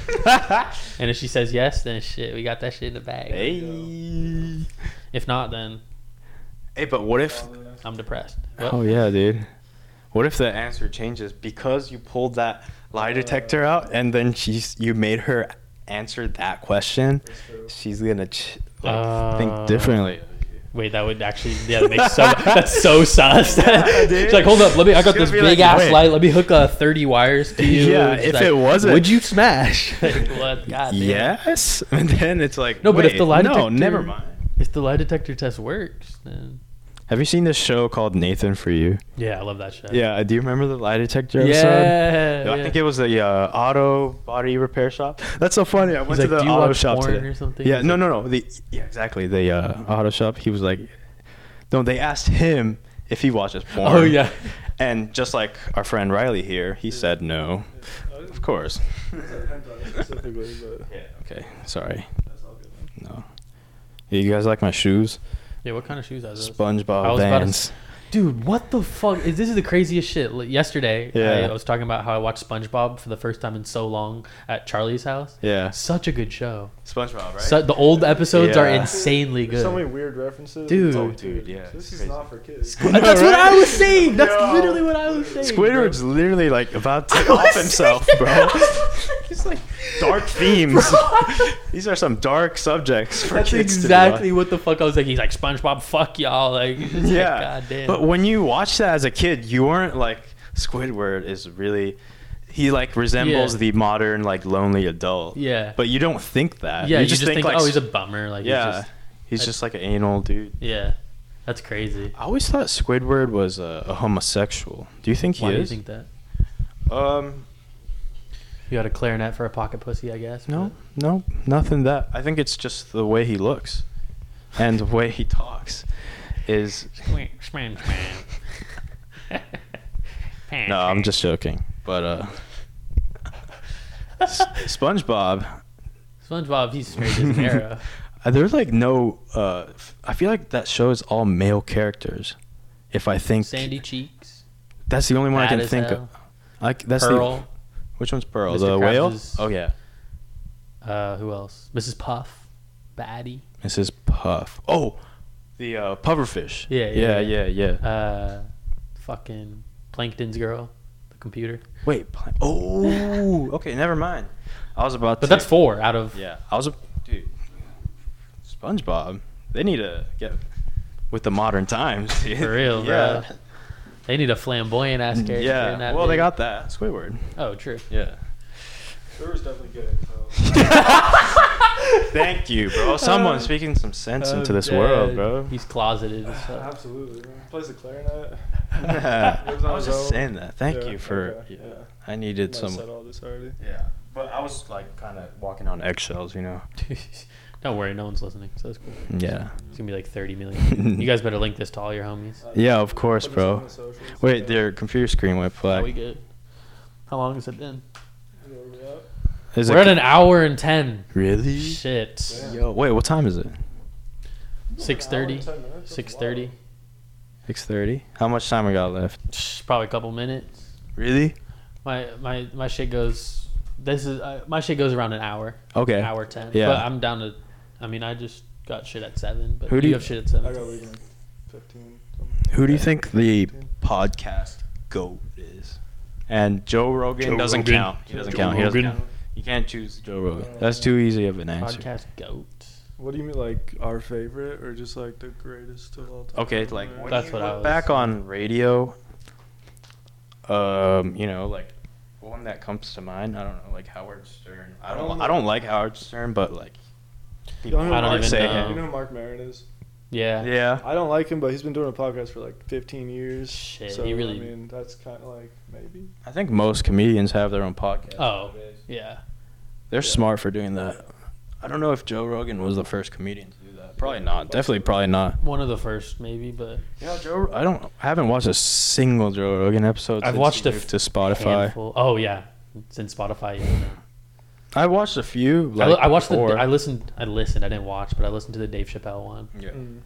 S2: and if she says yes, then shit, we got that shit in the bag.
S3: hey.
S2: If not, then
S3: Hey, but what if?
S2: I'm depressed. What?
S3: Oh yeah, dude. What if the answer changes because you pulled that lie detector out and then she's you made her answer that question? She's gonna ch- like,
S2: Uh,
S3: think differently.
S2: Wait, that would actually yeah, that makes so that's
S3: *laughs*
S2: so sus.
S3: Yeah, dude.
S2: She's like, hold up, let me. I got
S3: She'll
S2: this
S3: be
S2: big
S3: like,
S2: ass
S3: "Wait."
S2: light. Let me hook uh, thirty wires to you.
S3: Yeah,
S2: It's
S3: if
S2: like,
S3: it wasn't-
S2: would you smash? *laughs* like, what? God damn.
S3: Yes, *laughs* and then it's like
S2: No, but if the lie
S3: wait, no,
S2: detector-
S3: never mind.
S2: If the lie detector test works, then
S3: Have you seen this show called Nathan for You?
S2: yeah, I love that show.
S3: Yeah, uh, do you remember the lie detector
S2: Yeah,
S3: episode?
S2: Oh, yeah.
S3: I think it was the uh, auto body repair shop. *laughs* That's so funny. I went
S2: He's like,
S3: to the
S2: "Do you
S3: auto
S2: watch
S3: shop
S2: porn
S3: today.
S2: or something?
S3: Yeah,
S2: He's
S3: no,
S2: like-
S3: no, no. The yeah, exactly. The uh, auto shop. He was like, no. They asked him if he watches porn.
S2: Oh yeah.
S3: And just like our friend Riley here, he said no.
S5: I didn't
S3: Of course.
S5: say hentai specifically, but
S3: Yeah. Okay. Sorry.
S5: that's all good.
S3: No. You guys like my shoes?
S2: Yeah. What kind of shoes are those?
S3: SpongeBob
S2: I was about to
S3: Vans.
S2: Dude, what the fuck? Is this is the craziest shit? Like, yesterday,
S3: Yeah.
S2: I, I was talking about how I watched SpongeBob for the first time in so long at Charlie's house.
S3: Yeah.
S2: Such a good show.
S3: SpongeBob, right?
S2: So, the old episodes are
S3: Yeah.
S2: insanely
S5: There's
S2: good.
S5: so many weird references.
S2: Dude.
S5: Oh,
S3: Dude, yeah, it's
S5: This is
S3: crazy.
S5: not for kids.
S2: That's what I was saying. That's
S5: Yo.
S2: literally what I was saying.
S3: Squidward's literally like
S2: *laughs*
S3: about to off himself, *laughs* bro. It's like
S2: *laughs*
S3: dark *laughs* themes. These are some dark subjects for
S2: That's
S3: kids to be
S2: exactly what the fuck I was like. He's like SpongeBob, fuck y'all. Like, *laughs* it's
S3: on.
S2: like,
S3: Yeah.
S2: God damn.
S3: But when you watch that as a kid, you weren't like Squidward is really he like resembles
S2: Yeah.
S3: the modern like lonely adult.
S2: yeah.
S3: But you don't think that.
S2: yeah, you just, think,
S3: like
S2: oh, he's a bummer. Like,
S3: yeah.
S2: he's just,
S3: he's just like an anal dude.
S2: yeah. That's crazy.
S3: I always thought Squidward was a, a homosexual. Do you think he
S2: Why
S3: is?
S2: do you think that?
S3: um,
S2: You got a clarinet for a pocket pussy, I guess.
S3: no, no, nothing that. I think it's just the way he looks and the way he talks is.
S2: but- Smash,
S3: *laughs*
S2: smash.
S3: No, I'm just joking. But uh, S- SpongeBob,
S2: SpongeBob, he's straight as an
S3: *laughs*
S2: arrow.
S3: uh, there's like no. Uh, f- I feel like that show is all male characters. If I think
S2: Sandy cheeks.
S3: that's the only one I
S2: Bad
S3: can
S2: as
S3: think
S2: hell.
S3: of. Like that's
S2: Pearl.
S3: the which one's Pearl?
S2: Mr.
S3: The
S2: Krabs
S3: whale?
S2: is-
S3: Oh yeah.
S2: Uh, who else? Mrs. Puff, Batty.
S3: Mrs. Puff. Oh, the uh, pufferfish.
S2: Yeah,
S3: yeah,
S2: yeah,
S3: yeah, yeah.
S2: Uh, fucking Plankton's girl, the computer.
S3: Wait. pla- Oh, okay. Never mind. I was about.
S2: But
S3: to,
S2: that's four out
S3: *laughs*
S2: of.
S3: Yeah, I was. A, dude, SpongeBob. They need to get with the modern times. dude.
S2: For
S3: *laughs*
S2: real,
S3: yeah. Mm,
S2: bro. They need a flamboyant ass character. In
S3: Yeah.
S2: that
S3: Well, they
S2: video.
S3: got that Squidward.
S2: Oh, true.
S3: Yeah.
S5: There was definitely good info.
S3: *laughs* Thank
S2: *laughs*
S3: you, bro. Someone speaking some sense into
S2: Oh,
S3: this world,
S2: yeah, *laughs*
S3: bro. *laughs*
S2: He's closeted. as fuck. *laughs*
S5: Absolutely. Man. Plays the clarinet.
S3: I
S5: Lives on
S3: was
S5: his
S3: just
S5: own.
S3: saying that. Thank
S5: Yeah,
S3: you for.
S5: okay,
S3: yeah.
S5: yeah.
S3: I needed
S5: Might have
S3: some.
S5: said all this already.
S3: Yeah, but I was like kind of walking on eggshells, you know.
S2: Don't worry, no one's listening. So that's cool.
S3: Yeah.
S2: It's gonna be like 30 million. you guys better link this to all your homies.
S3: Yeah, of course,
S5: Put us on
S3: bro.
S5: the socials.
S3: Wait, their computer screen went
S2: Are we
S3: black.
S2: good? How long has it been?
S5: You know where we at?
S3: Is
S2: We're
S3: it
S2: at an hour and 10.
S3: really?
S2: Shit.
S5: Yeah.
S3: Yo, wait, what time is it?
S2: Six
S5: An hour
S2: thirty.
S5: and 10 minutes? That's
S2: Six
S5: wild.
S2: thirty.
S3: Six thirty. How much time we got left?
S2: Probably a couple minutes.
S3: Really?
S2: My my my shit goes. This is uh, my shit goes around an hour.
S3: Okay.
S2: Hour ten.
S3: Yeah.
S2: But I'm down to. I mean, I just got shit at seven. But
S3: Who
S2: Who
S3: do
S2: do
S3: you-
S2: you have shit at seven?
S5: I got leaving 15. something.
S3: Who do you think the podcast goat is? And Joe Rogan
S2: Joe
S3: doesn't
S2: Rogan.
S3: count. He doesn't
S2: Joe
S3: count. He doesn't
S2: Rogan.
S3: count. You can't choose Joe Rogan. That's too easy of an answer.
S2: Podcast goat.
S5: What do you mean, like our favorite or just like the greatest of all time?
S3: Okay, like when
S2: That's
S3: you
S2: what I
S3: look
S2: was-
S3: back on radio. Um, you know, like one that comes to mind. I don't know, like Howard Stern. I don't. I don't like Howard Stern, but like.
S5: You know who
S2: I don't
S5: Mark-
S2: even
S5: say
S2: know.
S5: You know who Mark Maron is?
S2: Yeah.
S3: Yeah.
S5: I don't like him, but he's been doing a podcast for like 15 years.
S2: Shit,
S5: so,
S2: he really-
S5: I mean, that's kind of like maybe.
S3: I think most comedians have their own podcast.
S2: Oh. Yeah.
S3: They're smart for doing that. I don't know if Joe Rogan was the first comedian to do that. Probably not. Definitely probably not.
S2: One of the first, maybe, but
S3: Yeah, Joe. I don't. I haven't watched a single Joe Rogan episode.
S2: I've
S3: since
S2: watched
S3: he
S2: a
S3: moved
S2: f-
S3: to Spotify.
S2: handful. Oh yeah, it's in
S3: *laughs*
S2: Spotify. Yeah.
S3: I watched a few.
S2: I,
S3: Like,
S2: li- I watched the.
S3: before.
S2: I listened. I listened. I didn't watch, but I listened to the Dave Chappelle one,
S3: yeah.
S5: Mm.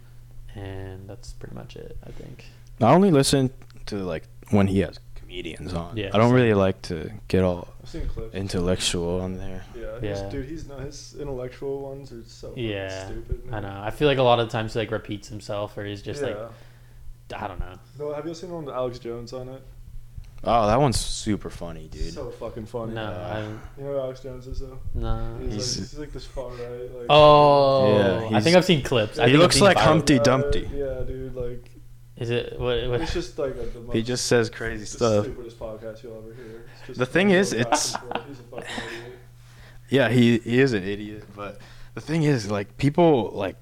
S2: and that's pretty much it. I think.
S3: I only listen to like when he has comedians on.
S2: Yeah.
S3: I don't really like to get all
S5: I've seen clips.
S3: intellectual on there.
S5: yeah, he's-
S2: Yeah.
S5: dude, he's not his intellectual ones are so fucking
S2: Yeah.
S5: stupid.
S2: I
S5: man.
S2: know. I feel like a lot of times he like repeats himself, or he's just like, I don't know.
S5: No, have you seen one with Alex Jones on it?
S3: Oh, that one's super funny, dude.
S5: So fucking funny.
S2: No, I,
S5: You know who Alex Jones is though?
S2: no.
S5: He's,
S3: He's-
S5: like, he's like this far right. Like,
S3: Yeah,
S2: Oh, I
S3: he's-
S2: think I've seen clips. I
S3: He
S2: think I've
S3: looks
S2: seen
S3: like
S2: viral-
S3: Humpty
S5: Yeah,
S3: Dumpty.
S5: Yeah, dude. Like,
S2: Is it
S5: *laughs*
S2: what?
S5: it's
S2: what
S5: just like a, the most,
S3: He just says crazy
S5: the
S3: stuff.
S5: stupidest podcast you'll ever hear. It's just
S3: The thing is,
S5: back and
S3: it's-
S5: forth. He's a fucking idiot.
S3: Yeah, he, he is an idiot, but the thing is, like, people like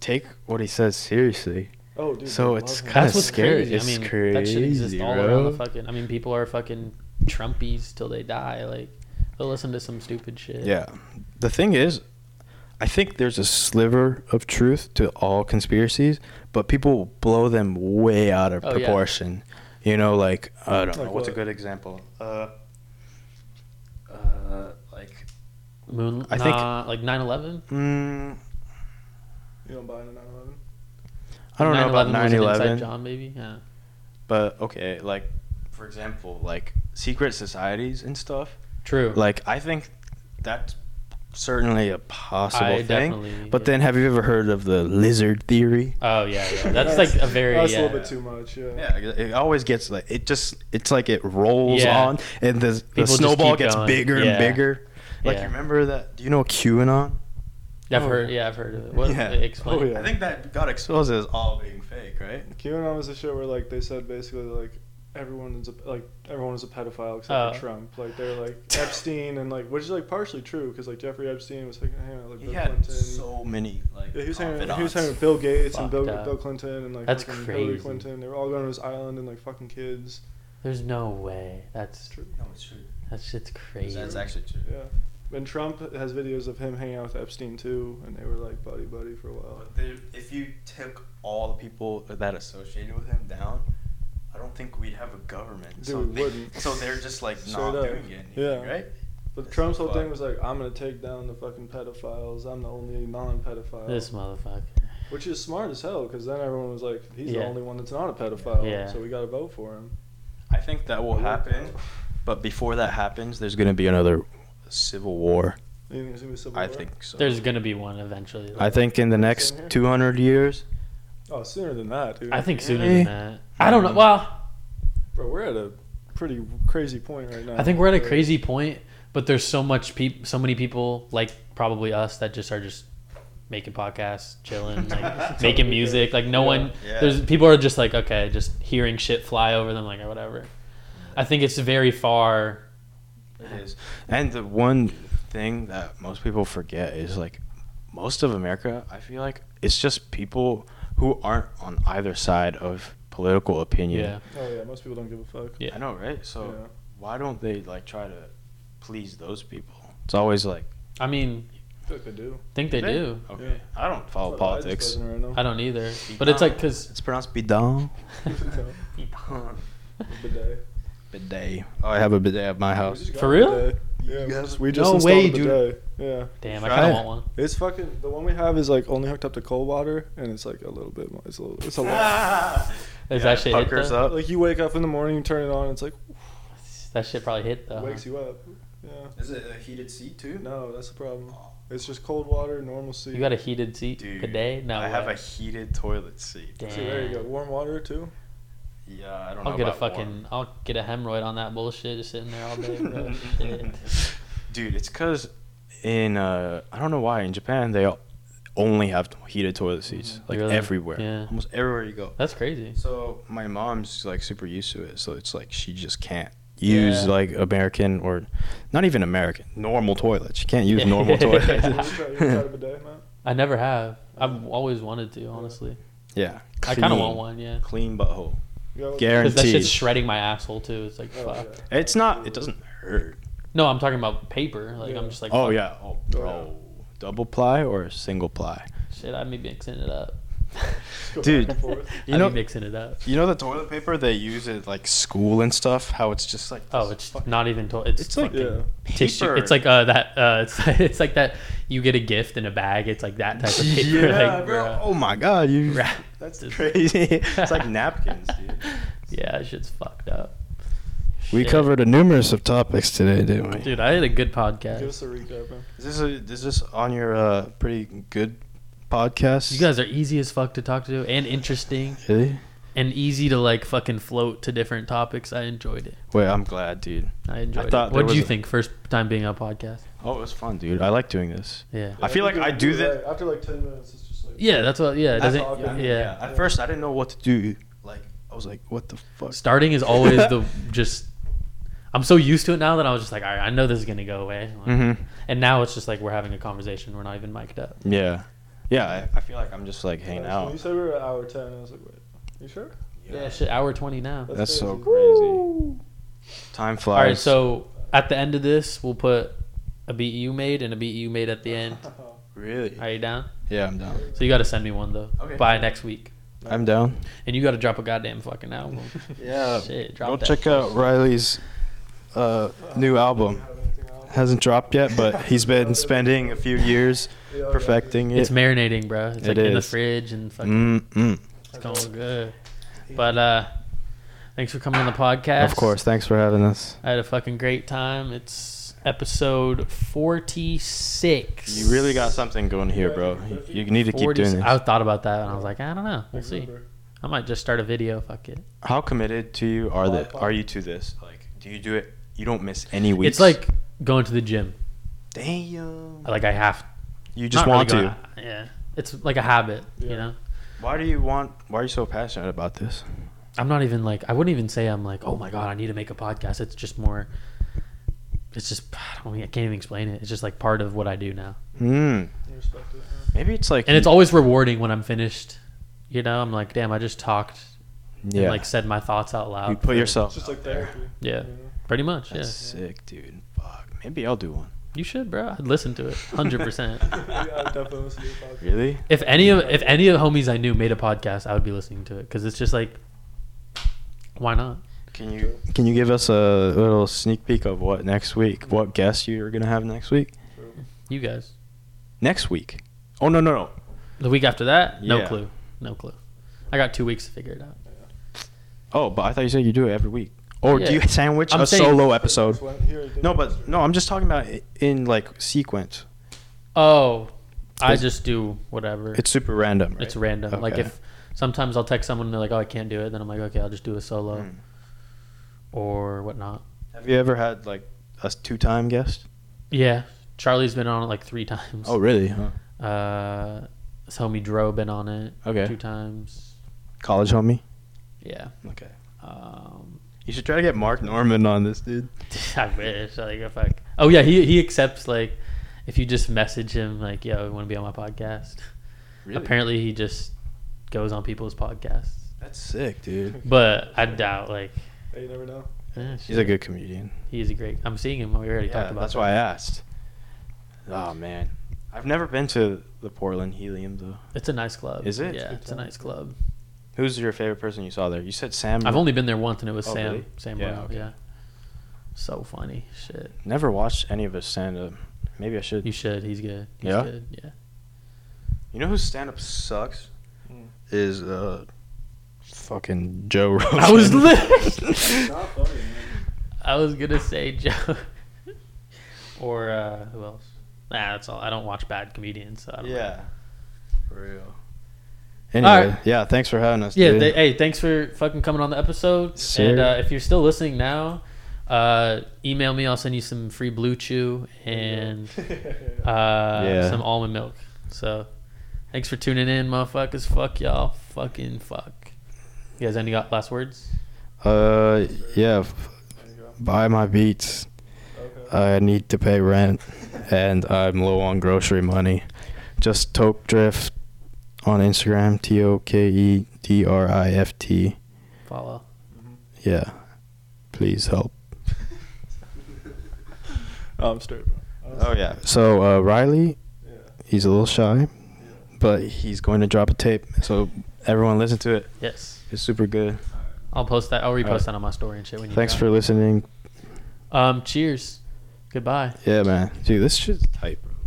S3: take what he says seriously.
S5: Oh, dude.
S3: So
S5: they
S3: it's
S5: love him.
S3: kinda
S2: that's what's
S3: scary.
S2: crazy.
S3: It's
S2: I mean, that shit exists
S3: crazy,
S2: all around the
S3: bro.
S2: fucking. I mean, people are fucking Trumpies till they die. Like they'll listen to some stupid shit.
S3: Yeah. The thing is, I think there's a sliver of truth to all conspiracies, but people blow them way out of
S2: Oh, yeah.
S3: proportion. You know, like I don't know
S5: Like
S3: what's a
S5: what?
S3: good example. Uh, uh, like
S2: Moon.
S3: I
S2: I
S3: think-
S2: think like 9/11.
S3: mm,
S5: You don't buy the 911?
S3: I don't know about
S2: 9/11 was an inside
S3: 9/11.
S2: John, maybe. Yeah.
S3: But okay, like for example, like secret societies and stuff.
S2: True.
S3: Like I think that's certainly a possible
S2: I definitely-
S3: thing. But then have you ever heard of the lizard theory?
S2: oh yeah, yeah. That's like a very
S5: That's
S2: yeah.
S5: a little bit too much. Yeah.
S3: Yeah, it it always gets like it just it's like it rolls
S2: Yeah.
S3: on and the, the
S2: just
S3: snowball
S2: keep
S3: gets
S2: going.
S3: bigger
S2: Yeah.
S3: and bigger. Like
S2: Yeah.
S3: you remember that? Do you know QAnon?
S2: I've heard. Yeah, I've heard of it. What,
S3: Yeah.
S2: Explain.
S5: Oh, yeah.
S3: I think that got exposed as all being fake, right?
S5: QAnon was a show where like they said basically like everyone is a, like everyone is a pedophile except
S2: Oh.
S5: for Trump. Like they're like
S2: *laughs*
S5: Epstein and like which is like partially true because like Jeffrey Epstein was like hanging out with
S3: He
S5: Bill
S3: had
S5: Clinton.
S3: so many like
S5: yeah, he was hanging. He was
S3: confidants.
S5: hanging with Bill Gates and
S2: Fucked
S5: Bill,
S2: up.
S5: Bill Clinton and like
S2: That's
S5: fucking Hillary
S2: crazy.
S5: Clinton. They were all going to his island and like fucking kids.
S2: There's no way. That's
S3: No, it's true.
S2: that shit's crazy.
S3: That's actually true.
S5: Yeah. And Trump has videos of him hanging out with Epstein too, and they were like buddy buddy for a while.
S3: But there, if you took all the people that associated with him down, I don't think we'd have a government.
S5: Dude,
S3: so
S5: we
S3: they-
S5: wouldn't.
S3: So they're just
S5: *laughs*
S3: like not
S5: Straight up.
S3: doing it. Anything,
S5: Yeah.
S3: Right.
S5: But
S3: That's
S5: Trump's
S3: so
S5: whole thing
S3: fucked.
S5: was like, I'm gonna take down the fucking pedophiles. I'm the only non-pedophile.
S2: This motherfucker.
S5: Which is smart as hell, because then everyone was like, he's the
S2: Yeah.
S5: only one that's not a pedophile,
S2: Yeah.
S5: so we gotta vote for him.
S3: I think that will happen, but before that happens, there's gonna be another civil war.
S5: You think it's gonna be civil
S3: I
S5: war?
S3: think so.
S2: There's gonna be one eventually.
S3: I think in the next *laughs*
S5: Same here.
S3: 200 years,
S5: Oh, sooner than that, dude.
S2: I think sooner
S3: Really?
S2: than that. I don't know. Well,
S5: Bro, we're at a pretty crazy point right now.
S2: I think we're at a
S5: Like,
S2: crazy point, but there's so much peop so many people like probably us that just are just making podcasts,
S3: *laughs*
S2: chilling, like making music. Like no one,
S3: Yeah.
S2: there's people are just like okay, just hearing shit fly over them, like or whatever. I think it's very far.
S3: it is. And the one thing that most people forget is like most of America, I feel like it's just people who aren't on either side of political opinion.
S2: Yeah,
S5: Oh yeah, most people don't give a fuck.
S2: Yeah.
S3: I know, right? So
S5: Yeah.
S3: why don't they like try to please those people? It's always like,
S2: I mean,
S5: I feel like they do.
S2: think they do.
S3: okay, I don't follow
S5: That's what Biden's
S3: politics.
S5: president Right now.
S2: I don't either, but it's like because
S3: It's pronounced bidon.
S5: *laughs*
S3: *laughs*
S5: Bidet.
S3: Bidet. Oh, I have a bidet at my
S5: We
S2: *laughs*
S3: house.
S5: just got
S2: For
S5: a
S2: real?
S5: bidet. Yeah, we
S3: guys-
S5: just- we just
S2: No
S5: installed
S2: way,
S5: a bidet. Yeah.
S2: damn, I
S3: Try
S2: kind of
S3: it.
S2: want one.
S5: It's fucking the one we have is like only hooked up to cold water, and it's like a little bit. more- It's a little. It's a lot.
S2: Is
S3: Yeah,
S2: that shit hit
S3: puckers
S2: though?
S3: up.
S5: like you wake up in the morning, you turn it on, it's like
S2: That shit probably hit though. huh?
S5: wakes you up. Yeah.
S3: Is it a heated seat too?
S5: No, that's the problem. It's just cold water, normal sea.
S2: You got a heated seat
S3: Dude,
S2: bidet? No,
S3: I have a
S2: way.
S3: heated toilet seat.
S2: Damn.
S5: See, there you go. Warm water
S2: *laughs*
S5: too.
S3: Yeah, I don't know.
S2: I'll get a
S3: about
S2: fucking.
S3: warm.
S2: I'll get a hemorrhoid on that bullshit just sitting there all day,
S3: *laughs*
S2: bro. Shit.
S3: Dude, it's because in uh, I don't know why in Japan they only have heated toilet seats like
S2: Really?
S3: everywhere,
S2: Yeah.
S3: almost everywhere you go.
S2: That's crazy.
S3: So my mom's like super used to it, so it's like she just can't use
S2: Yeah.
S3: like American or not even American normal toilet. She can't use
S2: Yeah. *laughs*
S3: normal
S5: You ever
S3: toilet.
S5: tried, you ever tried a bidet, Matt?
S2: I never have. I've always wanted to, honestly.
S3: *laughs* yeah,
S2: I kind of
S3: clean.
S2: want one, yeah.
S3: Clean butthole,
S5: You got one?
S2: Because that shit's
S3: guaranteed.
S2: shredding my asshole too. It's like
S5: Oh,
S2: fuck.
S5: yeah.
S3: It's not. It doesn't hurt.
S2: No, I'm talking about paper. Like
S5: Yeah.
S2: I'm just like.
S3: Oh
S2: fuck,
S3: yeah. Oh, bro. Double ply or single ply?
S2: Shit, I'd be mixing it up.
S5: Go back
S3: Dude.
S5: and forth.
S3: You
S2: I'd
S3: know,
S2: be mixing it up.
S3: you know the toilet paper they use at like school and stuff. How it's just like
S2: Oh, it's not even. To- it's,
S3: It's
S2: like
S3: like-
S5: Yeah.
S2: tissue. It's
S3: *laughs*
S2: like uh that. Uh, *laughs* it's it's like that. You get a gift in a bag. It's like that type of paper.
S3: yeah,
S2: *laughs* like,
S3: bro.
S2: bruh.
S3: Oh my god, you.
S2: Bruh.
S3: That's
S2: Just-
S3: crazy. *laughs*
S2: *laughs*
S3: it's like napkins, dude.
S2: Yeah, that shit's fucked up.
S3: We
S2: Shit.
S3: covered a numerous of topics today, didn't we?
S2: Dude, I had a good
S5: Give
S2: podcast.
S5: us a recap, man.
S3: Is this a, is this on your uh, pretty good podcast?
S2: You guys are easy as fuck to talk to and interesting
S3: really?
S2: and easy to like fucking float to different topics. I enjoyed it.
S3: Wait, I'm glad, dude.
S2: I enjoyed
S3: thought
S2: it.
S3: there
S2: What do you
S3: was a-
S2: think? First time being on a podcast?
S3: Oh, it was fun, dude. I like doing this.
S2: Yeah.
S3: I feel like I do that.
S5: after like ten minutes. It's just like
S2: Yeah, that's what. Yeah, it
S3: That's
S2: doesn't.
S5: all
S2: Yeah.
S5: good.
S3: At first, I didn't know what to do. Like, I was like, what the fuck?
S2: Starting is
S3: *laughs*
S2: always the just. I'm so used to it now that I was just like, all right, I know this is gonna go away. Like,
S3: Mhm.
S2: And now it's just like we're having a conversation. We're not even mic'd up.
S3: Yeah. Yeah, I, I feel like I'm just like hanging
S5: Yeah, When you
S3: out.
S5: said we were at hour ten, I was like, wait, you sure?
S2: Yeah, shit. Hour twenty now.
S3: That's so
S5: crazy.
S3: crazy. Time
S2: All right,
S3: flies.
S2: so at the end of this, we'll put a beat you made and a beat you made at the end.
S3: really?
S2: Are you down?
S3: yeah, I'm down.
S2: So you got to send me one though
S3: Okay.
S2: by next week,
S3: I'm down.
S2: and you got to drop a goddamn fucking
S3: *laughs*
S2: album.
S3: Yeah.
S2: Shit, drop
S3: Go
S2: that
S3: Uh, check
S2: shit.
S3: out Riley's uh, new album.
S5: Have anything else?
S3: Hasn't dropped yet, but
S2: *laughs*
S3: he's been spending a few years
S5: Yeah, okay.
S3: perfecting it.
S2: It's marinating, bro. It's
S3: It
S2: like in the
S3: is.
S2: fridge and fucking
S3: Mm-mm.
S2: it's going good. But uh, Thanks for coming on the podcast.
S3: Of course. Thanks for having us.
S2: I had a fucking great time. It's episode 46.
S3: You really got something going here, bro. You you need to keep
S2: 40
S3: doing
S2: I
S3: this.
S2: thought about that and I was like, I don't know. We'll
S5: Big
S2: see.
S5: number.
S2: I might just start a video. Fuck it.
S3: How committed to you are the are you to this? Like, do you do it? You don't miss any weeks.
S2: It's like going to the gym.
S3: damn.
S2: Like I have.
S3: You just
S2: not really
S3: want
S2: going-
S3: to.
S2: yeah. It's like a habit. You
S5: Yeah.
S2: know.
S3: Why do you want? Why are you so passionate about this?
S2: I'm not even like I wouldn't even say I'm like oh my god I need to make a podcast. It's just more. It's just I, don't, I can't even explain it. It's just like part of what I do now,
S3: Hmm.
S5: Respect it.
S3: Maybe it's like
S2: and it's always rewarding when I'm finished. You know, I'm like, damn, I just talked, and
S3: yeah.
S2: like said my thoughts out loud.
S3: you put
S2: for-
S3: yourself.
S5: It's just like therapy. you
S2: Yeah,
S5: know? *laughs*
S2: pretty much.
S3: That's
S2: Yeah,
S3: sick, dude. Fuck. Maybe I'll do one.
S2: you should, bro. I'd listen to it, hundred percent.
S5: Yeah, I definitely listen to your podcast.
S3: Really?
S2: If any of if any of the homies I knew made a podcast, I would be listening to it because it's just like, why not?
S3: Can you can you give us a little sneak peek of what next week? What guests you're gonna have next week?
S2: You guys,
S3: Next week? Oh no no no!
S2: the week after that, no
S3: Yeah.
S2: clue, no clue. I got two weeks to figure it out.
S3: Oh, but I thought you said you do it every week. Or
S2: Yeah.
S3: do you sandwich
S2: I'm
S3: a
S2: saying-
S3: solo episode?
S5: Just went here and did
S3: No,
S5: it.
S3: but no, I'm just talking about i- in like sequence.
S2: Oh, I
S3: It's-
S2: just do whatever. It's,
S3: It's super random. Right?
S2: random. Like
S3: Okay.
S2: if sometimes I'll text someone and they're like, "Oh, I can't do it," then I'm like, "Okay, I'll just do a solo
S3: Mm.
S2: or whatnot."
S3: Have you ever had like a two-time guest?
S2: Yeah, Charlie's been on it like three *laughs* times.
S3: Oh really? Huh.
S2: uh, his homie Dro been on it
S3: Okay.
S2: two times.
S3: College homie.
S2: Yeah.
S3: Okay.
S2: Um, *laughs*
S3: You should try to get Mark Norman on this, dude.
S2: I wish. Like if I. Oh yeah, he he accepts like if you just message him like, "Yo, want to be on my podcast?" Apparently, he just goes on people's podcasts,
S3: That's sick, dude.
S2: but I doubt like.
S5: Hey, you never know.
S2: eh,
S3: He's a good comedian.
S2: He's a great. I'm seeing him. We already
S3: Yeah,
S2: talked about.
S3: that's
S2: that.
S3: why I asked. Oh man, I've never been to the Portland Helium though.
S2: It's a nice club.
S3: Is it?
S2: Yeah, it's a nice club.
S3: Who's your favorite person you saw there? You said Sam.
S2: I've only been there once, and it was
S3: Oh,
S2: Sam.
S3: really?
S2: Sam
S3: Yeah,
S2: Royal.
S3: okay.
S2: Yeah. So funny. Shit.
S3: never watched any of his stand up. Maybe I should.
S2: You
S3: You,
S2: should. He's good. He's
S3: Yeah?
S2: Good. Yeah.
S3: know whose stand up sucks
S5: Hmm.
S3: is uh, fucking Joe Rogan.
S2: *laughs* I was li-
S3: *laughs*
S5: It's not funny, *laughs* man.
S2: I was gonna say Joe. *laughs* or uh, who else? Nah, that's all. I don't watch bad comedians. So I don't Know.
S3: yeah, for real. Anyway,
S2: right.
S3: yeah, thanks for having us.
S2: Yeah.
S3: dude.
S2: They, hey, thanks for fucking coming on the episode. And
S3: Sure.
S2: uh, if you're still listening now. Uh, email me. I'll send you some free blue chew and uh,
S3: Yeah.
S2: some almond milk. So, thanks for tuning in, motherfuckers. Fuck y'all. Fucking fuck. You guys, any got last words?
S3: uh, yeah, f-
S5: There you go.
S3: buy my beats.
S5: Okay.
S3: I need to pay rent and I'm low on grocery money. Just Toke Drift on Instagram, T O K E D R I F T.
S2: Follow.
S3: Yeah. Please help.
S5: Oh, I'm straight, bro. I'm
S3: Oh, yeah. So, uh, Riley,
S5: straight. Yeah.
S3: he's a little shy, but he's going to drop a tape. So, everyone listen to it.
S2: Yes.
S3: It's super good.
S2: I'll post that. I'll repost
S3: Alright.
S2: that on my story and shit. When you
S3: Thanks for
S2: drop.
S3: listening.
S2: Um. Cheers. Goodbye.
S3: Yeah, man. Dude, this shit's tight, bro.